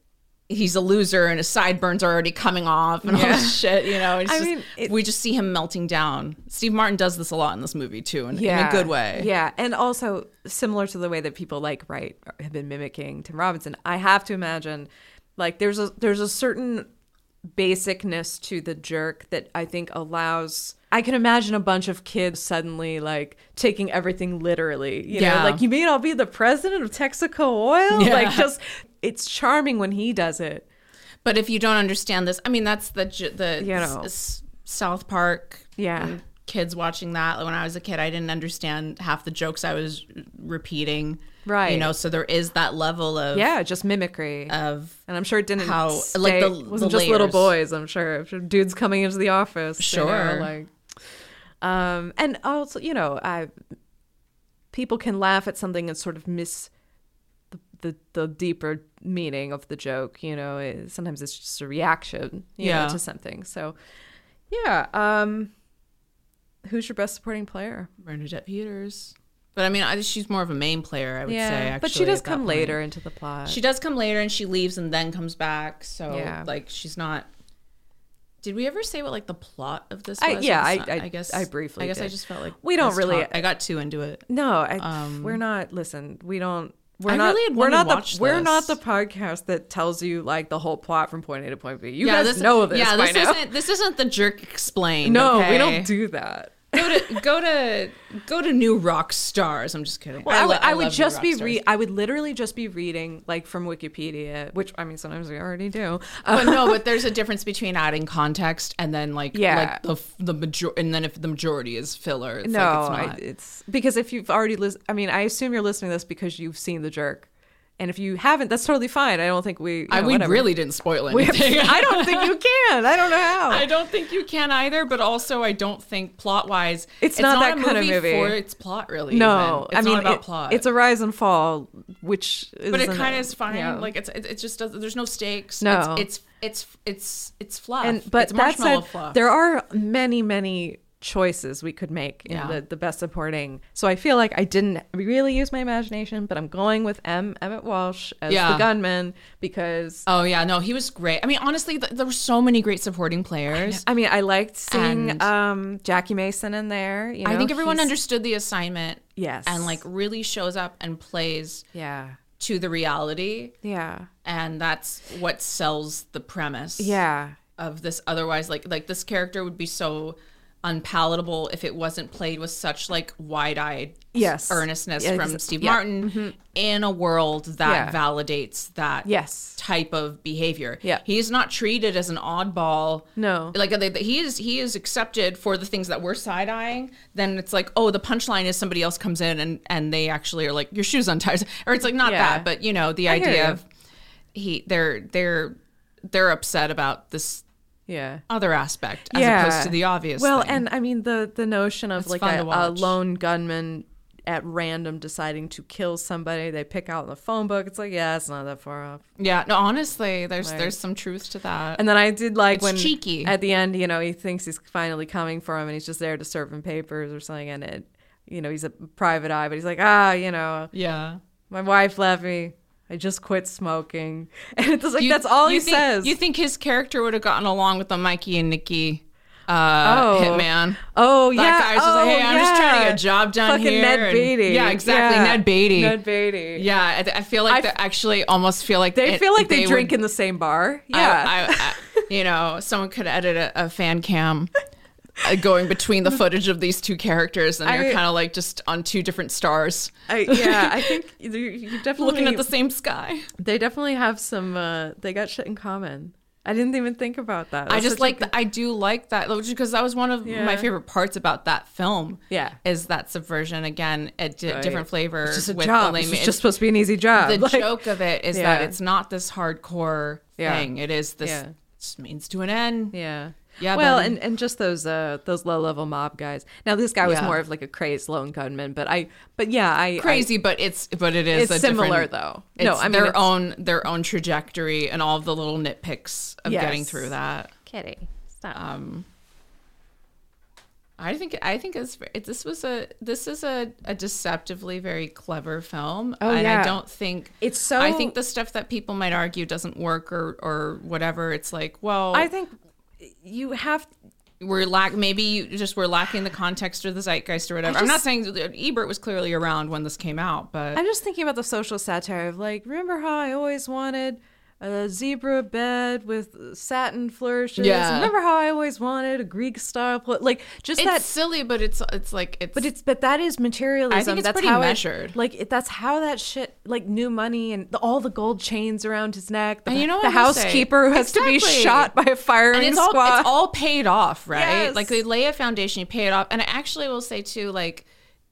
Speaker 2: He's a loser, and his sideburns are already coming off, and all
Speaker 1: Yeah.
Speaker 2: this shit. You know, it's
Speaker 1: I
Speaker 2: just,
Speaker 1: mean, it-
Speaker 2: we just see him melting down. Steve Martin does this a lot in this movie too, and in a good way.
Speaker 1: Yeah, and also similar to the way that people like Wright have been mimicking Tim Robinson, I have to imagine like there's a there's a certain basicness to the jerk that I think allows I can imagine a bunch of kids suddenly like taking everything literally. You
Speaker 2: Yeah.
Speaker 1: know, like you mean I'll be the president of Texaco Oil?
Speaker 2: Yeah.
Speaker 1: Like just it's charming when he does it.
Speaker 2: But if you don't understand this, I mean, that's the j- the
Speaker 1: You know.
Speaker 2: s- s- South Park.
Speaker 1: Yeah.
Speaker 2: and Kids watching that Like, when I was a kid, I didn't understand half the jokes I was repeating.
Speaker 1: Right.
Speaker 2: You know, so there is that level of
Speaker 1: Yeah, just mimicry.
Speaker 2: of
Speaker 1: And I'm sure it didn't
Speaker 2: How-
Speaker 1: stay-
Speaker 2: like the-
Speaker 1: it wasn't
Speaker 2: the
Speaker 1: just little
Speaker 2: layers.
Speaker 1: boys. I'm sure dudes coming into the office. you know,
Speaker 2: Sure.
Speaker 1: like um, and also you know I people can laugh at something and sort of miss the the, the deeper meaning of the joke. You know, it, sometimes it's just a reaction you know,
Speaker 2: Yeah.
Speaker 1: to something. So yeah, um, who's your best supporting player?
Speaker 2: Bernadette Peters. But I mean, I, she's more of a main player, I would say. Actually,
Speaker 1: but she does
Speaker 2: at that
Speaker 1: come
Speaker 2: point.
Speaker 1: later into the plot.
Speaker 2: She does come later, and she leaves and then comes back. So
Speaker 1: Yeah.
Speaker 2: like, she's not. Did we ever say what like the plot of this?
Speaker 1: I-
Speaker 2: was?
Speaker 1: yeah,
Speaker 2: It's
Speaker 1: I-
Speaker 2: not-
Speaker 1: I-
Speaker 2: I guess
Speaker 1: I briefly
Speaker 2: I guess I
Speaker 1: did.
Speaker 2: just felt like
Speaker 1: We don't
Speaker 2: this
Speaker 1: really-
Speaker 2: talk- I got too into it.
Speaker 1: No, I, we're not. Listen, we don't. We're
Speaker 2: Um, I
Speaker 1: not.
Speaker 2: really had
Speaker 1: we're
Speaker 2: wanted to
Speaker 1: not the.
Speaker 2: watch
Speaker 1: We're not the
Speaker 2: this.
Speaker 1: podcast that tells you like the whole plot from point A to point B. You guys know this
Speaker 2: Yeah,
Speaker 1: by
Speaker 2: this
Speaker 1: now.
Speaker 2: isn't this isn't the jerk
Speaker 1: <laughs>
Speaker 2: explain.
Speaker 1: no,
Speaker 2: okay?
Speaker 1: we don't do that.
Speaker 2: go to go to go to new rock stars. I'm just kidding.
Speaker 1: I,
Speaker 2: lo-
Speaker 1: would, I would
Speaker 2: love new
Speaker 1: just
Speaker 2: rock
Speaker 1: be
Speaker 2: stars.
Speaker 1: re- I would literally just be reading like from Wikipedia, which I mean sometimes we already do. Um,
Speaker 2: but no, but there's a difference between adding context and then like
Speaker 1: Yeah.
Speaker 2: like the f- the major and then if the majority is filler, it's
Speaker 1: no,
Speaker 2: like it's
Speaker 1: I,
Speaker 2: not.
Speaker 1: it's because if you've already lis- I mean, I assume you're listening to this because you've seen the jerk, and if you haven't, that's totally fine. I don't think we. you
Speaker 2: I,
Speaker 1: know,
Speaker 2: we
Speaker 1: whatever.
Speaker 2: really didn't spoil
Speaker 1: We have-
Speaker 2: anything.
Speaker 1: <laughs> I don't think you can. I don't know how.
Speaker 2: <laughs> I don't think you can either, but also I don't think plot wise,
Speaker 1: It's not that kind of movie.
Speaker 2: for its plot really.
Speaker 1: no,
Speaker 2: even.
Speaker 1: I
Speaker 2: it's
Speaker 1: mean
Speaker 2: not about
Speaker 1: it-
Speaker 2: plot.
Speaker 1: It's a rise and fall, which is
Speaker 2: but it kind of is fine. Like it's it, it just does. There's no stakes.
Speaker 1: No.
Speaker 2: it's it's it's it's it's fluff.
Speaker 1: and but
Speaker 2: it's
Speaker 1: that
Speaker 2: marshmallow
Speaker 1: said,
Speaker 2: fluff.
Speaker 1: there are many many choices we could make in
Speaker 2: Yeah.
Speaker 1: the, the best supporting. So I feel like I didn't really use my imagination, but I'm going with M Emmett Walsh as the
Speaker 2: Yeah.
Speaker 1: gunman because
Speaker 2: oh yeah, no, he was great. I mean, honestly, th- there were so many great supporting players.
Speaker 1: I mean I liked seeing
Speaker 2: And-
Speaker 1: um, Jackie Mason in there. You know,
Speaker 2: I think everyone
Speaker 1: he's-
Speaker 2: understood the assignment.
Speaker 1: Yes.
Speaker 2: and like really shows up and plays
Speaker 1: Yeah.
Speaker 2: to the reality,
Speaker 1: Yeah.
Speaker 2: and that's what sells the premise.
Speaker 1: Yeah.
Speaker 2: of this otherwise like like this character would be so unpalatable if it wasn't played with such like wide-eyed
Speaker 1: Yes.
Speaker 2: earnestness
Speaker 1: Yeah,
Speaker 2: from
Speaker 1: ex-
Speaker 2: Steve
Speaker 1: yeah. Mm-hmm.
Speaker 2: Martin in a world that
Speaker 1: Yeah.
Speaker 2: validates that
Speaker 1: Yes.
Speaker 2: type of behavior.
Speaker 1: Yeah.
Speaker 2: He's not treated as an oddball.
Speaker 1: No.
Speaker 2: Like they, they- he is he is accepted for the things that we're side-eyeing, then it's like, "Oh, the punchline is somebody else comes in and and they actually are like, "Your shoes untied." Or it's like not
Speaker 1: Yeah.
Speaker 2: that, but you know, the
Speaker 1: hear you.
Speaker 2: idea of he they're they're they're upset about this
Speaker 1: Yeah.
Speaker 2: other aspect as opposed to the obvious.
Speaker 1: Well,
Speaker 2: thing.
Speaker 1: and I mean the the notion of like
Speaker 2: fun
Speaker 1: a,
Speaker 2: to
Speaker 1: a
Speaker 2: watch.
Speaker 1: lone gunman at random deciding to kill somebody they pick out in the phone book. It's like yeah, it's not that far off.
Speaker 2: yeah, no, honestly, there's there's some truth to that.
Speaker 1: And then I did like
Speaker 2: It's
Speaker 1: when
Speaker 2: cheeky.
Speaker 1: at the end, you know, he thinks he's finally coming for him, and he's just there to serve him papers or something. And it, you know, he's a private eye, but he's like ah, you know,
Speaker 2: yeah,
Speaker 1: my wife left me. I just quit smoking, <laughs> and it's like that's all he
Speaker 2: think,
Speaker 1: says.
Speaker 2: You think his character would have gotten along with the Mikey and Nikki uh,
Speaker 1: Oh.
Speaker 2: hitman?
Speaker 1: Oh
Speaker 2: That
Speaker 1: yeah.
Speaker 2: guy's just like,
Speaker 1: Oh,
Speaker 2: hey, I'm just trying to
Speaker 1: yeah.
Speaker 2: get a job done
Speaker 1: Fucking
Speaker 2: here.
Speaker 1: Ned
Speaker 2: and-
Speaker 1: Beatty.
Speaker 2: yeah, exactly,
Speaker 1: Yeah.
Speaker 2: Ned Beatty.
Speaker 1: Ned Beatty.
Speaker 2: yeah, I, th- I feel like
Speaker 1: I
Speaker 2: they
Speaker 1: f-
Speaker 2: actually almost feel like
Speaker 1: They
Speaker 2: it-
Speaker 1: feel like they,
Speaker 2: would-
Speaker 1: drink in the same bar.
Speaker 2: I-
Speaker 1: Yeah.
Speaker 2: I, I, you know, someone could edit a, a fan cam uh, going between the footage of these two characters, and
Speaker 1: I-
Speaker 2: you're kind of like just on two different stars,
Speaker 1: I, yeah, I <laughs> think you- you definitely
Speaker 2: looking at the same sky.
Speaker 1: They definitely have some. Uh, they got shit in common. I didn't even think about that. That's
Speaker 2: I
Speaker 1: such
Speaker 2: just
Speaker 1: a
Speaker 2: like
Speaker 1: good-
Speaker 2: that. I do like that because that was one of
Speaker 1: Yeah.
Speaker 2: my favorite parts about that film.
Speaker 1: Yeah.
Speaker 2: is that subversion again? A di-
Speaker 1: Right.
Speaker 2: different flavor
Speaker 1: It's just a
Speaker 2: with
Speaker 1: job.
Speaker 2: Ole
Speaker 1: This
Speaker 2: Mi-
Speaker 1: is just supposed to be an easy job.
Speaker 2: the
Speaker 1: <laughs> Like,
Speaker 2: joke of it is that
Speaker 1: Yeah.
Speaker 2: it's not this hardcore
Speaker 1: Yeah.
Speaker 2: thing. It is this
Speaker 1: Yeah.
Speaker 2: just means to an end.
Speaker 1: Yeah.
Speaker 2: Yeah,
Speaker 1: Well,
Speaker 2: buddy.
Speaker 1: and, and just those uh those low level mob guys. Now this guy was
Speaker 2: Yeah.
Speaker 1: more of like a crazed lone gunman, but I but yeah I I-
Speaker 2: Crazy, but it's but it is
Speaker 1: It's
Speaker 2: a
Speaker 1: similar,
Speaker 2: different-
Speaker 1: though.
Speaker 2: It's
Speaker 1: No, I mean,
Speaker 2: their
Speaker 1: it's-
Speaker 2: own their own trajectory and all of the little nitpicks of getting
Speaker 1: Yes.
Speaker 2: through that.
Speaker 1: Kitty stop.
Speaker 2: Um, I think I think it's it, this was a this is a, a deceptively very clever film,
Speaker 1: Oh,
Speaker 2: and
Speaker 1: yeah.
Speaker 2: I don't think
Speaker 1: It's so-
Speaker 2: I think the stuff that people might argue doesn't work or or whatever. It's like, well,
Speaker 1: I think you have
Speaker 2: we're lack maybe you just we're lacking the context or the zeitgeist or whatever. I'm not saying that Ebert was clearly around when this came out, but
Speaker 1: I'm just thinking about the social satire of like, remember how I always wanted a zebra bed with satin flourishes?
Speaker 2: Yeah.
Speaker 1: Remember how I always wanted a Greek style pl-? like just
Speaker 2: it's
Speaker 1: that.
Speaker 2: silly. But it's it's like it's
Speaker 1: But it's but that is materialism.
Speaker 2: I think it's
Speaker 1: that's
Speaker 2: pretty
Speaker 1: how it-
Speaker 2: measured.
Speaker 1: like it, that's how that shit like new money and the, all the gold chains around his neck. The,
Speaker 2: And you know what
Speaker 1: the
Speaker 2: I will say?
Speaker 1: housekeeper who has to be
Speaker 2: Exactly.
Speaker 1: shot by a firing
Speaker 2: and it's
Speaker 1: squad.
Speaker 2: all it's all paid off, right?
Speaker 1: Yes.
Speaker 2: Like they lay a foundation, you pay it off. And I actually will say too, like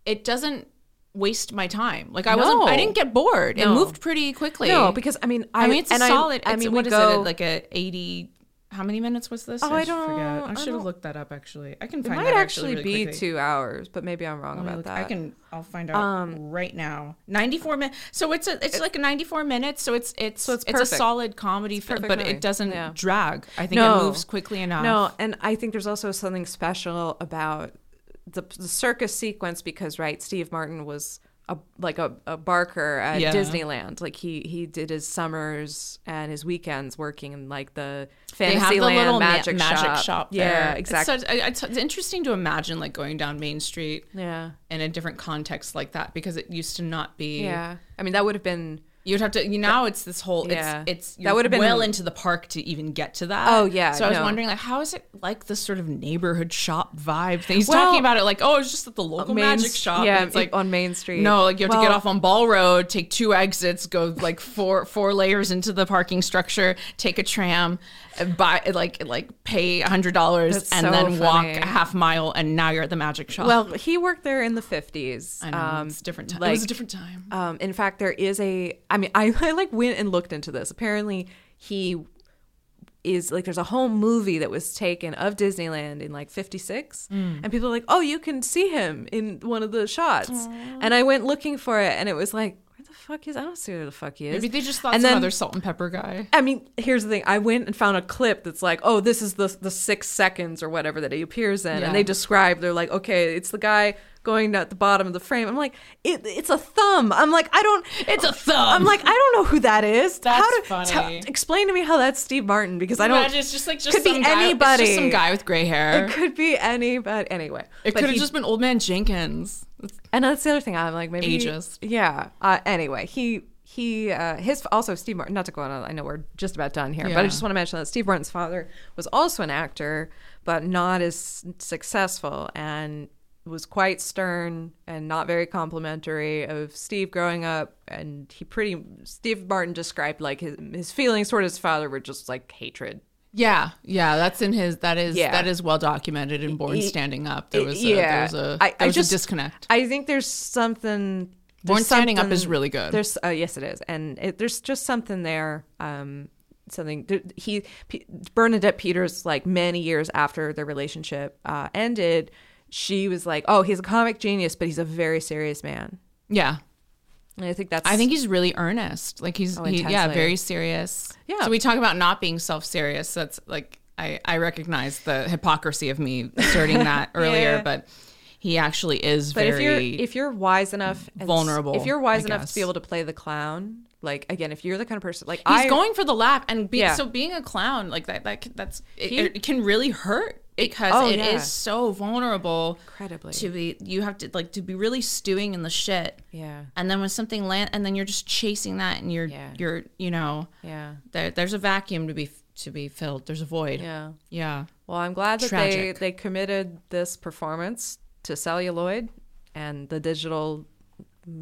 Speaker 2: it doesn't waste my time. Like I wasn't,
Speaker 1: No.
Speaker 2: I didn't get bored.
Speaker 1: No.
Speaker 2: It moved pretty quickly.
Speaker 1: no, because I mean, I,
Speaker 2: I mean it's a
Speaker 1: and I-
Speaker 2: solid.
Speaker 1: I,
Speaker 2: it's,
Speaker 1: mean,
Speaker 2: what
Speaker 1: we
Speaker 2: is
Speaker 1: go
Speaker 2: it? Like a eighty. How many minutes was this?
Speaker 1: Oh, I don't- I
Speaker 2: forget. I should
Speaker 1: don't-
Speaker 2: have looked that up. Actually, I can
Speaker 1: it
Speaker 2: find
Speaker 1: might
Speaker 2: that
Speaker 1: actually
Speaker 2: really
Speaker 1: be
Speaker 2: quickly.
Speaker 1: two hours, but maybe I'm wrong
Speaker 2: Let me
Speaker 1: about
Speaker 2: look-
Speaker 1: that. Um,
Speaker 2: I can. I'll find out right now. Ninety-four minutes. So it's a. It's, like a ninety-four minutes. So it's it's
Speaker 1: it's
Speaker 2: it's a
Speaker 1: perfect.
Speaker 2: solid comedy film,
Speaker 1: perfect
Speaker 2: but
Speaker 1: movie.
Speaker 2: it doesn't
Speaker 1: Yeah.
Speaker 2: drag. I think it moves quickly enough.
Speaker 1: No, and I think there's also something special about the, the circus sequence because right, Steve Martin was a like a, a barker at
Speaker 2: Yeah.
Speaker 1: Disneyland. Like he he did his summers and his weekends working in like the
Speaker 2: they have the
Speaker 1: Fantasyland
Speaker 2: little ma-
Speaker 1: magic, shop. Yeah,
Speaker 2: there.
Speaker 1: exactly.
Speaker 2: It's, such, I- it's, it's interesting to imagine like going down Main Street
Speaker 1: yeah,
Speaker 2: in a different context like that because it used to not be.
Speaker 1: yeah. I mean, that would have been
Speaker 2: You'd have to. You now it's this whole.
Speaker 1: Yeah.
Speaker 2: It's, it's
Speaker 1: That
Speaker 2: you're
Speaker 1: would've been-
Speaker 2: well into the park to even get to that.
Speaker 1: Oh, yeah,
Speaker 2: So I was
Speaker 1: no.
Speaker 2: wondering like how is it like this sort of neighborhood shop vibe thing? He's
Speaker 1: Well-
Speaker 2: talking about it like oh it's just at the local
Speaker 1: Main-
Speaker 2: magic shop.
Speaker 1: yeah,
Speaker 2: and it's like
Speaker 1: on Main Street.
Speaker 2: No, like you have to get
Speaker 1: Well-
Speaker 2: off on Ball Road, take two exits, go like four four layers into the parking structure, take a tram, and buy like like pay hundred dollars
Speaker 1: That's
Speaker 2: and
Speaker 1: so
Speaker 2: then walk
Speaker 1: funny.
Speaker 2: a half mile, and now you're at the magic shop.
Speaker 1: Well, he worked there in the 50s.
Speaker 2: I know,
Speaker 1: Um,
Speaker 2: it's a different time. it
Speaker 1: like-
Speaker 2: was a different time.
Speaker 1: Um, in fact, there is a. I mean, I, <laughs> I like went and looked into this. Apparently, he is like there's a whole movie that was taken of Disneyland in like 56
Speaker 2: Mm.
Speaker 1: and people are like oh you can see him in one of the shots and I went looking for it and it was like where the fuck is I don't see where the fuck he is
Speaker 2: Maybe they just thought
Speaker 1: and
Speaker 2: some
Speaker 1: then-
Speaker 2: other salt and pepper guy.
Speaker 1: I mean, here's the thing. I went and found a clip that's like, oh, this is the the six seconds or whatever that he appears in,
Speaker 2: Yeah.
Speaker 1: and they describe. They're like, okay, it's the guy going at the bottom of the frame. I'm like, it, it's a thumb. I'm like, I don't.
Speaker 2: It's a thumb.
Speaker 1: I'm like, I don't know who that is.
Speaker 2: That's
Speaker 1: how to,
Speaker 2: funny.
Speaker 1: explain to me how that's Steve Martin because I don't.
Speaker 2: Imagine it's just like just
Speaker 1: could be
Speaker 2: some guy- it's
Speaker 1: anybody.
Speaker 2: just some guy with gray hair.
Speaker 1: It could be anybody. Anyway,
Speaker 2: It
Speaker 1: But
Speaker 2: could have
Speaker 1: he-
Speaker 2: just been old man Jenkins. It's-
Speaker 1: And that's the other thing. I'm like, maybe
Speaker 2: Ageist.
Speaker 1: Yeah. Uh, anyway, he he uh, his also Steve Martin. Not to go on. I know we're just about done here, but
Speaker 2: Yeah.
Speaker 1: I just want to mention that Steve Martin's father was also an actor, but not as successful and was quite stern and not very complimentary of Steve growing up and he pretty Steve Martin described like his his feelings toward his father were just like hatred
Speaker 2: Yeah, yeah, that's in his. That is
Speaker 1: Yeah.
Speaker 2: that is well documented in Born
Speaker 1: Y-
Speaker 2: Standing Up. There was a, there was a,
Speaker 1: I- I
Speaker 2: there was
Speaker 1: just-
Speaker 2: a disconnect.
Speaker 1: I think there's something.
Speaker 2: Born
Speaker 1: there's
Speaker 2: Standing Up is
Speaker 1: something-
Speaker 2: really good.
Speaker 1: There's uh, yes, it is, and it, there's just something there. Um, something there, he P- Bernadette Peters like many years after their relationship uh, ended, she was like, "Oh, he's a comic genius, but he's a very serious man."
Speaker 2: Yeah,
Speaker 1: And I think that's
Speaker 2: I think he's really earnest. Like he's he, yeah,
Speaker 1: Oh, intensely.
Speaker 2: very serious.
Speaker 1: Yeah.
Speaker 2: So we talk about not being self serious. That's like I I recognize the hypocrisy of me
Speaker 1: <laughs>
Speaker 2: asserting that earlier,
Speaker 1: Yeah.
Speaker 2: but he actually is
Speaker 1: But if
Speaker 2: very.
Speaker 1: you're if you're wise enough, and s-
Speaker 2: vulnerable,
Speaker 1: if you're wise
Speaker 2: I
Speaker 1: enough
Speaker 2: guess.
Speaker 1: to be able to play the clown, like again, if you're the kind of person like
Speaker 2: He's
Speaker 1: I,
Speaker 2: going for the laugh, and be,
Speaker 1: Yeah.
Speaker 2: so being a clown like that, that c- that's it,
Speaker 1: He-
Speaker 2: it can really hurt because
Speaker 1: oh,
Speaker 2: it is
Speaker 1: yeah.
Speaker 2: so vulnerable.
Speaker 1: Incredibly.
Speaker 2: to be, you have to like to be really stewing in the shit,
Speaker 1: yeah,
Speaker 2: and then when something land, and then you're just chasing that, and you're
Speaker 1: Yeah.
Speaker 2: you're you know
Speaker 1: yeah,
Speaker 2: there there's a vacuum to be to be filled. There's a void.
Speaker 1: yeah.
Speaker 2: Yeah.
Speaker 1: Well, I'm glad that
Speaker 2: Tragic.
Speaker 1: they they committed this performance to celluloid and the digital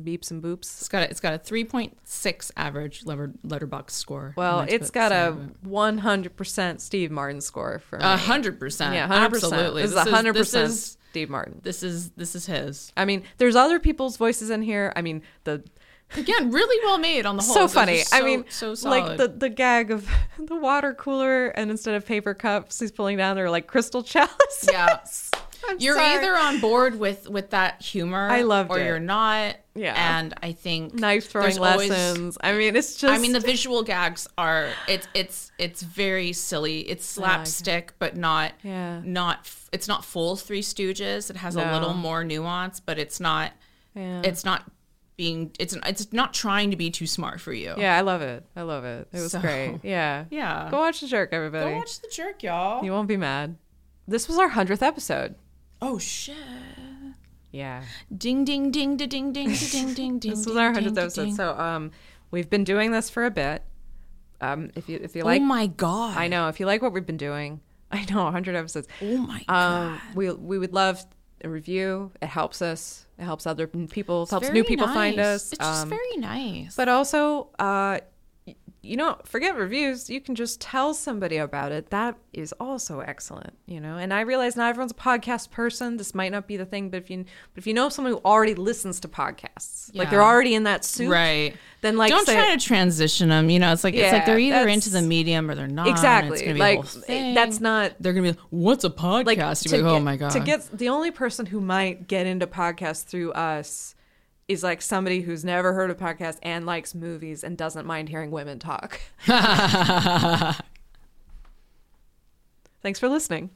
Speaker 1: beeps and boops.
Speaker 2: It's got a, it's got a 3.6 average letter, letterbox score.
Speaker 1: Well,
Speaker 2: That's
Speaker 1: it's
Speaker 2: what-
Speaker 1: got a
Speaker 2: so-
Speaker 1: 100% Steve Martin score for me.
Speaker 2: a hundred percent.
Speaker 1: yeah, 100%.
Speaker 2: Uh, Absolutely.
Speaker 1: This, is 100%
Speaker 2: This is,
Speaker 1: Steve Martin.
Speaker 2: this is this is his
Speaker 1: I mean, there's other people's voices in here. I mean, the
Speaker 2: again. Really well made on the whole.
Speaker 1: so
Speaker 2: Those are
Speaker 1: funny. I
Speaker 2: Oh, so-
Speaker 1: mean,
Speaker 2: so
Speaker 1: like
Speaker 2: solid.
Speaker 1: the the gag of <laughs> the water cooler and instead of paper cups, he's pulling down they're like crystal chalice.
Speaker 2: yeah.
Speaker 1: <laughs> I'm
Speaker 2: You're
Speaker 1: sorry.
Speaker 2: either on board with with that humor.
Speaker 1: I loved
Speaker 2: or
Speaker 1: it.
Speaker 2: you're not.
Speaker 1: Yeah.
Speaker 2: And I think
Speaker 1: knife throwing
Speaker 2: there's always-
Speaker 1: lessons. I mean, it's just
Speaker 2: I mean, the visual gags are it's it's it's very silly. It's slapstick, but not
Speaker 1: Yeah.
Speaker 2: not f- it's not full Three Stooges. It has a
Speaker 1: No.
Speaker 2: little more nuance, but it's not
Speaker 1: Yeah.
Speaker 2: it's not being it's it's not trying to be too smart for you.
Speaker 1: Yeah, I love it. I love it. It was
Speaker 2: So- <laughs>
Speaker 1: great. Yeah.
Speaker 2: yeah.
Speaker 1: Go watch The Jerk, everybody.
Speaker 2: Go watch the jerk, y'all.
Speaker 1: You won't be mad. This was our 100th episode.
Speaker 2: oh shit!
Speaker 1: Yeah.
Speaker 2: Ding ding ding da, ding ding da, ding ding ding.
Speaker 1: <laughs> This was
Speaker 2: ding,
Speaker 1: our
Speaker 2: ding,
Speaker 1: 100th
Speaker 2: da,
Speaker 1: episode.
Speaker 2: ding.
Speaker 1: So, um, we've been doing this for a bit. Um, if you if you like
Speaker 2: oh my god!
Speaker 1: I know, if you like what we've been doing. <laughs> I know, 100 episodes.
Speaker 2: Oh my god!
Speaker 1: Um, we we would love a review. It helps us. It helps other people. It helps
Speaker 2: Very
Speaker 1: new people find
Speaker 2: nice.
Speaker 1: us.
Speaker 2: It's just
Speaker 1: Um,
Speaker 2: very nice.
Speaker 1: But also, uh, y- you know, forget reviews. You can just tell somebody about it. That is also excellent, you know. And I realize not everyone's a podcast person. This might not be the thing, but if you but if you know someone who already listens to podcasts, like they're
Speaker 2: Yeah.
Speaker 1: already in that soup,
Speaker 2: right.
Speaker 1: Then like
Speaker 2: don't
Speaker 1: say-
Speaker 2: try to transition them. You know, it's like it's like
Speaker 1: Yeah,
Speaker 2: they're either
Speaker 1: that's-
Speaker 2: into the medium or they're not. and It's
Speaker 1: exactly
Speaker 2: gonna be a
Speaker 1: like
Speaker 2: whole thing.
Speaker 1: that's not
Speaker 2: They're gonna be like, what's a podcast?
Speaker 1: like
Speaker 2: You'd be
Speaker 1: to
Speaker 2: like, oh
Speaker 1: get-
Speaker 2: my god.
Speaker 1: to get the only person who might get into podcasts through us is like somebody who's never heard of podcasts and likes movies and doesn't mind hearing women talk.
Speaker 2: <laughs>
Speaker 1: <laughs> Thanks for listening.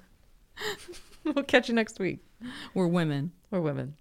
Speaker 1: <laughs> we'll catch you next week.
Speaker 2: We're women.
Speaker 1: We're women.